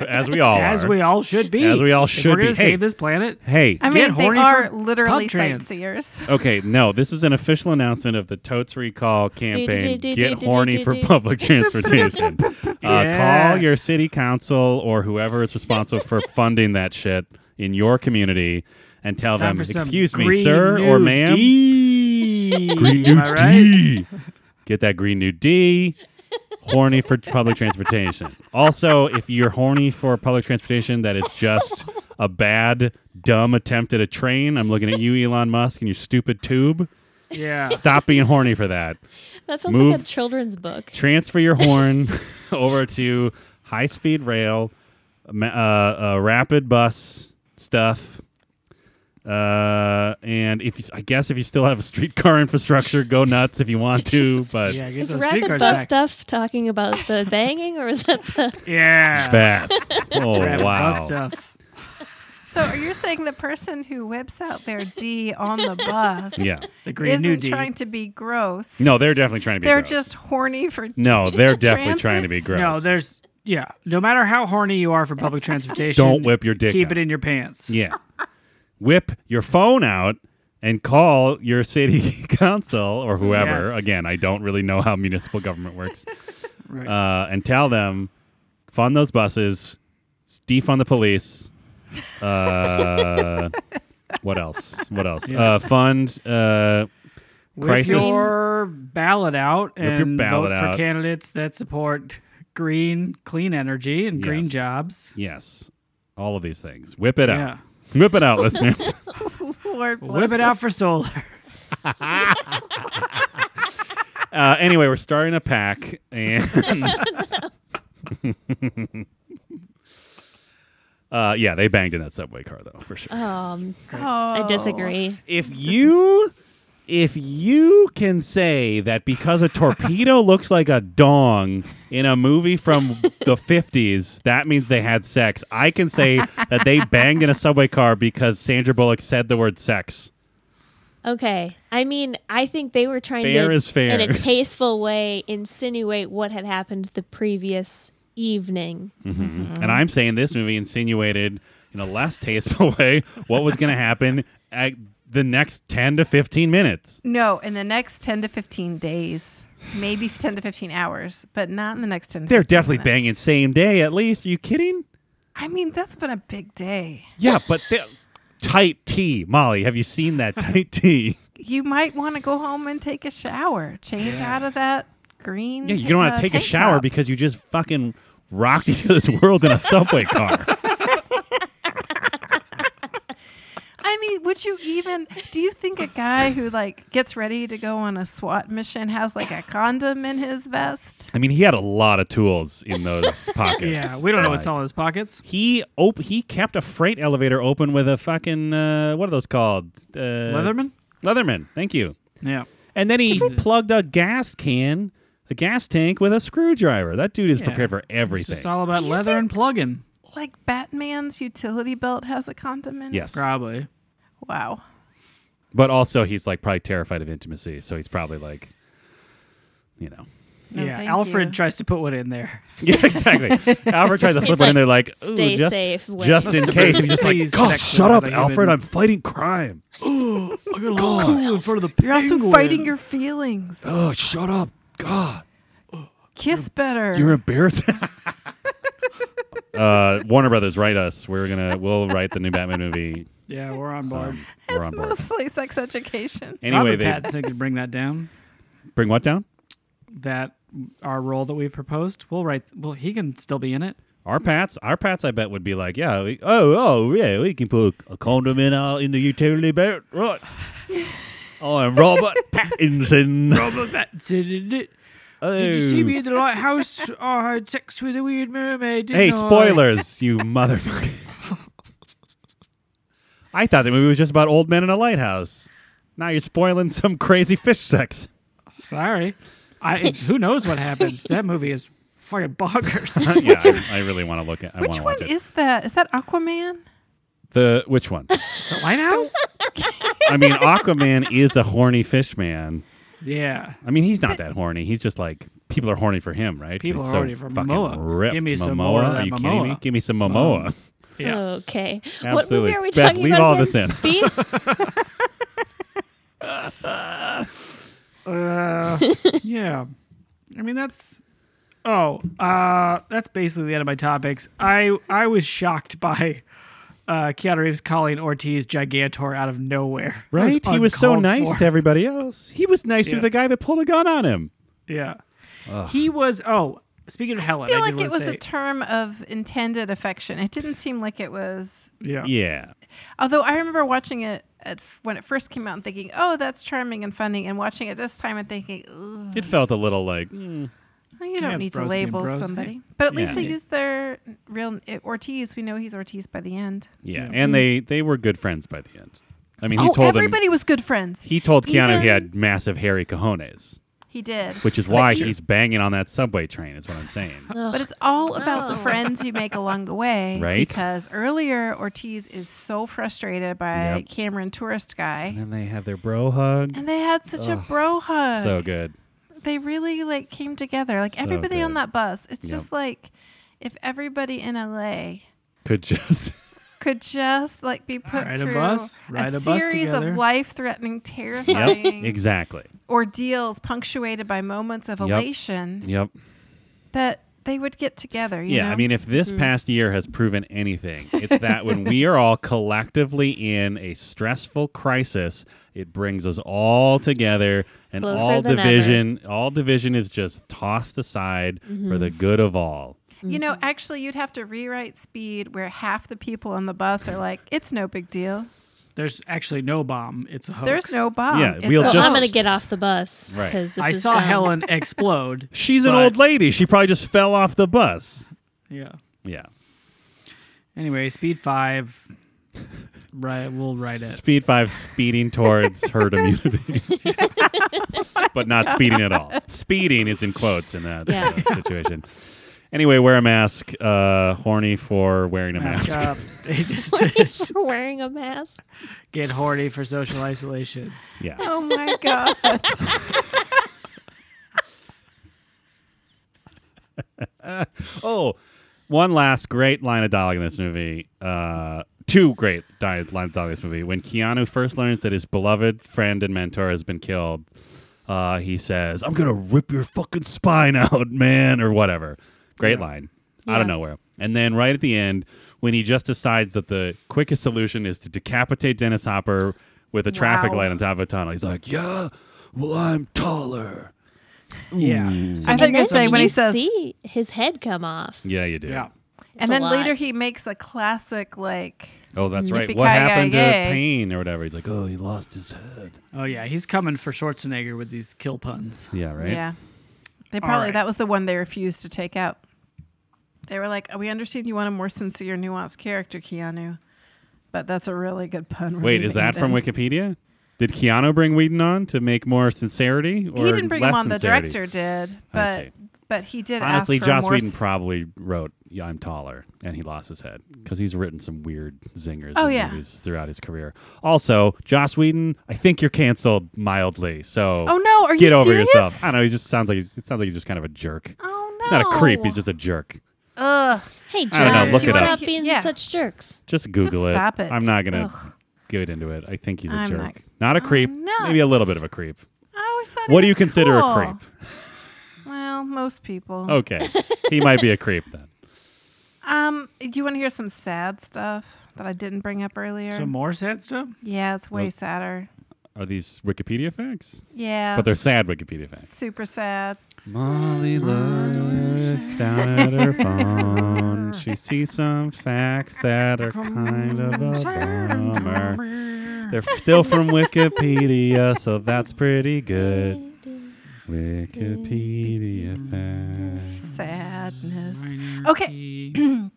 S4: as we all
S3: as
S4: are.
S3: we all should be.
S4: As we all
S3: If
S4: should
S3: we're
S4: be.
S3: gonna
S4: Hey.
S3: save this planet.
S4: hey,
S5: I
S3: Get
S5: mean, they
S3: horny
S5: are
S3: for
S5: literally
S3: pub trans.
S5: sightseers. [LAUGHS]
S4: okay, no, this is an official announcement of the Totes Recall campaign.
S1: do, do,
S4: Get
S1: do,
S4: horny
S1: do,
S4: for
S1: do.
S4: public transportation.
S3: [LAUGHS]
S4: Uh,
S3: Yeah.
S4: Call your city council or whoever is responsible for funding that shit in your community. And tell
S3: Time
S4: them,
S3: for some
S4: excuse me,
S3: Green
S4: sir
S3: New
S4: or ma'am.
S3: Deal."
S4: Green New
S3: Am I right?
S4: D. [LAUGHS] Get that Green New D. Horny for public transportation. Also, if you're horny for public transportation, that is just a bad, dumb attempt at a train. I'm looking at you, Elon Musk, and your stupid tube.
S3: Yeah.
S4: Stop being horny for that.
S1: That sounds like a
S4: Move-
S1: children's book.
S4: Transfer your horn [LAUGHS] over to high speed rail, ma- uh, uh, rapid bus stuff. Uh, and if you, I guess if you still have a streetcar [LAUGHS] infrastructure, go nuts if you want to. But
S3: Yeah, get
S1: Is
S3: those
S1: rapid
S3: streetcars
S1: bus
S3: back.
S1: stuff talking
S3: [LAUGHS]
S1: about the banging, or is that the
S3: Yeah. [LAUGHS]
S4: bad. Oh
S3: Rapid bus
S4: wow.
S3: stuff.
S5: So, are you saying the person who whips out their D on the
S4: [LAUGHS]
S5: bus
S4: Yeah.
S3: The Green New
S5: isn't
S3: Deal.
S5: trying to be gross?
S4: No, they're definitely trying to be.
S5: they're
S4: gross.
S5: just horny for. [LAUGHS]
S4: No, they're definitely
S5: Transit?
S4: trying to be gross.
S3: No, there's yeah. No matter how horny you are for public transportation,
S4: Don't whip your dick
S3: Keep
S4: out.
S3: it in your pants.
S4: Yeah. Whip your phone out and call your city [LAUGHS] council or whoever.
S3: Yes.
S4: Again, I don't really know how municipal government works.
S3: Right.
S4: Uh, and tell them fund those buses, defund the police. Uh, what else? What else?
S3: Yeah.
S4: Uh, fund. Uh,
S3: whip
S4: crisis.
S3: your ballot out
S4: your
S3: and
S4: ballot
S3: vote
S4: out.
S3: for candidates that support green, clean energy and green
S4: Yes.
S3: jobs.
S4: yes, all of these things. Whip it out. Whip it out, [LAUGHS] listeners.
S5: Lord bless
S3: Whip it out for
S4: [LAUGHS]
S3: solar.
S4: Uh, anyway, we're starting a pack, and uh, yeah, they banged in that subway car though, for sure.
S1: um?
S5: Oh.
S1: I disagree.
S4: If you, if you can say that because a torpedo [LAUGHS] looks like a dong in a movie from the fifties, that means they had sex. I can say that they banged in a subway car because Sandra Bullock said the word sex.
S1: Okay. I mean, I think they were trying
S4: Fair
S1: to,
S4: is fair.
S1: in a tasteful way, insinuate what had happened the previous evening.
S4: And I'm saying this movie insinuated in a less [LAUGHS] tasteful way what was going to happen at the next 10 to 15 minutes.
S5: No, in the next 10 to 15 days, maybe 10 to 15 hours, but not in the next 10 to
S4: They're
S5: 15
S4: definitely
S5: minutes.
S4: banging same day at least. Are you kidding?
S5: I mean, that's been a big day.
S4: Yeah, but they- tight tea, Molly. Have you seen that tight tea?
S3: [LAUGHS]
S5: You might want to go home and take a shower. Change out of that green.
S4: Yeah, you don't want
S5: uh,
S4: to take a
S5: tank
S4: shower
S5: top.
S4: because you just fucking rocked [LAUGHS] each other's world in a subway car.
S5: I mean, would you even? Do you think a guy who like gets ready to go on a SWAT mission has like a condom in his vest?
S4: I mean, he had a lot of tools in those
S3: [LAUGHS]
S4: pockets.
S3: Yeah, we don't know what's
S4: Like,
S3: all in his pockets.
S4: He op- he kept a freight elevator open with a fucking uh, what are those called? Uh,
S3: Leatherman.
S4: Leatherman, thank you.
S3: Yeah.
S4: And then he plugged a gas can, a gas tank with a screwdriver. That dude is
S3: Yeah.
S4: prepared for
S3: It's
S4: everything.
S3: just all about
S5: Do you
S3: leather and plugging.
S5: Like Batman's utility belt has a condom in. it?
S4: yes.
S3: Probably.
S5: Wow.
S4: But also he's like probably terrified of intimacy, so he's probably like you know. [LAUGHS]
S5: No,
S3: yeah.
S5: thank
S3: Alfred
S5: you.
S3: tries to put one in there.
S4: Yeah,
S3: [LAUGHS]
S4: exactly. Albert tries to
S1: He's
S4: slip one in
S1: like,
S4: there like Ooh,
S1: "Stay
S4: just,
S1: safe, wait."
S4: just in
S1: Mr.
S4: case.
S3: Burns,
S4: He's just
S3: [LAUGHS]
S4: like,
S3: please
S4: God,
S3: connect
S4: shut
S3: with
S4: up,
S3: a
S4: Alfred.
S3: human."
S4: I'm fighting crime.
S3: Look at cool in front of the
S5: You're also fighting your feelings.
S4: Oh, shut up. God.
S5: Kiss better.
S4: You're embarrassing. [LAUGHS] uh, Warner Brothers, write us. We're gonna we'll write the new
S3: [LAUGHS]
S4: Batman movie.
S3: Yeah, we're on board.
S4: Um, we're on board.
S5: Mostly sex education.
S4: Anyway,
S3: Robert
S4: they
S3: Pattinson could bring that down.
S4: bring what down?
S3: That our role that we've proposed, we'll write. Well, he can still be in it.
S4: Our pats, our pats, I bet would be like, yeah, we, oh, oh, yeah, we can put a condom in our in the utility belt, right? I'm Robert Pattinson. Robert
S3: Did you see me in the lighthouse? [LAUGHS] I had sex with a weird mermaid.
S4: Hey,
S3: didn't I?
S4: spoilers, you motherfucker. I thought the movie was just about old men in a lighthouse. Now you're spoiling some crazy fish sex. [LAUGHS]
S3: Sorry. I who knows what happens? That movie is fucking bonkers.
S4: yeah, I, I really want to look at. I want
S5: Which
S4: to
S5: one
S4: watch it.
S5: is that? Is that Aquaman?
S4: the which one?
S3: the lighthouse?
S4: I mean, Aquaman is a horny fish man.
S3: Yeah.
S4: I mean, he's not that horny. He's just like people are horny for him, right?
S3: People
S4: He's
S3: are
S4: so
S3: horny for
S4: fucking
S3: Momoa.
S4: Ripped.
S3: Give me some
S4: Momoa.
S3: more of
S4: are
S3: that
S4: you kidding me?
S3: Momoa.
S4: Give me some Momoa.
S3: Yeah.
S1: Okay. What
S4: Absolutely.
S1: movie are we
S4: Beth,
S1: talking
S4: leave
S1: about?
S4: all
S1: again?
S4: this in.
S1: Speed?
S4: [LAUGHS]
S3: Uh, yeah. I mean that's Oh, uh that's basically the end of my topics. I I was shocked by uh Keanu Reeves calling Ortiz Gigantor out of nowhere. That
S4: Right? He was so
S3: uncalled
S4: nice
S3: for.
S4: to everybody else. He was nice to
S3: Yeah.
S4: the guy that pulled a gun on him.
S3: Yeah. He was oh, speaking of Helen,
S5: I feel
S3: I
S5: like
S3: did
S5: it
S3: want
S5: was
S3: to say
S5: a term of intended affection. It didn't seem like it was.
S3: yeah.
S4: Yeah.
S5: Although I remember watching it at, when it first came out and thinking, "Oh, that's charming and funny," and watching it this time and thinking, "Ugh,
S4: It felt a little like
S3: Mm,
S5: "You don't
S3: it's
S5: need to
S3: bros being
S5: label
S3: bros.
S5: somebody." But at least
S4: eh? Yeah.
S5: they used their real it, Ortiz. We know he's Ortiz by the end.
S4: Yeah,
S3: Yeah. Mm.
S4: and they they were good friends by the end. I mean, he
S5: oh,
S4: told him
S5: everybody was good friends.
S4: he told Keanu he
S5: Even-
S4: had massive hairy cojones,
S5: He did.
S4: which is why
S5: he-
S4: he's banging on that subway train. Is what I'm [LAUGHS] saying.
S5: But it's all about the
S1: No.
S5: friends you make along the way.
S4: [LAUGHS] Right.
S5: Because earlier, Ortiz is so frustrated by
S4: Yep.
S5: Cameron, tourist
S4: and
S5: guy.
S4: then they have their bro hug.
S5: And they had such a bro hug.
S4: So good.
S5: They really like came together. Like
S4: So
S5: everybody on
S4: good.
S5: that bus. It's
S4: Yep.
S5: just like if everybody in LA
S3: [LAUGHS]
S4: Could just
S5: could just like be put
S3: Ride a
S5: through
S3: bus, ride a bus
S5: series
S3: together.
S5: of life-threatening,
S4: yep,
S5: terrifying
S4: exactly.
S5: ordeals punctuated by moments of
S4: Yep.
S5: elation
S4: Yep.
S5: that they would get together. you
S4: Yeah, I
S5: know?
S4: mean, if this past year has proven anything, it's that when we are all collectively in a stressful crisis, it brings us all together, and
S1: Closer
S4: all
S1: than
S4: division, all division is just tossed aside for the good of all.
S5: You
S4: Mm-hmm.
S5: know, actually, you'd have to rewrite Speed where half the people on the bus are like, "It's no big deal.
S3: There's actually no bomb. It's a hoax.
S5: There's no bomb.
S4: Yeah,
S5: It's
S4: we'll
S5: a
S1: So
S4: just-
S1: I'm
S5: hoax."
S1: going to get off the bus
S4: Right.
S1: because this
S3: I
S1: is
S3: saw
S5: [LAUGHS]
S1: dumb. [LAUGHS]
S3: Helen explode.
S4: She's an
S3: But-
S4: old lady. She probably just fell off the bus.
S3: Yeah.
S4: Yeah.
S3: Anyway, speed five. Right, we'll write it.
S4: Speed five speeding towards herd immunity. but not speeding at all. Speeding is in quotes in that
S1: Yeah.
S4: uh, situation. Anyway, wear a mask. Uh, horny for wearing a mask.
S3: Mask up, [LAUGHS] stay
S5: [LAUGHS]
S3: distant,
S1: for wearing a mask.
S3: get horny for social isolation.
S4: Yeah.
S5: Oh
S1: [LAUGHS]
S5: my god!
S4: Oh, one last great line of dialogue in this movie. Uh, two great di- lines of dialogue in this movie. When Keanu first learns that his beloved friend and mentor has been killed, uh, he says, I'm going to rip your fucking spine [LAUGHS] out, man, or whatever. Great
S3: Yeah.
S4: line. Out of
S1: Yeah.
S4: nowhere. And then right at the end, when he just decides that the quickest solution is to decapitate Dennis Hopper with a traffic
S5: Wow.
S4: light on top of a tunnel, he's like, Yeah, well, I'm taller.
S3: Yeah,
S5: I thought you were
S1: And
S5: gonna
S1: then
S5: say when
S1: you
S5: he says,
S1: see his head come off.
S4: Yeah, you do.
S3: yeah.
S5: and
S1: a
S5: then
S1: lot.
S5: later he makes a classic like,
S4: Oh,
S5: Mm,
S4: that's right. What happened to
S5: Yippee-ki-yay.
S4: Payne or whatever? He's like, oh, he lost his head.
S3: Oh yeah, he's coming for Schwarzenegger with these kill puns.
S4: Yeah, right.
S5: yeah. They probably
S3: right.
S5: that was the one they refused to take out. They were like, "Oh, "We understand you want a more sincere, nuanced character, Keanu." But that's a really good pun.
S4: Wait, is that from Wikipedia? Did Keanu bring Whedon on to make more sincerity? Or
S5: He didn't bring him
S4: less
S5: on. The
S4: sincerity?
S5: director did,
S4: I
S5: but
S4: see.
S5: but he did.
S4: Honestly,
S5: ask for
S4: Joss
S5: more
S4: Whedon
S5: s-
S4: probably wrote "Yeah, I'm taller," and he lost his head because he's written some weird zingers
S5: Oh,
S4: in
S5: yeah.
S4: movies throughout his career. Also, Joss Whedon, I think you're canceled mildly. So,
S5: Oh, no, are you
S4: get over
S5: serious?
S4: yourself. I don't know. He just sounds like he's, it sounds like he's just kind of a jerk.
S5: Oh no!
S4: He's not a creep. He's just a jerk.
S5: Ugh.
S1: Hey, Josh,
S4: I don't know, look
S1: you
S4: it up.
S1: stop being
S5: Yeah.
S1: such jerks.
S4: Just Google
S5: Just
S4: it.
S5: stop it.
S4: I'm not gonna
S5: Ugh.
S4: get into it. I think he's a
S5: I'm "Oh,
S4: jerk.
S5: not-
S4: Not, a creep. Maybe a
S5: nuts.
S4: little bit of a creep.
S5: I always thought. he
S4: What do
S5: was
S4: you consider
S5: cool.
S4: a creep? Oh.
S5: Well, most people.
S4: Okay, he might be a creep then.
S5: Um, do you want to hear some sad stuff that I didn't bring up earlier?
S3: Some more sad stuff.
S5: yeah, it's way
S4: Nope.
S5: sadder.
S4: Are these Wikipedia facts?
S5: Yeah,
S4: But they're sad Wikipedia facts.
S5: super sad. [LAUGHS]
S4: Molly looks down at her phone. see some facts that are kind of a bummer. They're still from Wikipedia, so that's pretty
S5: [LAUGHS]
S4: good. Wikipedia facts.
S5: Sadness.
S3: Minor
S5: Okay.
S3: key.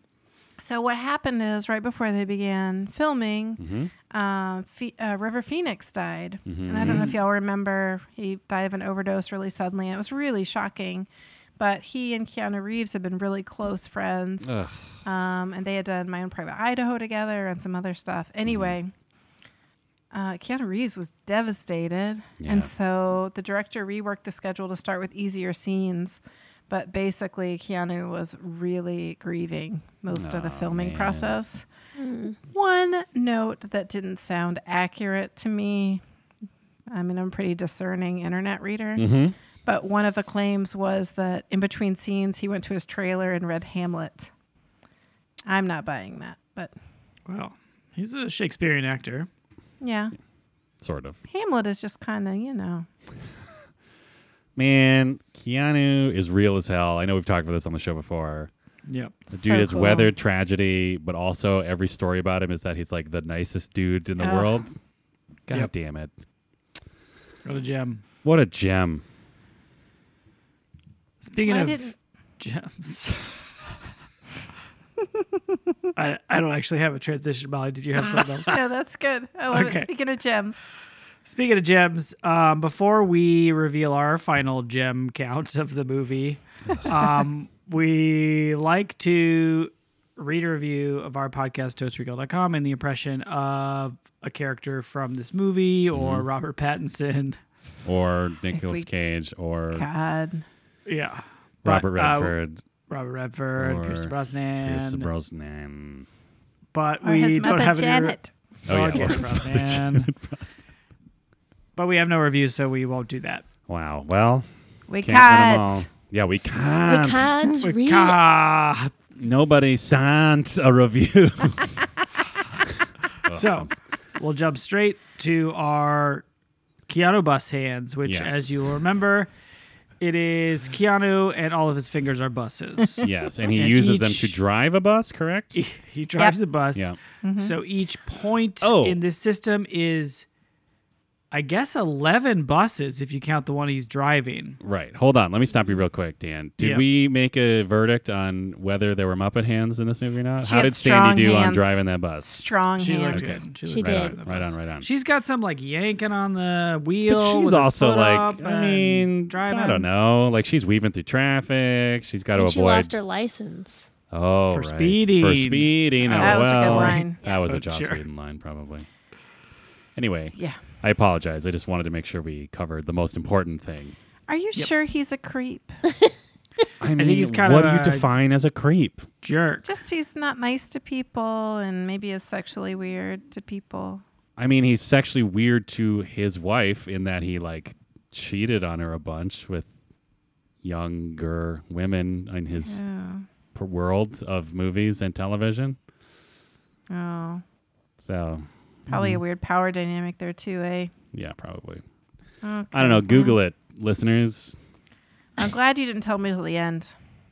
S5: So what happened is right before they began filming,
S4: Mhm.
S5: um, Phe- uh, River Phoenix died, and I don't know if y'all remember he died of an overdose really suddenly. and It was really shocking, but he and Keanu Reeves have been really close friends.
S4: Ugh.
S5: um, and they had done My Own Private Idaho together and some other stuff.
S4: Mm-hmm.
S5: Anyway, uh, Keanu Reeves was devastated,
S4: Yeah.
S5: and so the director reworked the schedule to start with easier scenes. But basically, Keanu was really grieving most of the
S4: Aw,
S5: filming
S4: man.
S5: process. One note that didn't sound accurate to me. I mean, I'm a pretty discerning internet reader.
S4: Mm-hmm.
S5: But one of the claims was that in between scenes, he went to his trailer and read Hamlet. I'm not buying that, but
S3: Well, he's a Shakespearean actor.
S5: yeah.
S4: Sort of.
S5: Hamlet is just kind of, you know.
S4: Man, Keanu is real as hell. I know we've talked about this on the show before.
S3: Yep.
S4: The
S5: so
S4: dude has
S5: cool.
S4: weathered tragedy, but also every story about him is that he's like the nicest dude in the
S5: Ugh.
S4: world. God
S3: Yep.
S4: damn it.
S3: What a gem.
S4: What a gem.
S3: Speaking
S5: Why
S3: of
S5: didn't-
S3: [LAUGHS] gems. I, I don't actually have a transition, Molly. Did you have something else?
S5: No, that's good. I love
S3: Okay.
S5: it. Speaking of gems,
S3: [LAUGHS] Speaking of gems, um, before we reveal our final gem count of the [LAUGHS] movie, um, we like to read a review of our podcast, toastregal.com, and the impression of a character from this movie or Robert Pattinson.
S4: Or Nicolas
S5: we-
S4: Cage or
S5: God.
S3: Yeah.
S4: Robert
S3: But, uh,
S4: Redford.
S3: Robert Redford,
S4: Or
S3: Pierce Brosnan.
S4: Pierce Brosnan.
S3: But
S5: Or
S3: we
S5: his
S3: don't
S5: mother
S3: have any.
S5: Janet.
S4: Oh, yeah.
S3: Okay,
S4: Lawrence
S3: Brosnan.
S4: [LAUGHS]
S3: [LAUGHS] But we have no reviews, so we won't do that.
S4: Wow. Well,
S5: we
S4: can't win 'em all.
S5: cut.
S4: Yeah, we
S1: We
S4: can't.
S1: can't
S3: We
S1: read.
S3: ca-
S4: Nobody sent a review.
S5: [LAUGHS]
S4: Oh,
S3: So we'll jump straight to our Keanu bus hands, which,
S4: Yes.
S3: as you will remember, it is Keanu and all of his fingers are
S4: [LAUGHS]
S3: buses.
S4: yes, and he
S3: And
S4: uses them
S3: each-
S4: to drive a bus,
S5: [LAUGHS]
S4: correct?
S3: he, he drives
S5: Yep.
S3: a bus.
S4: Yeah.
S3: So each point
S4: Oh.
S3: in this system is, I guess, 11 buses if you count the one he's driving.
S4: Right. Hold on. Let me stop you real quick, Dan. Did
S3: Yeah.
S4: we make a verdict on whether there were Muppet hands in this movie or not?
S5: She
S4: How
S5: had
S4: did Sandy
S5: strong
S4: do on
S5: hands.
S4: driving that bus?
S5: Strong
S3: She
S5: hands.
S3: looked
S4: Okay.
S3: good.
S1: She
S4: right
S1: did.
S4: on. Right on. Right on.
S3: She's got some like yanking on the wheel.
S4: but
S3: with
S4: she's
S3: his
S4: also
S3: foot
S4: like,
S3: up
S4: I
S3: and
S4: mean,
S3: driving.
S4: I don't know. Like she's weaving through traffic. She's got to
S1: And
S4: avoid.
S1: she lost her license.
S4: oh,
S3: For
S4: right. For
S3: speeding.
S4: speeding.
S3: That
S5: was a good
S4: LOL.
S5: line.
S4: That was a
S3: But
S4: Joss
S3: [LAUGHS] sure.
S4: Whedon line, probably. Anyway,
S5: Yeah.
S4: I apologize. I just wanted to make sure we covered the most important thing.
S5: Are you sure he's a creep?
S4: I mean,
S3: he's kind
S4: what
S3: of
S4: do
S3: a-
S4: you define as a creep?
S3: jerk.
S5: Just he's not nice to people and maybe is sexually weird to people.
S4: I mean, he's sexually weird to his wife in that he like cheated on her a bunch with younger women in his
S5: Oh.
S4: p world of movies and television.
S5: Oh.
S4: So,
S5: Probably
S4: Mm-hmm.
S5: a weird power dynamic there too, eh?
S4: yeah, probably.
S5: Okay.
S4: I don't know. Google it, listeners.
S5: I'm glad you didn't tell me till the end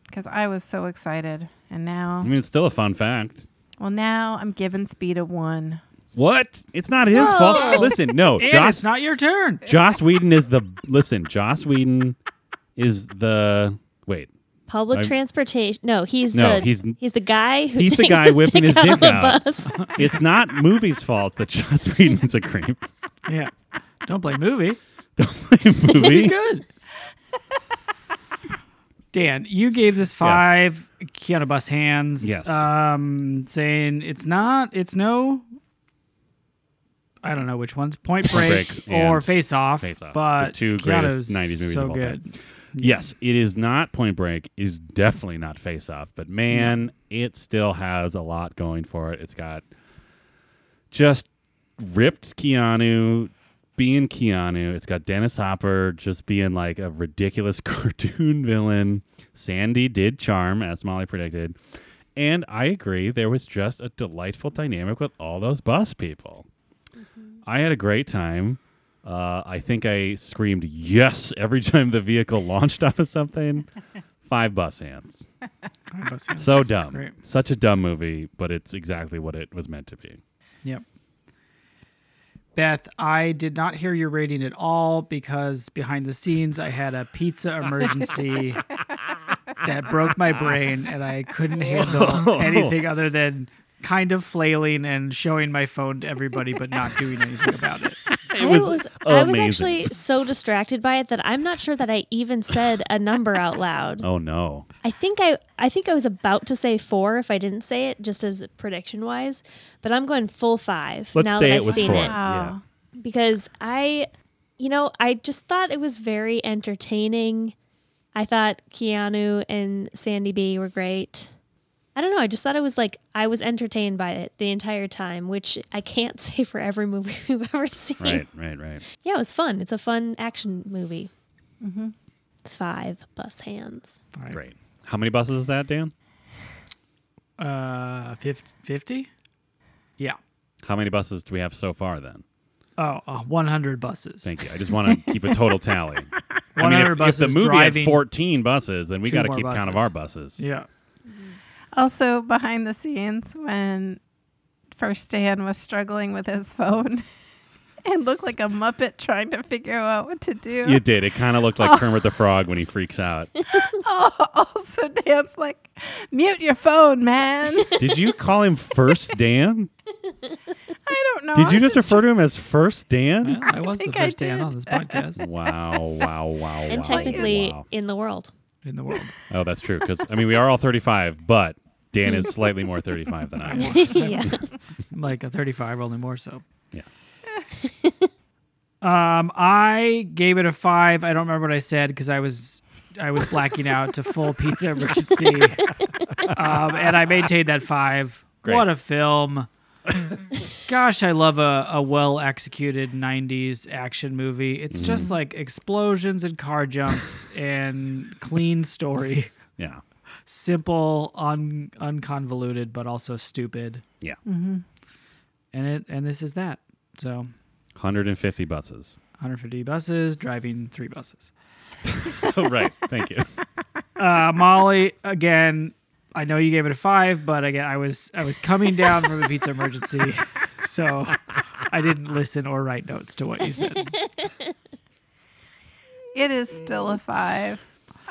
S5: because I was so excited. And
S4: I
S5: now,
S4: mean, it's still a fun fact.
S5: well, now I'm giving Speed a one.
S4: What? It's not his
S1: Whoa.
S4: fault. Listen,
S3: [LAUGHS]
S4: no,
S3: And
S4: Joss.
S3: it's not your
S4: [LAUGHS]
S3: turn.
S4: Joss Whedon is the listen. Joss Whedon is the wait.
S1: Public
S4: I-
S1: transportation. No, he's
S4: No,
S1: the
S4: he's-
S1: he's, the guy who
S4: he's the
S1: takes
S4: guy whipping his
S1: dick out
S4: dick
S1: of the
S4: out. [LAUGHS]
S1: bus.
S4: It's not movie's fault that Joss Whedon's a creep. [LAUGHS]
S3: Yeah. Don't play movie.
S4: Movie. [LAUGHS]
S3: good. Dan, you gave this five Keanu Bus hands.
S4: Yes.
S3: Um, saying it's not, it's no. I don't know which ones. Point Break,
S4: Break
S3: or
S4: and
S3: Face Off.
S4: Face Off,
S3: But
S4: the two
S3: Keanu's
S4: greatest 90s movies
S3: so
S4: of all time.
S3: good.
S4: Yes, it is not Point Break. Is definitely not Face Off. But man, it still has a lot going for it. It's got just ripped Keanu being Keanu. It's got Dennis Hopper just being like a ridiculous [LAUGHS] cartoon villain. Sandy did charm, as Molly predicted. And I agree, there was just a delightful dynamic with all those bus people. I had a great time. [LAUGHS] Uh, I think I screamed yes every time the vehicle launched off of something. Five bus ants.
S3: Oh,
S4: [LAUGHS]
S3: bus ants.
S4: So dumb.
S3: Great.
S4: Such a dumb movie, but it's exactly what it was meant to be.
S3: Yep. Beth, I did not hear your rating at all because behind the scenes I had a
S5: [LAUGHS]
S3: pizza emergency that broke my brain and I couldn't handle anything other than kind of flailing and showing my phone to everybody but not doing anything about it.
S1: I
S4: was
S1: was, I was
S4: amazing.
S1: actually so distracted by it that I'm not sure that I even said a number
S4: [LAUGHS]
S1: out loud.
S4: Oh no.
S1: I think I I think I was about to say four if I didn't say it, just as prediction wise. But I'm going full 5
S4: Let's
S1: now
S4: say
S1: that
S4: it
S1: I've
S4: was
S1: seen
S4: four.
S1: it
S4: Yeah.
S5: Wow.
S1: because I, you know, I just thought it was very entertaining. I thought Keanu and Sandy B were great. I don't know. I just thought it was like I was entertained by it the entire time, which I can't [LAUGHS] say for every movie we've ever seen. [LAUGHS]
S4: Right, right, right.
S1: Yeah, it was fun. It's a fun action movie.
S5: Mm-hmm.
S1: Five bus hands.
S3: All right.
S4: Great. How many buses is that, Dan?
S3: Uh, 50? Yeah.
S4: How many buses do we have so far then?
S3: Oh, uh, 100 buses.
S4: Thank you. I
S3: [LAUGHS]
S4: just want to keep a total tally. I
S3: 100
S4: mean, if, if
S3: buses
S4: the movie had
S3: driving.
S4: 14 buses, then we
S3: two
S4: got to
S3: more
S4: keep count of
S3: buses.
S4: our buses.
S3: Yeah.
S5: Also, behind the scenes, when first Dan was struggling with his phone [LAUGHS] and looked like a Muppet trying to figure out what to do.
S4: You did. It kind of
S3: [LAUGHS]
S4: looked like Kermit the Frog when he freaks out.
S5: Oh, [LAUGHS] also, Dan's like, mute your phone, man.
S4: Did you call him First Dan?
S5: I don't know.
S4: Did
S5: I
S4: you
S5: was
S4: just refer to him as First
S3: Well,
S4: Dan?
S3: I was the
S5: think I
S3: first Dan on
S5: did.
S3: this podcast
S4: Wow, wow, wow.
S1: And
S4: wow,
S1: technically
S4: wow.
S1: in
S4: [LAUGHS]
S1: the world. [LAUGHS]
S3: in the world.
S4: Oh, that's true. Because, I mean, we are all 35, but Dan is slightly more 35 than I am.
S1: [LAUGHS] yeah.
S3: I'm like a 35, only more so.
S4: Yeah.
S3: [LAUGHS] Um, I gave it a five. I don't remember what I said because I was I was blacking out to full
S4: [LAUGHS]
S3: pizza emergency, um, and I maintained that five.
S4: Great.
S3: What a film! Gosh, I love a, a well executed '90s action movie. It's
S4: Mm-hmm.
S3: just like explosions and car jumps and clean story,
S4: Yeah.
S3: simple, un unconvoluted, but also stupid.
S4: Yeah.
S3: Mm-hmm. And it and this is that. So
S4: 150 buses.
S3: 150 buses driving three buses.
S4: oh, right. Thank you.
S3: uh, [LAUGHS] Molly again. I know you gave it a five, but again, I was I was coming down from a pizza [LAUGHS] emergency, so I didn't listen or write notes to what you said.
S5: It is still a five.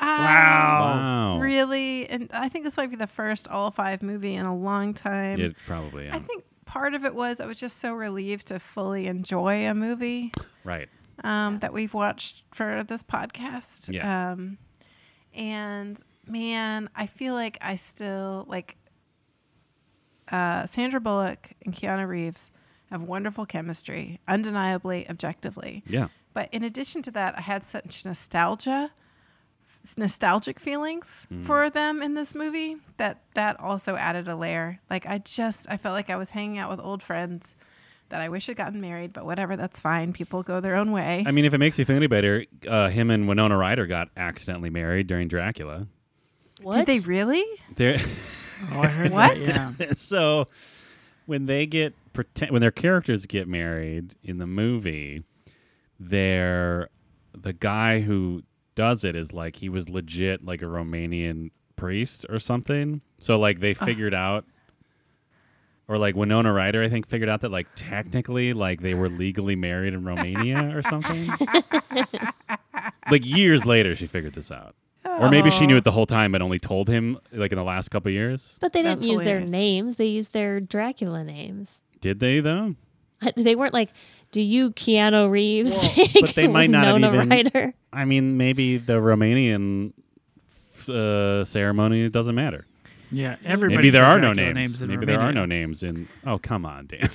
S3: Wow,
S5: I
S4: [LAUGHS] Wow.
S5: Oh, Really, and I think this might be the first all five movie in a long time.
S4: It probably. Yeah.
S5: I think part of it was I was just so relieved to fully enjoy a movie
S4: right.
S5: um, that we've watched for this podcast.
S4: Yeah.
S5: Um, and man, I feel like I still like uh, Sandra Bullock and Keanu Reeves have wonderful chemistry, undeniably, objectively.
S4: Yeah.
S5: But in addition to that, I had such nostalgia, s- nostalgic feelings
S4: Mm.
S5: for them in this movie that that also added a layer. Like I just I felt like I was hanging out with old friends that I wish had gotten married, but whatever, that's fine. People go their own way.
S4: I mean, if it makes you feel any better, uh, him and Winona Ryder got accidentally married during Dracula.
S1: What?
S5: Did they really?
S4: They're
S3: oh, I heard
S5: What?
S3: that. Yeah.
S4: [LAUGHS] so when they get pretend when their characters get married in the movie, they're the guy who does it is like he was legit like a Romanian priest or something. So like they figured out or like Winona Ryder I think figured out that like technically like they were legally married in Romania or something. like years later she figured this out. Or maybe she knew it the whole time but only told him like in the last couple years.
S1: But they didn't
S5: That's
S1: use their
S5: hilarious.
S1: names. They used their Dracula names.
S4: Did they though?
S1: They weren't like, "Do you Keanu Reeves?"
S4: but they might not have
S1: Winona
S4: even- [LAUGHS]
S1: Ryder.
S4: I mean, maybe the Romanian uh, ceremony doesn't matter.
S3: yeah, everybody.
S4: maybe there are no names. maybe there are no names in. Oh, come on,
S5: [LAUGHS]
S4: Dan.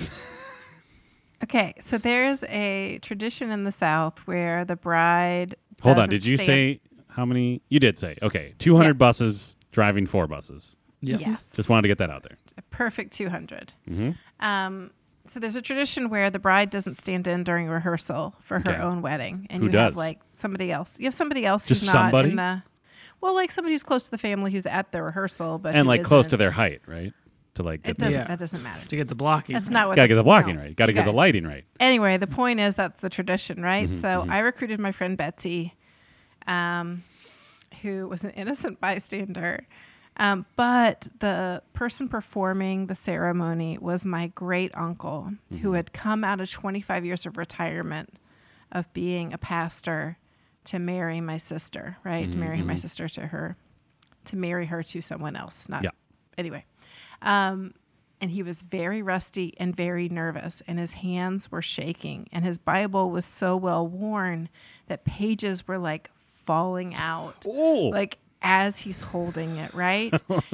S5: Okay, so there's a tradition in the South where the bride.
S4: Hold on.
S5: doesn't
S4: Did you
S5: stay-
S4: say how many? You did say okay. Two hundred
S5: Yeah.
S4: buses driving four buses.
S3: Yep.
S5: Yes.
S4: Just wanted to get that out there.
S5: a perfect 200.
S4: Mhm.
S5: Um, so there's a tradition where the bride doesn't stand in during rehearsal for her
S4: Okay.
S5: own wedding, and
S4: Who
S5: you
S4: does?
S5: have like somebody else. You have somebody else
S4: Just
S5: who's not
S4: somebody?
S5: in the. Well, like somebody who's close to the family who's at the rehearsal, but
S4: And
S5: who
S4: like close to
S5: isn't.
S4: their height, right? To like get
S5: It
S4: the,
S5: doesn't.
S3: Yeah.
S5: That doesn't matter.
S3: to get the blocking.
S5: That's not what.
S4: gotta get the blocking
S5: no,
S4: right. Gotta
S5: you
S4: get the
S5: guys.
S4: lighting right.
S5: Anyway, the point is that's the tradition, right? so I recruited my friend Betsy. Um, who was an innocent [LAUGHS] bystander. Um, but the person performing the ceremony was my great uncle who had come out of 25 years of retirement of being a pastor to marry my sister, right? Marry my sister to her, to marry her to someone else. Not
S4: Yeah.
S5: anyway. Um, and he was very rusty and very nervous, and his hands were shaking, and his Bible was so well worn that pages were like falling out
S4: Oh,
S5: like as he's holding it, right?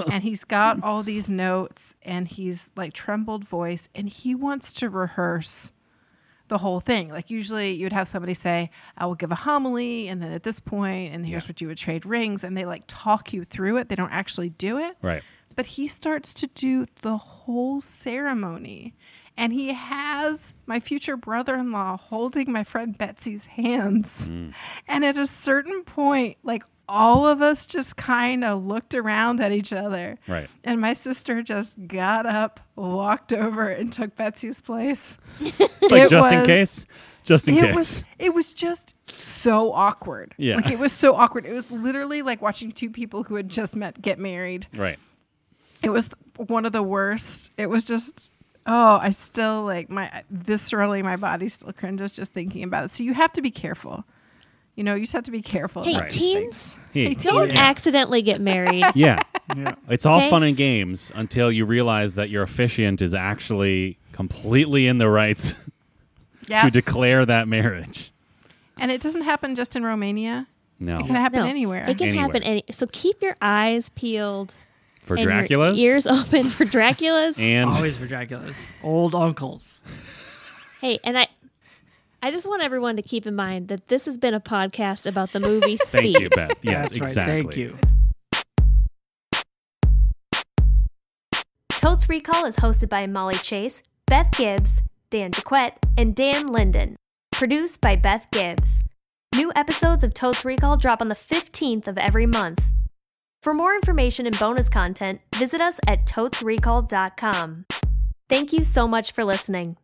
S5: and he's got all these notes and he's like trembled voice and he wants to rehearse the whole thing. Like usually you'd have somebody say, I will give a homily and then at this point and here's
S4: Yeah.
S5: what you would trade rings and they like talk you through it. They don't actually do it. [LAUGHS]
S4: right.
S5: But he starts to do the whole ceremony. And he has my future brother in law holding my friend Betsy's hands.
S4: Hmm.
S5: And at a certain point, like all of us just kind of looked around at each other.
S4: Right.
S5: And my sister just got up, walked over, and took Betsy's place.
S4: Like
S5: It
S4: just in
S5: was-
S4: case, just in
S5: It
S4: case.
S5: was it was just so awkward.
S4: Yeah.
S5: Like it was so awkward. It was literally like watching two people who had just met get married.
S4: right.
S5: It was one of the worst. It was just oh, I still like my viscerally my body still cringes just thinking about it. So you have to be careful. You know, you just have to be careful.
S1: Hey,
S5: about these
S1: teens,
S5: things.
S4: Hey,
S5: [LAUGHS] Hey,
S1: don't
S5: teens.
S1: accidentally
S4: [LAUGHS]
S1: get married.
S4: Yeah.
S3: Yeah.
S4: It's all
S1: Okay.
S4: fun and games until you realize that your officiant is actually completely in the [LAUGHS] right
S5: Yeah.
S4: to declare that marriage.
S5: and it doesn't happen just in Romania. It can
S4: No.
S5: happen anywhere.
S1: Oh. It can
S4: Anywhere.
S1: happen any. So keep your eyes peeled
S4: For
S1: and your
S4: Dracula's?
S1: ears open for Dracula's.
S4: And
S3: Always for Dracula's. Old uncles.
S1: hey, and I, I just want everyone to keep in mind that this has been a podcast about the movie
S4: [LAUGHS]
S1: Steve.
S4: thank you, Beth. Yes,
S3: That's
S4: exactly.
S3: right. Thank you.
S2: Totes Recall is hosted by Molly Chase, Beth Gibbs, Dan DeQuette, and Dan Linden. Produced by Beth Gibbs. New episodes of Totes Recall drop on the 15th of every month. For more information and bonus content, visit us at totesrecall.com. Thank you so much for listening.